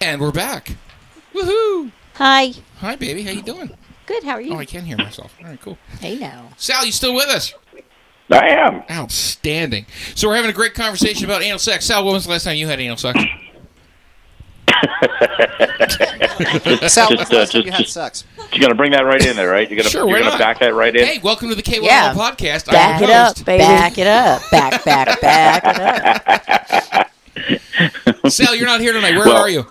D: And we're back. Woohoo!
K: Hi.
D: Hi, baby. How you doing?
K: Good. How are you?
D: Oh, I can hear myself. All right, cool.
H: Hey now.
D: Sal, you still with us?
T: I am.
D: Outstanding. So we're having a great conversation about anal sex. Sal, when was the last time you had anal sex?
G: Sal,
T: Just,
G: when's the
T: uh,
G: last time
T: just-
G: you had
T: just-
G: sex?
T: You're gonna bring that right in there, right? You're gonna
D: Sure,
T: you're
D: why
T: gonna
D: not?
T: back that right in.
D: Hey, welcome to the K101
T: Yeah.
D: podcast.
T: Back
D: I'm
T: it
D: your
T: up,
D: host.
T: baby.
H: Back it up. Back, back, back it up.
D: Sal, you're not here tonight. Where
T: Well-
D: are you?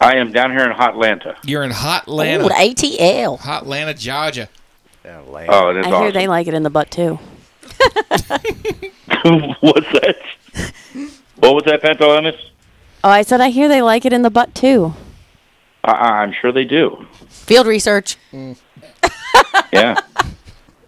T: I am down here in Hotlanta.
D: You're in Hotlanta.
T: Ooh,
H: ATL.
D: Hotlanta, Georgia.
T: Oh, it is
I: I
T: awesome.
I: hear they like it in the butt too.
T: What's that? What was that, Pantalamus?
I: Oh, I said I hear they like it in the butt too.
T: I, I- I'm sure they do.
H: Field research.
T: Yeah.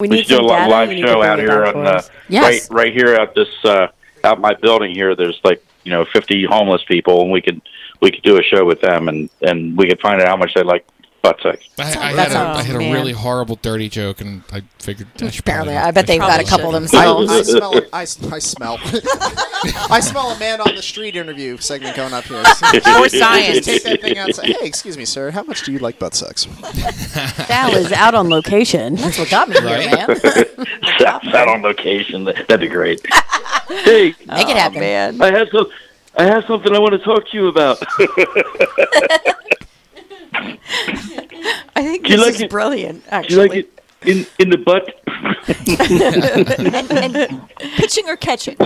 I: We
T: should do a li- live show out here on uh,
H: Yes.
T: right right here out this uh, out my building here. There's like you know 50 homeless people, and we could we could do a show with them, and and we could find out how much they like butt sex.
D: I, I had,
H: That's
D: a,
H: awesome.
D: I had a
H: Man.
D: really horrible dirty joke, and I figured I should
H: Apparently,
D: probably-
H: I bet they've got a
D: probably
H: couple
D: shouldn't.
H: themselves.
G: I smell. I, s- I smell. I smell a man on the street interview segment going up here.
D: Or science.
G: Take that thing out and say, hey, excuse me, sir. How much do you like butt sex?
I: Sal is out on location. That's
H: what got me
I: here, man.
T: That's out on location. That- That'd be great. hey, make
H: it Oh, happen. man.
T: I have some. I have something I want to talk to you about.
F: I think
T: Do you
F: this
T: like
F: is
T: it?
F: brilliant.
T: Do you like
F: Actually,
T: it in in the butt?
K: and, and pitching or catching.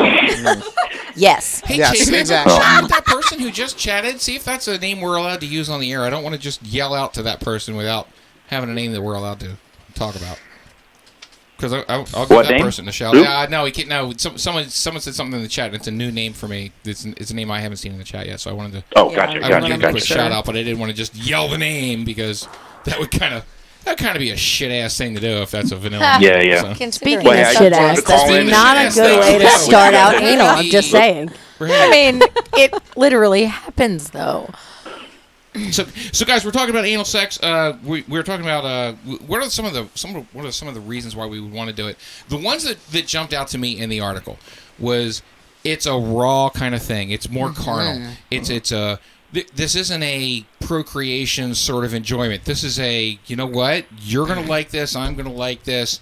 H: yes.
D: Hey,
G: Yes,
D: Chase,
G: exactly.
D: chat that person who just chatted. See if that's a name we're allowed to use on the air. I don't want to just yell out to that person without having a name that we're allowed to talk about. Because I'll, I'll give
T: What
D: that
T: name?
D: person a shout.
T: Who?
D: Uh, no, he can't. No, some, someone someone said something in the chat. and It's a new name for me. It's, an- it's a name I haven't seen in the chat yet. So I wanted to.
T: Oh, gotcha,
D: I
T: gotcha,
D: wanted to give a quick
T: gotcha.
D: shout out, but I didn't want to just yell the name because that would kind of that would kind of be a shit ass thing to do if that's a vanilla. name,
T: Yeah, yeah.
D: so.
I: Speaking of shit ass, that's not a good way to start out anal. I'm just saying.
H: I mean, it literally happens though.
D: So, so guys, we're talking about anal sex. Uh, we, we were talking about uh, w- what are some of the some of, what are some of the reasons why we would want to do it. The ones that, that jumped out to me in the article was it's a raw kind of thing. It's more
G: Mm-hmm.
D: carnal.
S: Mhm.
D: It's it's a th- this isn't a procreation sort of enjoyment. This is a you know what you're gonna
G: Mm-hmm.
D: like this. I'm gonna like this.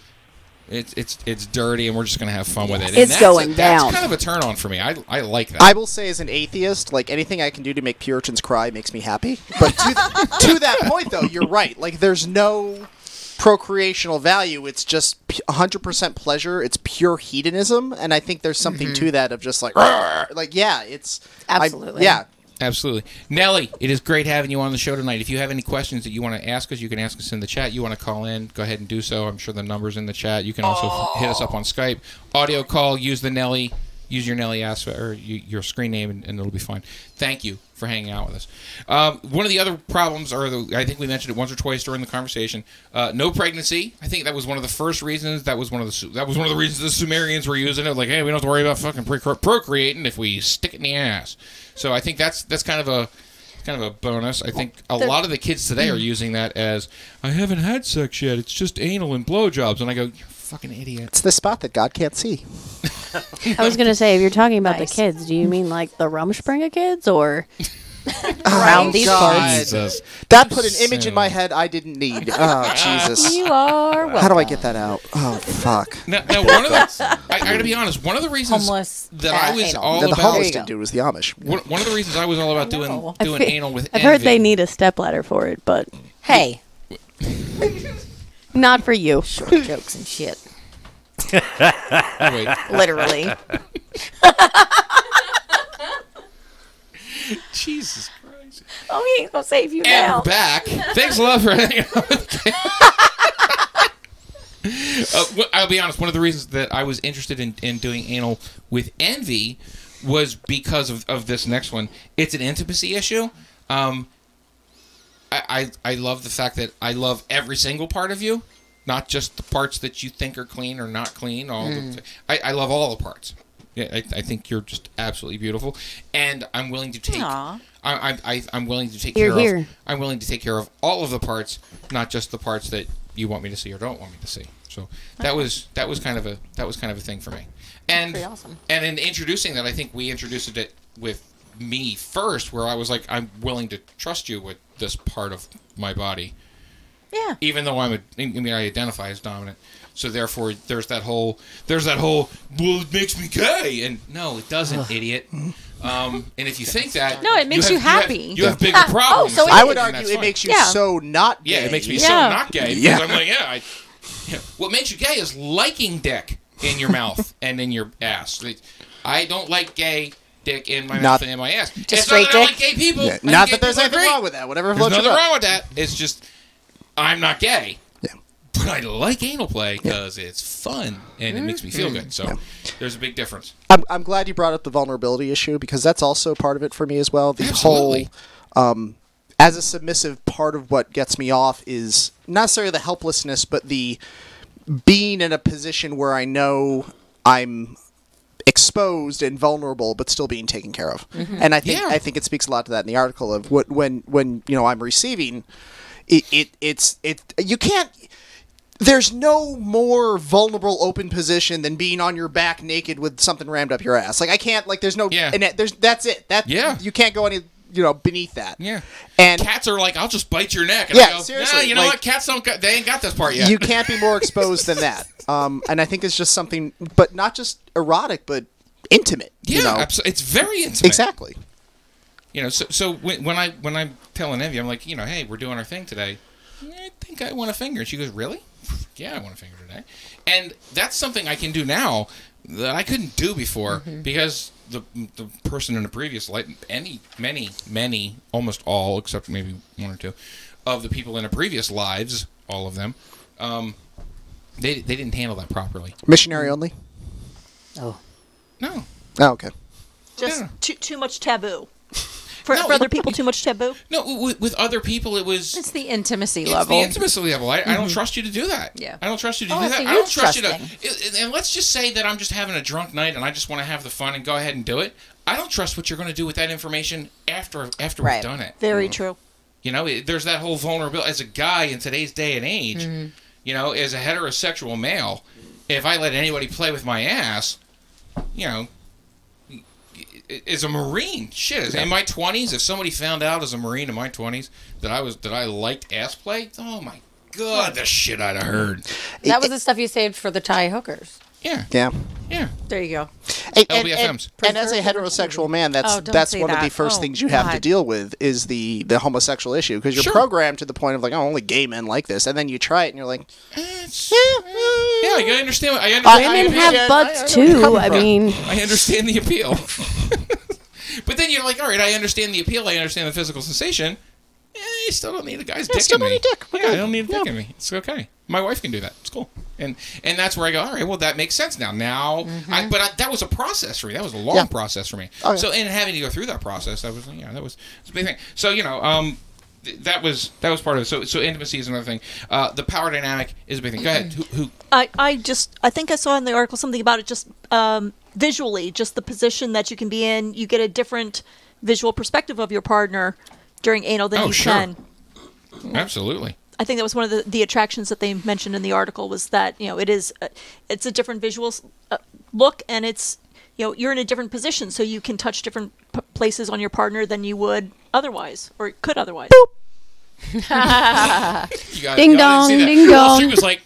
D: It's it's it's dirty, and we're just gonna have fun with it. And
G: It's
D: that's
G: going
D: that's
G: down.
D: kind of a turn on for me. I, I like that.
G: I will say, as an atheist, like anything I can do to make Puritans cry makes me happy. But to, to that point, though, you're right. Like, there's no procreational value. It's just p- 100% pleasure. It's pure hedonism, and I think there's something
H: Mm-hmm.
G: to that of just like, "Argh." like yeah, it's I- yeah.
D: Absolutely. Nelly, it is great having you on the show tonight. If you have any questions that you want to ask us, you can ask us in the chat. You want to call in, go ahead and do so. I'm sure the number's in the chat. You can also f- hit us up on Skype. Audio call, use the Nelly Use your Nelly Aspa or y- your screen name, and, and it'll be fine. Thank you for hanging out with us. Um, one of the other problems, or the, I think we mentioned it once or twice during the conversation, uh, no pregnancy. I think that was one of the first reasons. That was one of the Su- that was one of the reasons the Sumerians were using it. Like, hey, we don't have to worry about fucking pre- procreating if we stick it in the ass. So I think that's that's kind of a kind of a bonus. I think a
U: The-
D: lot of the kids today are using that as I haven't had sex yet. It's just anal and blowjobs, and I go, you're a fucking idiot.
G: It's the spot that God can't see.
I: I was gonna say, if you're talking about the kids, do you mean like the Rumspringa kids or around these parts?
D: Jesus.
G: That put an image in my head I didn't need. Oh, Jesus.
I: You are
G: How do I get that out? Oh, fuck.
D: Now, now one of the, I, I gotta be honest. One of the reasons that
I: uh,
D: I was all
G: the, the
D: about
G: homeless dude was the Amish.
D: One, one of the reasons I was all about doing
I: I
D: doing
I: fe-
D: anal with
I: I've heard
D: envy.
I: they need a stepladder for it, but
H: hey,
I: not for you.
H: Short jokes and shit.
D: Wait.
H: Literally.
D: Jesus
H: Christ. Oh, he ain't gonna save you
D: And
H: now.
D: back. Thanks a lot for hanging out with Kay. uh, wh- I'll be honest. One of the reasons that I was interested in, in doing anal with envy was because of, of this next one. It's an intimacy issue. Um, I, I I love the fact that I love every single part of you, not just the parts that you think are clean or not clean. All
U: Mm.
D: the, I, I love all the parts. Yeah, I, I think you're just absolutely beautiful, and I'm willing to take.
U: Aw.
D: I, I, I, I'm willing to take
U: You're
D: care of.
U: here.
D: I'm willing to take care of all of the parts, not just the parts that you want me to see or don't want me to see. So that was that was kind of a that was kind of a thing for me. And
H: pretty awesome.
D: and in introducing that, I think we introduced it with me first, where I was like, I'm willing to trust you with this part of my body.
H: Yeah.
D: Even though I'm a, I mean, I identify as dominant, so therefore there's that whole there's that whole well it makes me gay, and no, it doesn't, idiot. Um, and if you think that,
F: No, it makes you
D: have-
F: happy.
D: You have, you have bigger
F: Yeah. Oh,
D: problems.
F: so it
G: I
D: And
G: would argue
D: that's
G: it
D: fine.
G: makes you so not gay.
D: Yeah, it makes me
G: Yeah.
D: so not gay. because
G: Yeah.
D: I'm like, yeah, I, yeah. What makes you gay is liking dick in your mouth and in your ass. Like, I don't like gay dick in my mouth
G: Not-
D: and in my ass.
G: Just
D: it's
G: straight
D: not that I like gay
G: dick?
D: people.
G: Yeah.
D: I think
G: Not
D: gay
G: that there's
D: people are
G: anything
D: great.
G: wrong with that, whatever
D: There's
G: floats your
D: nothing
G: boat.
D: wrong with that. It's just I'm not gay. Yeah. But I like anal play because it's fun and it makes me feel
G: Mhm.
D: good. So there's a big difference.
G: I'm, I'm glad you brought up the vulnerability issue because that's also part of it for me as well. The whole, um, as a submissive, part of what gets me off is not necessarily the helplessness, but the being in a position where I know I'm exposed and vulnerable, but still being taken care of.
U: Mhm.
G: And I think
U: Yeah.
G: I think it speaks a lot to that in the article of what when when you know I'm receiving, it, it it's it you can't there's no more vulnerable open position than being on your back naked with something rammed up your ass. Like I can't like there's no yeah. and that- there's that's it. That yeah. you can't go any you know beneath that.
D: Yeah.
G: And
D: Cats are like, I'll just bite your neck. And I
G: Yeah,
D: go,
G: seriously,
D: Nah, you know
G: like-
D: what? Cats don't. Got, they ain't got this part yet.
G: you can't be more exposed than that. Um and I think it's just something but not just erotic but intimate,
D: Yeah,
G: you know.
D: abso- it's very intimate.
G: Exactly.
D: You know, so so when, when I when I'm telling Evie, I'm like, you know, hey, we're doing our thing today. I think I want a finger. And she goes, really? Yeah, I want a finger today. And that's something I can do now that I couldn't do before because the the person in the previous life, any many many almost all except maybe one or two of the people in the previous lives, all of them, um, they they didn't handle that properly.
G: Missionary only?
H: Oh.
D: Mm. No.
G: Oh, okay.
K: Just too too much taboo. For, for other people, too much taboo.
D: No, with, with other people, it was
F: It's the intimacy
D: It's
F: level.
D: the intimacy level. I, I don't
F: Mhm.
D: trust you to do that.
F: Yeah.
D: I don't trust you to
F: Oh,
D: do
F: so
D: that. I
F: you're
D: don't trust you to. and- And let's just say that I'm just having a drunk night and I just want to have the fun and go ahead and do it. I don't trust what you're going to do with that information after after we've done it.
K: Very
P: Mm-hmm.
K: true.
D: You know, it, there's that whole vulnerability. As a guy in today's day and age, you know, as a heterosexual male, if I let anybody play with my ass, you know, i- as a Marine, shit, as- in my 20s, if somebody found out as a Marine in my 20s that I was that I liked ass play, oh my god, the shit I'd have heard.
H: That was the stuff you saved for the Thai hookers.
D: Yeah.
G: Yeah.
D: Yeah.
H: There you go.
G: And, and- and- and as a heterosexual man, that's
H: Oh, don't
G: that's
H: say
G: one of the
H: that.
G: first
H: Oh,
G: things you have to
H: God.
G: deal with is the the homosexual issue because you're
D: Sure.
G: programmed to the point of like, oh, only gay men like this, and then you try it and you're like,
D: Yeah, I understand. what- I understand.
G: I-
D: I
G: Women
D: understand-
G: have
D: I- I
G: butts,
D: know where you're
G: too,
D: coming
G: I
D: from.
G: mean-
D: I understand the appeal. but then you're like, all right, I understand the appeal. I understand the physical sensation. Eh, you still don't need a guy's
G: Yeah,
D: dick
G: still
D: in
G: don't
D: me.
G: need dick.
D: Yeah, I don't need a dick in me. It's okay. My wife can do that. It's cool. And and that's where I go. All right, well that makes sense now. Now, I, but I, that was a process for me. That was a long
G: Yeah.
D: process for me.
G: Oh, yeah.
D: So and having to go through that process, that was yeah, that was it's a big thing. So you know, um, th- that was that was part of it. So so intimacy is another thing. Uh, the power dynamic is a big thing. Go ahead. Who, who
P: I, I just I think I saw in the article something about it just um, visually, just the position that you can be in. You get a different visual perspective of your partner during anal than
D: Oh,
P: you
D: sure.
P: can.
D: absolutely.
P: I think that was one of the, the attractions that they mentioned in the article was that you know it is uh, it's a different visual s- uh, look and it's you know you're in a different position so you can touch different p- places on your partner than you would otherwise or could otherwise.
D: You guys,
P: Ding
D: Uh, y'all didn't see
P: dong,
D: that.
P: ding
D: Well, She
P: dong.
D: was like,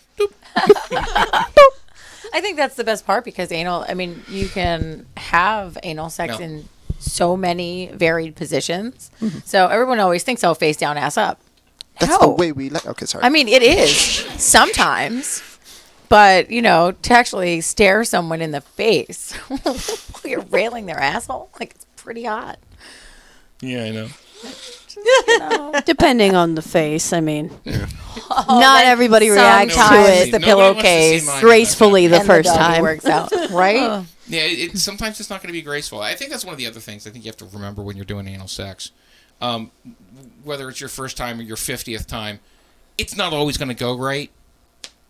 H: I think that's the best part because anal, I mean, you can have anal sex
D: No.
H: in so many varied positions. So everyone always thinks, oh, face down, ass up.
G: That's the way we like. Okay, sorry.
H: I mean, it is sometimes, but you know, to actually stare someone in the face while you're railing their asshole, like it's pretty hot.
D: yeah, I know.
I: Depending on the face, I mean.
H: Oh, like
I: Not everybody reacts to
H: sometimes
I: it
H: the Nobody wants to see pillowcase mine, but
I: gracefully the
H: and the
I: first
H: doggy
I: time.
H: works out, right?
D: Yeah, it, it, sometimes it's not going to be graceful. I think that's one of the other things I think you have to remember when you're doing anal sex. Um, whether it's your first time or your 50th time, it's not always going to go right.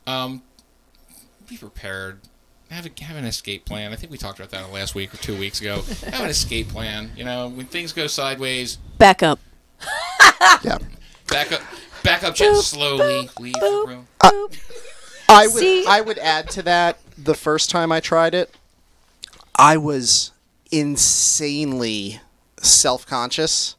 D: Um, be prepared. Have, a, have an escape plan. I think we talked about that last week or two weeks ago. Have an escape plan. You know, when things go sideways,
I: Back up.
D: back up, back up just slowly. Leave the room.
G: I would I would add to that the first time I tried it, I was insanely self conscious.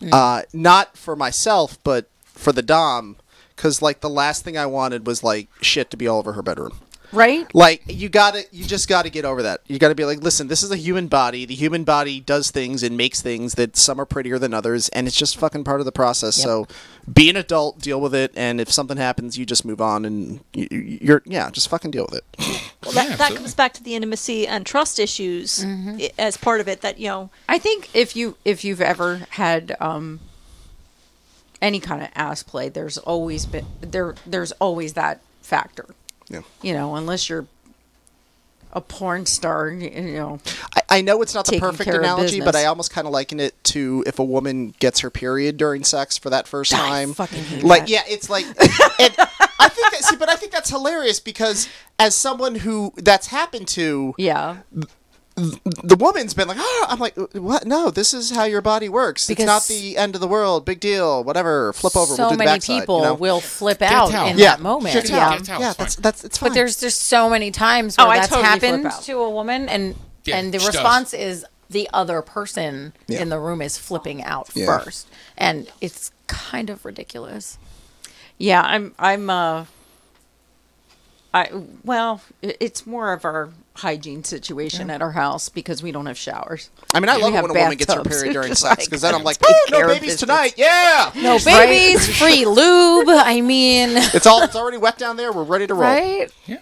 U: Mm.
G: Uh, not for myself, but for the dom, because like the last thing I wanted was like shit to be all over her bedroom.
H: Right?
G: Like you gotta, you just gotta get over that. You gotta be like, listen, this is a human body. The human body does things and makes things that some are prettier than others, and it's just fucking part of the process.
U: Yep.
G: So, be an adult, deal with it, and if something happens, you just move on and you, you're yeah, just fucking deal with it.
P: Well, that, that comes back to the intimacy and trust issues
G: Mm-hmm.
P: i- as part of it. That you know,
H: I think if you if you've ever had um, any kind of ass play, there's always been there there's always that factor.
G: Yeah.
H: You know, unless you're a porn star, you know.
G: I, I know it's not the
H: taking
G: perfect
H: care of
G: analogy, but I
H: business.
G: almost kind of liken it to if a woman gets her period during sex for that first time.
H: fucking hate
U: that.
G: like yeah, it's like and I think that, see, but I think that's hilarious because as someone who that's happened to,
H: yeah,
G: the woman's been like, oh, I'm like, what? No, this is how your body works.
H: Because-
G: it's not the end of the world. Big deal. Whatever. Flip over.
H: so
G: we'll do the
H: many
G: backside,
H: people
G: you know?
H: will flip out in
G: yeah.
H: that moment.
G: Sure, yeah, yeah, that's that's it's fine.
H: Um, But there's just so many times where
F: Oh, I
H: that's
F: totally flip
H: happened
F: out.
H: to a woman, and
F: Yeah,
H: and the
F: she does.
H: response is the other person
F: Yeah.
H: in the room is flipping out
F: Yeah.
H: first, and it's kind of ridiculous.
F: Yeah, I'm. I'm. Uh, I well, i- it's more of our hygiene situation
H: Yeah.
F: at our house because we don't have showers.
G: I mean, I
F: We
G: love it
F: have
G: when a woman gets her
F: bathtubs.
G: period during
F: It's
G: sex because then I'm like,
F: take
G: "Woo, no
F: care of
G: babies
F: business."
G: tonight, yeah,
H: No babies, free lube. I mean,
G: it's all it's already wet down there. We're ready to roll.
H: Right?
D: Yeah.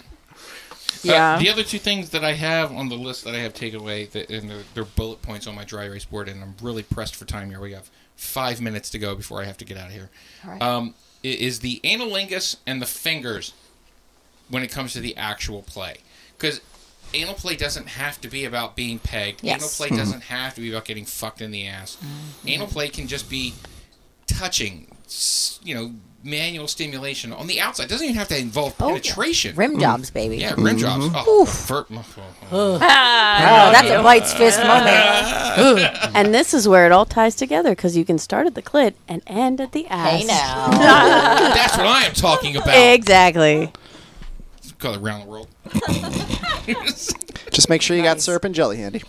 H: Yeah.
D: Uh, the other two things that I have on the list that I have taken away, that, and they're, they're bullet points on my dry erase board, and I'm really pressed for time here. We have five minutes to go before I have to get out of here.
S: All right.
D: Um, i- is the analingus and the fingers when it comes to the actual play? Because anal play doesn't have to be about being pegged.
S: Yes. Mm-hmm.
D: Anal play
S: Mhm.
D: doesn't have to be about getting fucked in the ass. Anal play can just be touching, s- you know, manual stimulation on the outside. It doesn't even have to involve penetration.
H: Oh,
D: Mm.
H: Rim jobs, baby.
D: Yeah,
G: Mm-hmm.
D: rim jobs.
H: Mhm.
D: Oh, ver- oh, oh, oh.
H: Ah, that's a White's fist moment.
I: Ugh. and this is where it all ties together because you can start at the clit and end at the ass.
D: That's what I am talking about.
I: Exactly.
D: Call it around the world.
G: Just make sure you got syrup and jelly handy.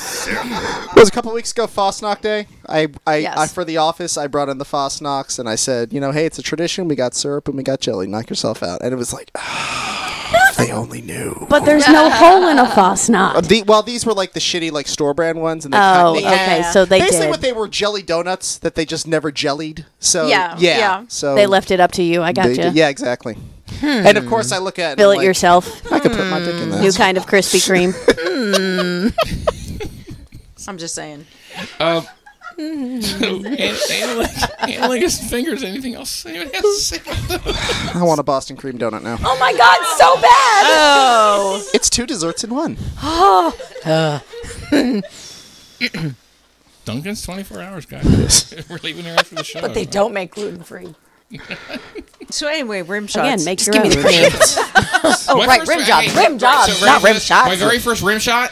G: It was a couple weeks ago Fosnock Day. I, I, I for the office I brought in the Fosnocks and I said, you know, hey, it's a tradition. We got syrup and we got jelly. Knock yourself out. And it was like, "Ah, if they only knew.
I: But there's no hole in a Fosnock.
G: Uh, the- well, these were like the shitty like store brand ones, and they
I: Oh,
G: cut- they had-
I: okay, so they
G: basically
I: did.
G: what they were jelly donuts that they just never jellied. So
I: Yeah,
G: yeah,
I: yeah.
G: So
I: They left it up to you. I
G: they
I: gotcha. Hmm.
G: did- Yeah, exactly. And of course, I look at it and
I: Fill
G: I'm
I: it
G: like,
I: yourself. Hmm.
G: I could put my dick in that.
I: New kind of Hmm. Krispy Kreme.
F: I'm just saying.
D: Um, So, an- analytic, analyticus and fingers. Anything else anyone has to say about those?
G: I want a Boston cream donut now.
H: Oh my god, so bad.
G: Oh. It's two desserts in one.
H: Oh.
D: Duncan's 24 hours, guys. We're leaving her after the show.
H: but they don't make gluten free.
F: So anyway, rim shots.
I: Again, make
F: Just
I: your
F: give
I: own.
F: me the
H: oh,
D: My
H: right,
D: first-
H: rim job.
D: hey,
H: Rim
D: right,
H: job,
D: so
H: not
D: my
H: rim
D: first-
H: shot.
D: My very first rim shot.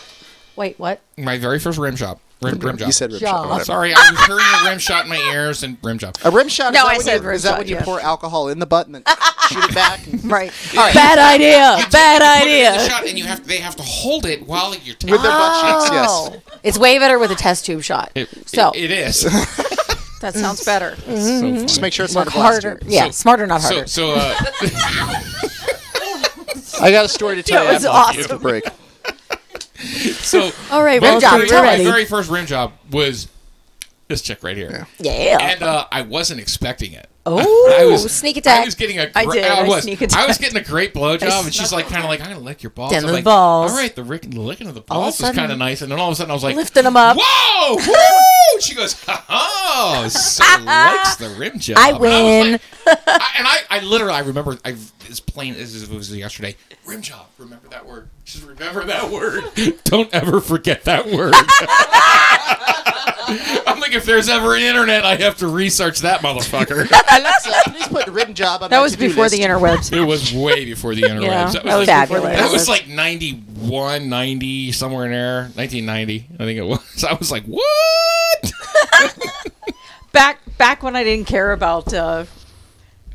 H: Wait, what?
D: My very first rim shot. Rim, rim job.
G: You said rim
H: shot,
G: whatever.
D: Sorry, I was hearing a rim shot in my ears and rim job.
G: A rim shot.
D: No,
G: is that
D: I
G: when
D: said
G: you,
D: rim
G: Is that
D: shot,
G: when you
D: yeah.
G: pour alcohol in the butt and then shoot it back?
F: right.
G: All right.
D: Bad
H: idea. Bad
D: Put it in the
H: idea.
D: shot and you have they have to hold it while you're Oh.
G: With their butt cheeks, yes.
H: Oh. It's way better with a test tube shot. so
D: it is.
F: That sounds better.
H: Mhm.
G: Just make sure it's
H: Work
G: not a blast
H: harder.
G: tube.
H: Yeah,
G: So-
H: smarter, not
G: so-
H: harder.
D: So, uh,
G: I got a story to tell
D: That
G: you
D: was
G: after,
D: awesome.
G: after the break.
D: So
G: All right,
D: my
G: well, Rim job,
D: very-
G: we're
D: my
G: ready.
D: very first rim job was this chick right here.
H: Yeah.
D: And uh, I wasn't expecting it.
H: Oh,
D: I was-
H: sneak attack.
D: I was getting a
H: I
D: gr-
H: did,
D: I
H: I
D: was.
H: sneak
D: I was
H: attacked.
D: getting a great
H: I
D: blowjob, and she's like, kind of like, I'm gonna lick your balls.
H: Then
D: I'm
H: the
D: like,
H: balls.
D: All right, the rick- the licking of the
H: All of a
D: balls was
H: sudden-
D: kind of nice, and then all of a sudden I was like,
H: Lifting 'em up.
D: Whoa! Woo! She goes, oh, so likes the rim job.
H: I
D: And was like,
H: win.
D: and I, I literally, I remember, I as plain as it was yesterday. Rim job. Remember that word. Just remember that word. Don't ever forget that word. I'm like, if there's ever an internet, I have to research that motherfucker.
G: Alexa, please put rim job on
F: That
G: my
F: was
G: to-do
F: before
G: list.
F: the interwebs.
D: It was way before the interwebs.
F: Yeah,
D: that
F: that was
D: was, like,
F: before the
D: that was
F: interwebs.
D: like 91, 90, somewhere in there, 1990, I think it was. I was like, what?
F: back back when I didn't care about uh,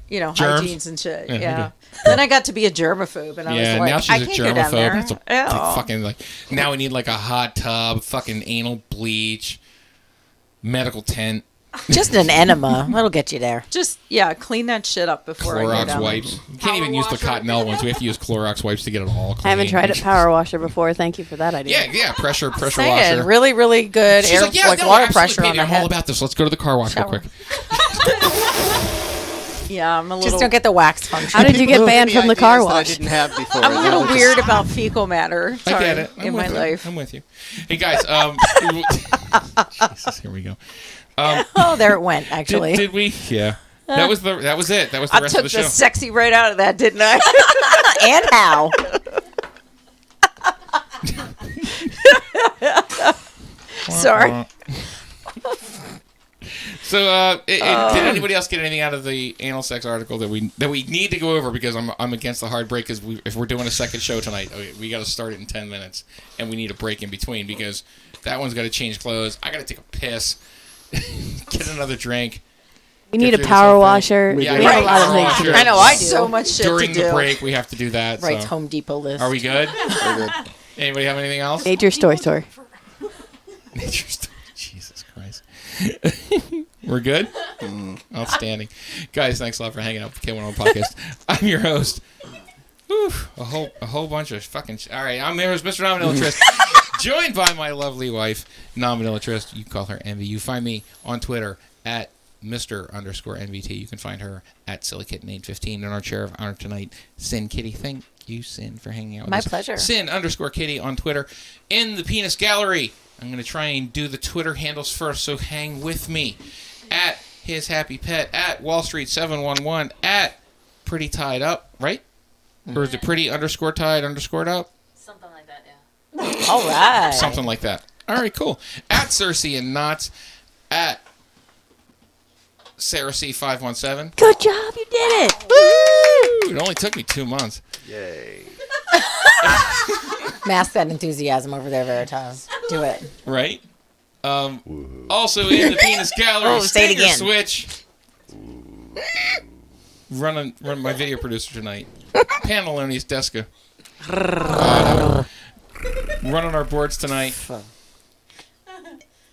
F: you know
D: Germs?
F: hygienes and shit.
D: Yeah,
F: Yeah.
D: I do.
F: Then I got to be a germaphobe, and I
D: yeah,
F: was like,
D: now
F: I
D: she's a
F: can't go down there.
D: germaphobe. It's a
F: Ew.
D: like, fucking like. Now we need like a hot tub, fucking anal bleach, medical tent,
H: Just an enema. That'll get you there.
F: Just yeah, clean that shit up before I go
D: Clorox
F: down.
D: wipes. You can't even use the Cottonelle ones. We have to use Clorox wipes to get it all clean.
I: I haven't tried it power washer before. Thank you for that idea.
D: Yeah, yeah, pressure, pressure
I: Saying,
D: washer.
H: Really, really good
D: She's
H: air,
D: like,
H: like,
D: yeah, no,
H: water
D: absolutely,
H: pressure on
D: baby,
H: the
D: I'm all
H: head.
D: about this. Let's go to the car wash real quick.
F: Yeah, I'm a little.
H: Just don't get the wax function.
I: How did you get banned
G: Give me
I: from the car
G: ideas that I
I: wash?
G: didn't have before.
F: I'm a little
G: Just-
F: weird about fecal matter. Sorry,
D: I get it. I'm
F: in
D: with
F: my
D: you.
F: life.
D: I'm with you. Hey guys, um, Jesus, here we go. Um,
F: Oh, there it went.
D: did,
H: Actually,
D: did we? Yeah, that was the that was it. That was the
F: I
D: rest
F: took
D: of
F: the,
D: the show.
F: sexy right out of that, didn't I?
H: and how?
F: Sorry.
D: So, uh, it, it, did
I: Oh.
F: Um.
D: anybody else get anything out of the anal sex article that we that we need to go over? Because I'm I'm against the hard break. Because we, if we're doing a second show tonight, we, we got to start it in ten minutes, and we need a break in between because that one's got to change clothes. I got to take a piss, get another drink.
I: We
D: get
I: need a
D: through this
I: power
D: whole thing.
I: washer.
D: Yeah,
I: We
D: I
I: have
D: need
I: a lot of
D: power
I: things to
D: washer.
I: do. Oh, I know I do.
F: So much shit to
D: During the
F: do.
D: break, we have to do that.
H: Writes
D: so.
H: Home Depot list.
D: Are we good?
G: We're good.
D: Anybody have anything else?
I: Nature's toy store.
D: Nature's Toy- Jesus Christ. We're good? Mm, Outstanding. Guys, thanks a lot for hanging out with the K101 Podcast. I'm your host. Whew, a whole a whole bunch of fucking sh- All right, I'm your host, Mr. Nominilla Trist. Joined by my lovely wife, Nominilla Trist. You call her Envy. You find me on Twitter at Mr. underscore NVT. You can find her at SillyKitten815 in our chair of honor tonight. Sin Kitty, thank you, Sin, for hanging out with
H: My
D: us.
H: pleasure.
D: Oh, Sin underscore Kitty on Twitter. In the Penis Gallery. I'm going to try and do the Twitter handles first, so hang with me. At His Happy Pet, at Wall Street 711, at Pretty Tied Up, right? Or
H: Mm-hmm.
D: is it Pretty underscore Tied underscored up?
H: All right.
D: Something like that. All right, cool. At Cersei and Knots, at Sarah C517.
P: Good job, you did it.
D: It only took me two months.
J: Yay.
H: Mask that enthusiasm over there, Veritas. Do it.
D: Right? Um, also in the penis gallery,
H: Oh, say it
D: Stinger
H: again.
D: switch. Running, run my video producer tonight. Panalone's Deska. Uh, running our boards tonight.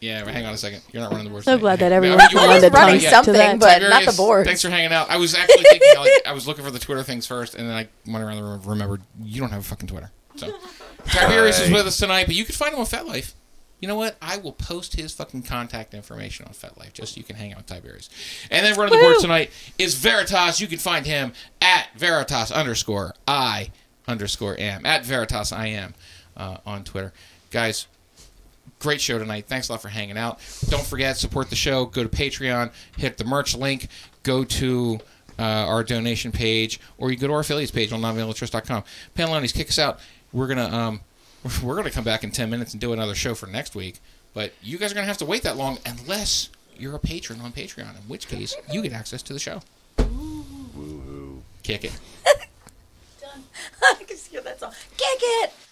D: Yeah, but hang on a second. You're not running the boards.
I: So
D: tonight.
I: glad that
D: Hang-
I: everyone
D: Oh, you
I: can
D: are
I: lend a
D: running
I: tongue
D: yet.
I: to that.
H: but not the boards.
D: Thanks for hanging out. I was actually thinking, like, I was looking for the Twitter things first, and then I went around the room and remembered you don't have a fucking Twitter. So Tiberius is
J: Right.
D: with us tonight, but you can find him on FetLife. You know what? I will post his fucking contact information on FetLife just so you can hang out with Tiberius. And then running the board tonight is Veritas. You can find him at Veritas underscore I underscore am at Veritas I am uh, on Twitter. Guys, Great show tonight. Thanks a lot for hanging out. Don't forget, support the show. Go to Patreon, hit the merch link, go to uh, our donation page, or you go to our affiliates page on nonvanillatrust.com. Panalones, kick us out. We're gonna um, we're gonna come back in ten minutes and do another show for next week. But you guys are gonna have to wait that long unless you're a patron on Patreon, in which case you get access to the show. Kick it.
K: I can just hear that song. Kick it.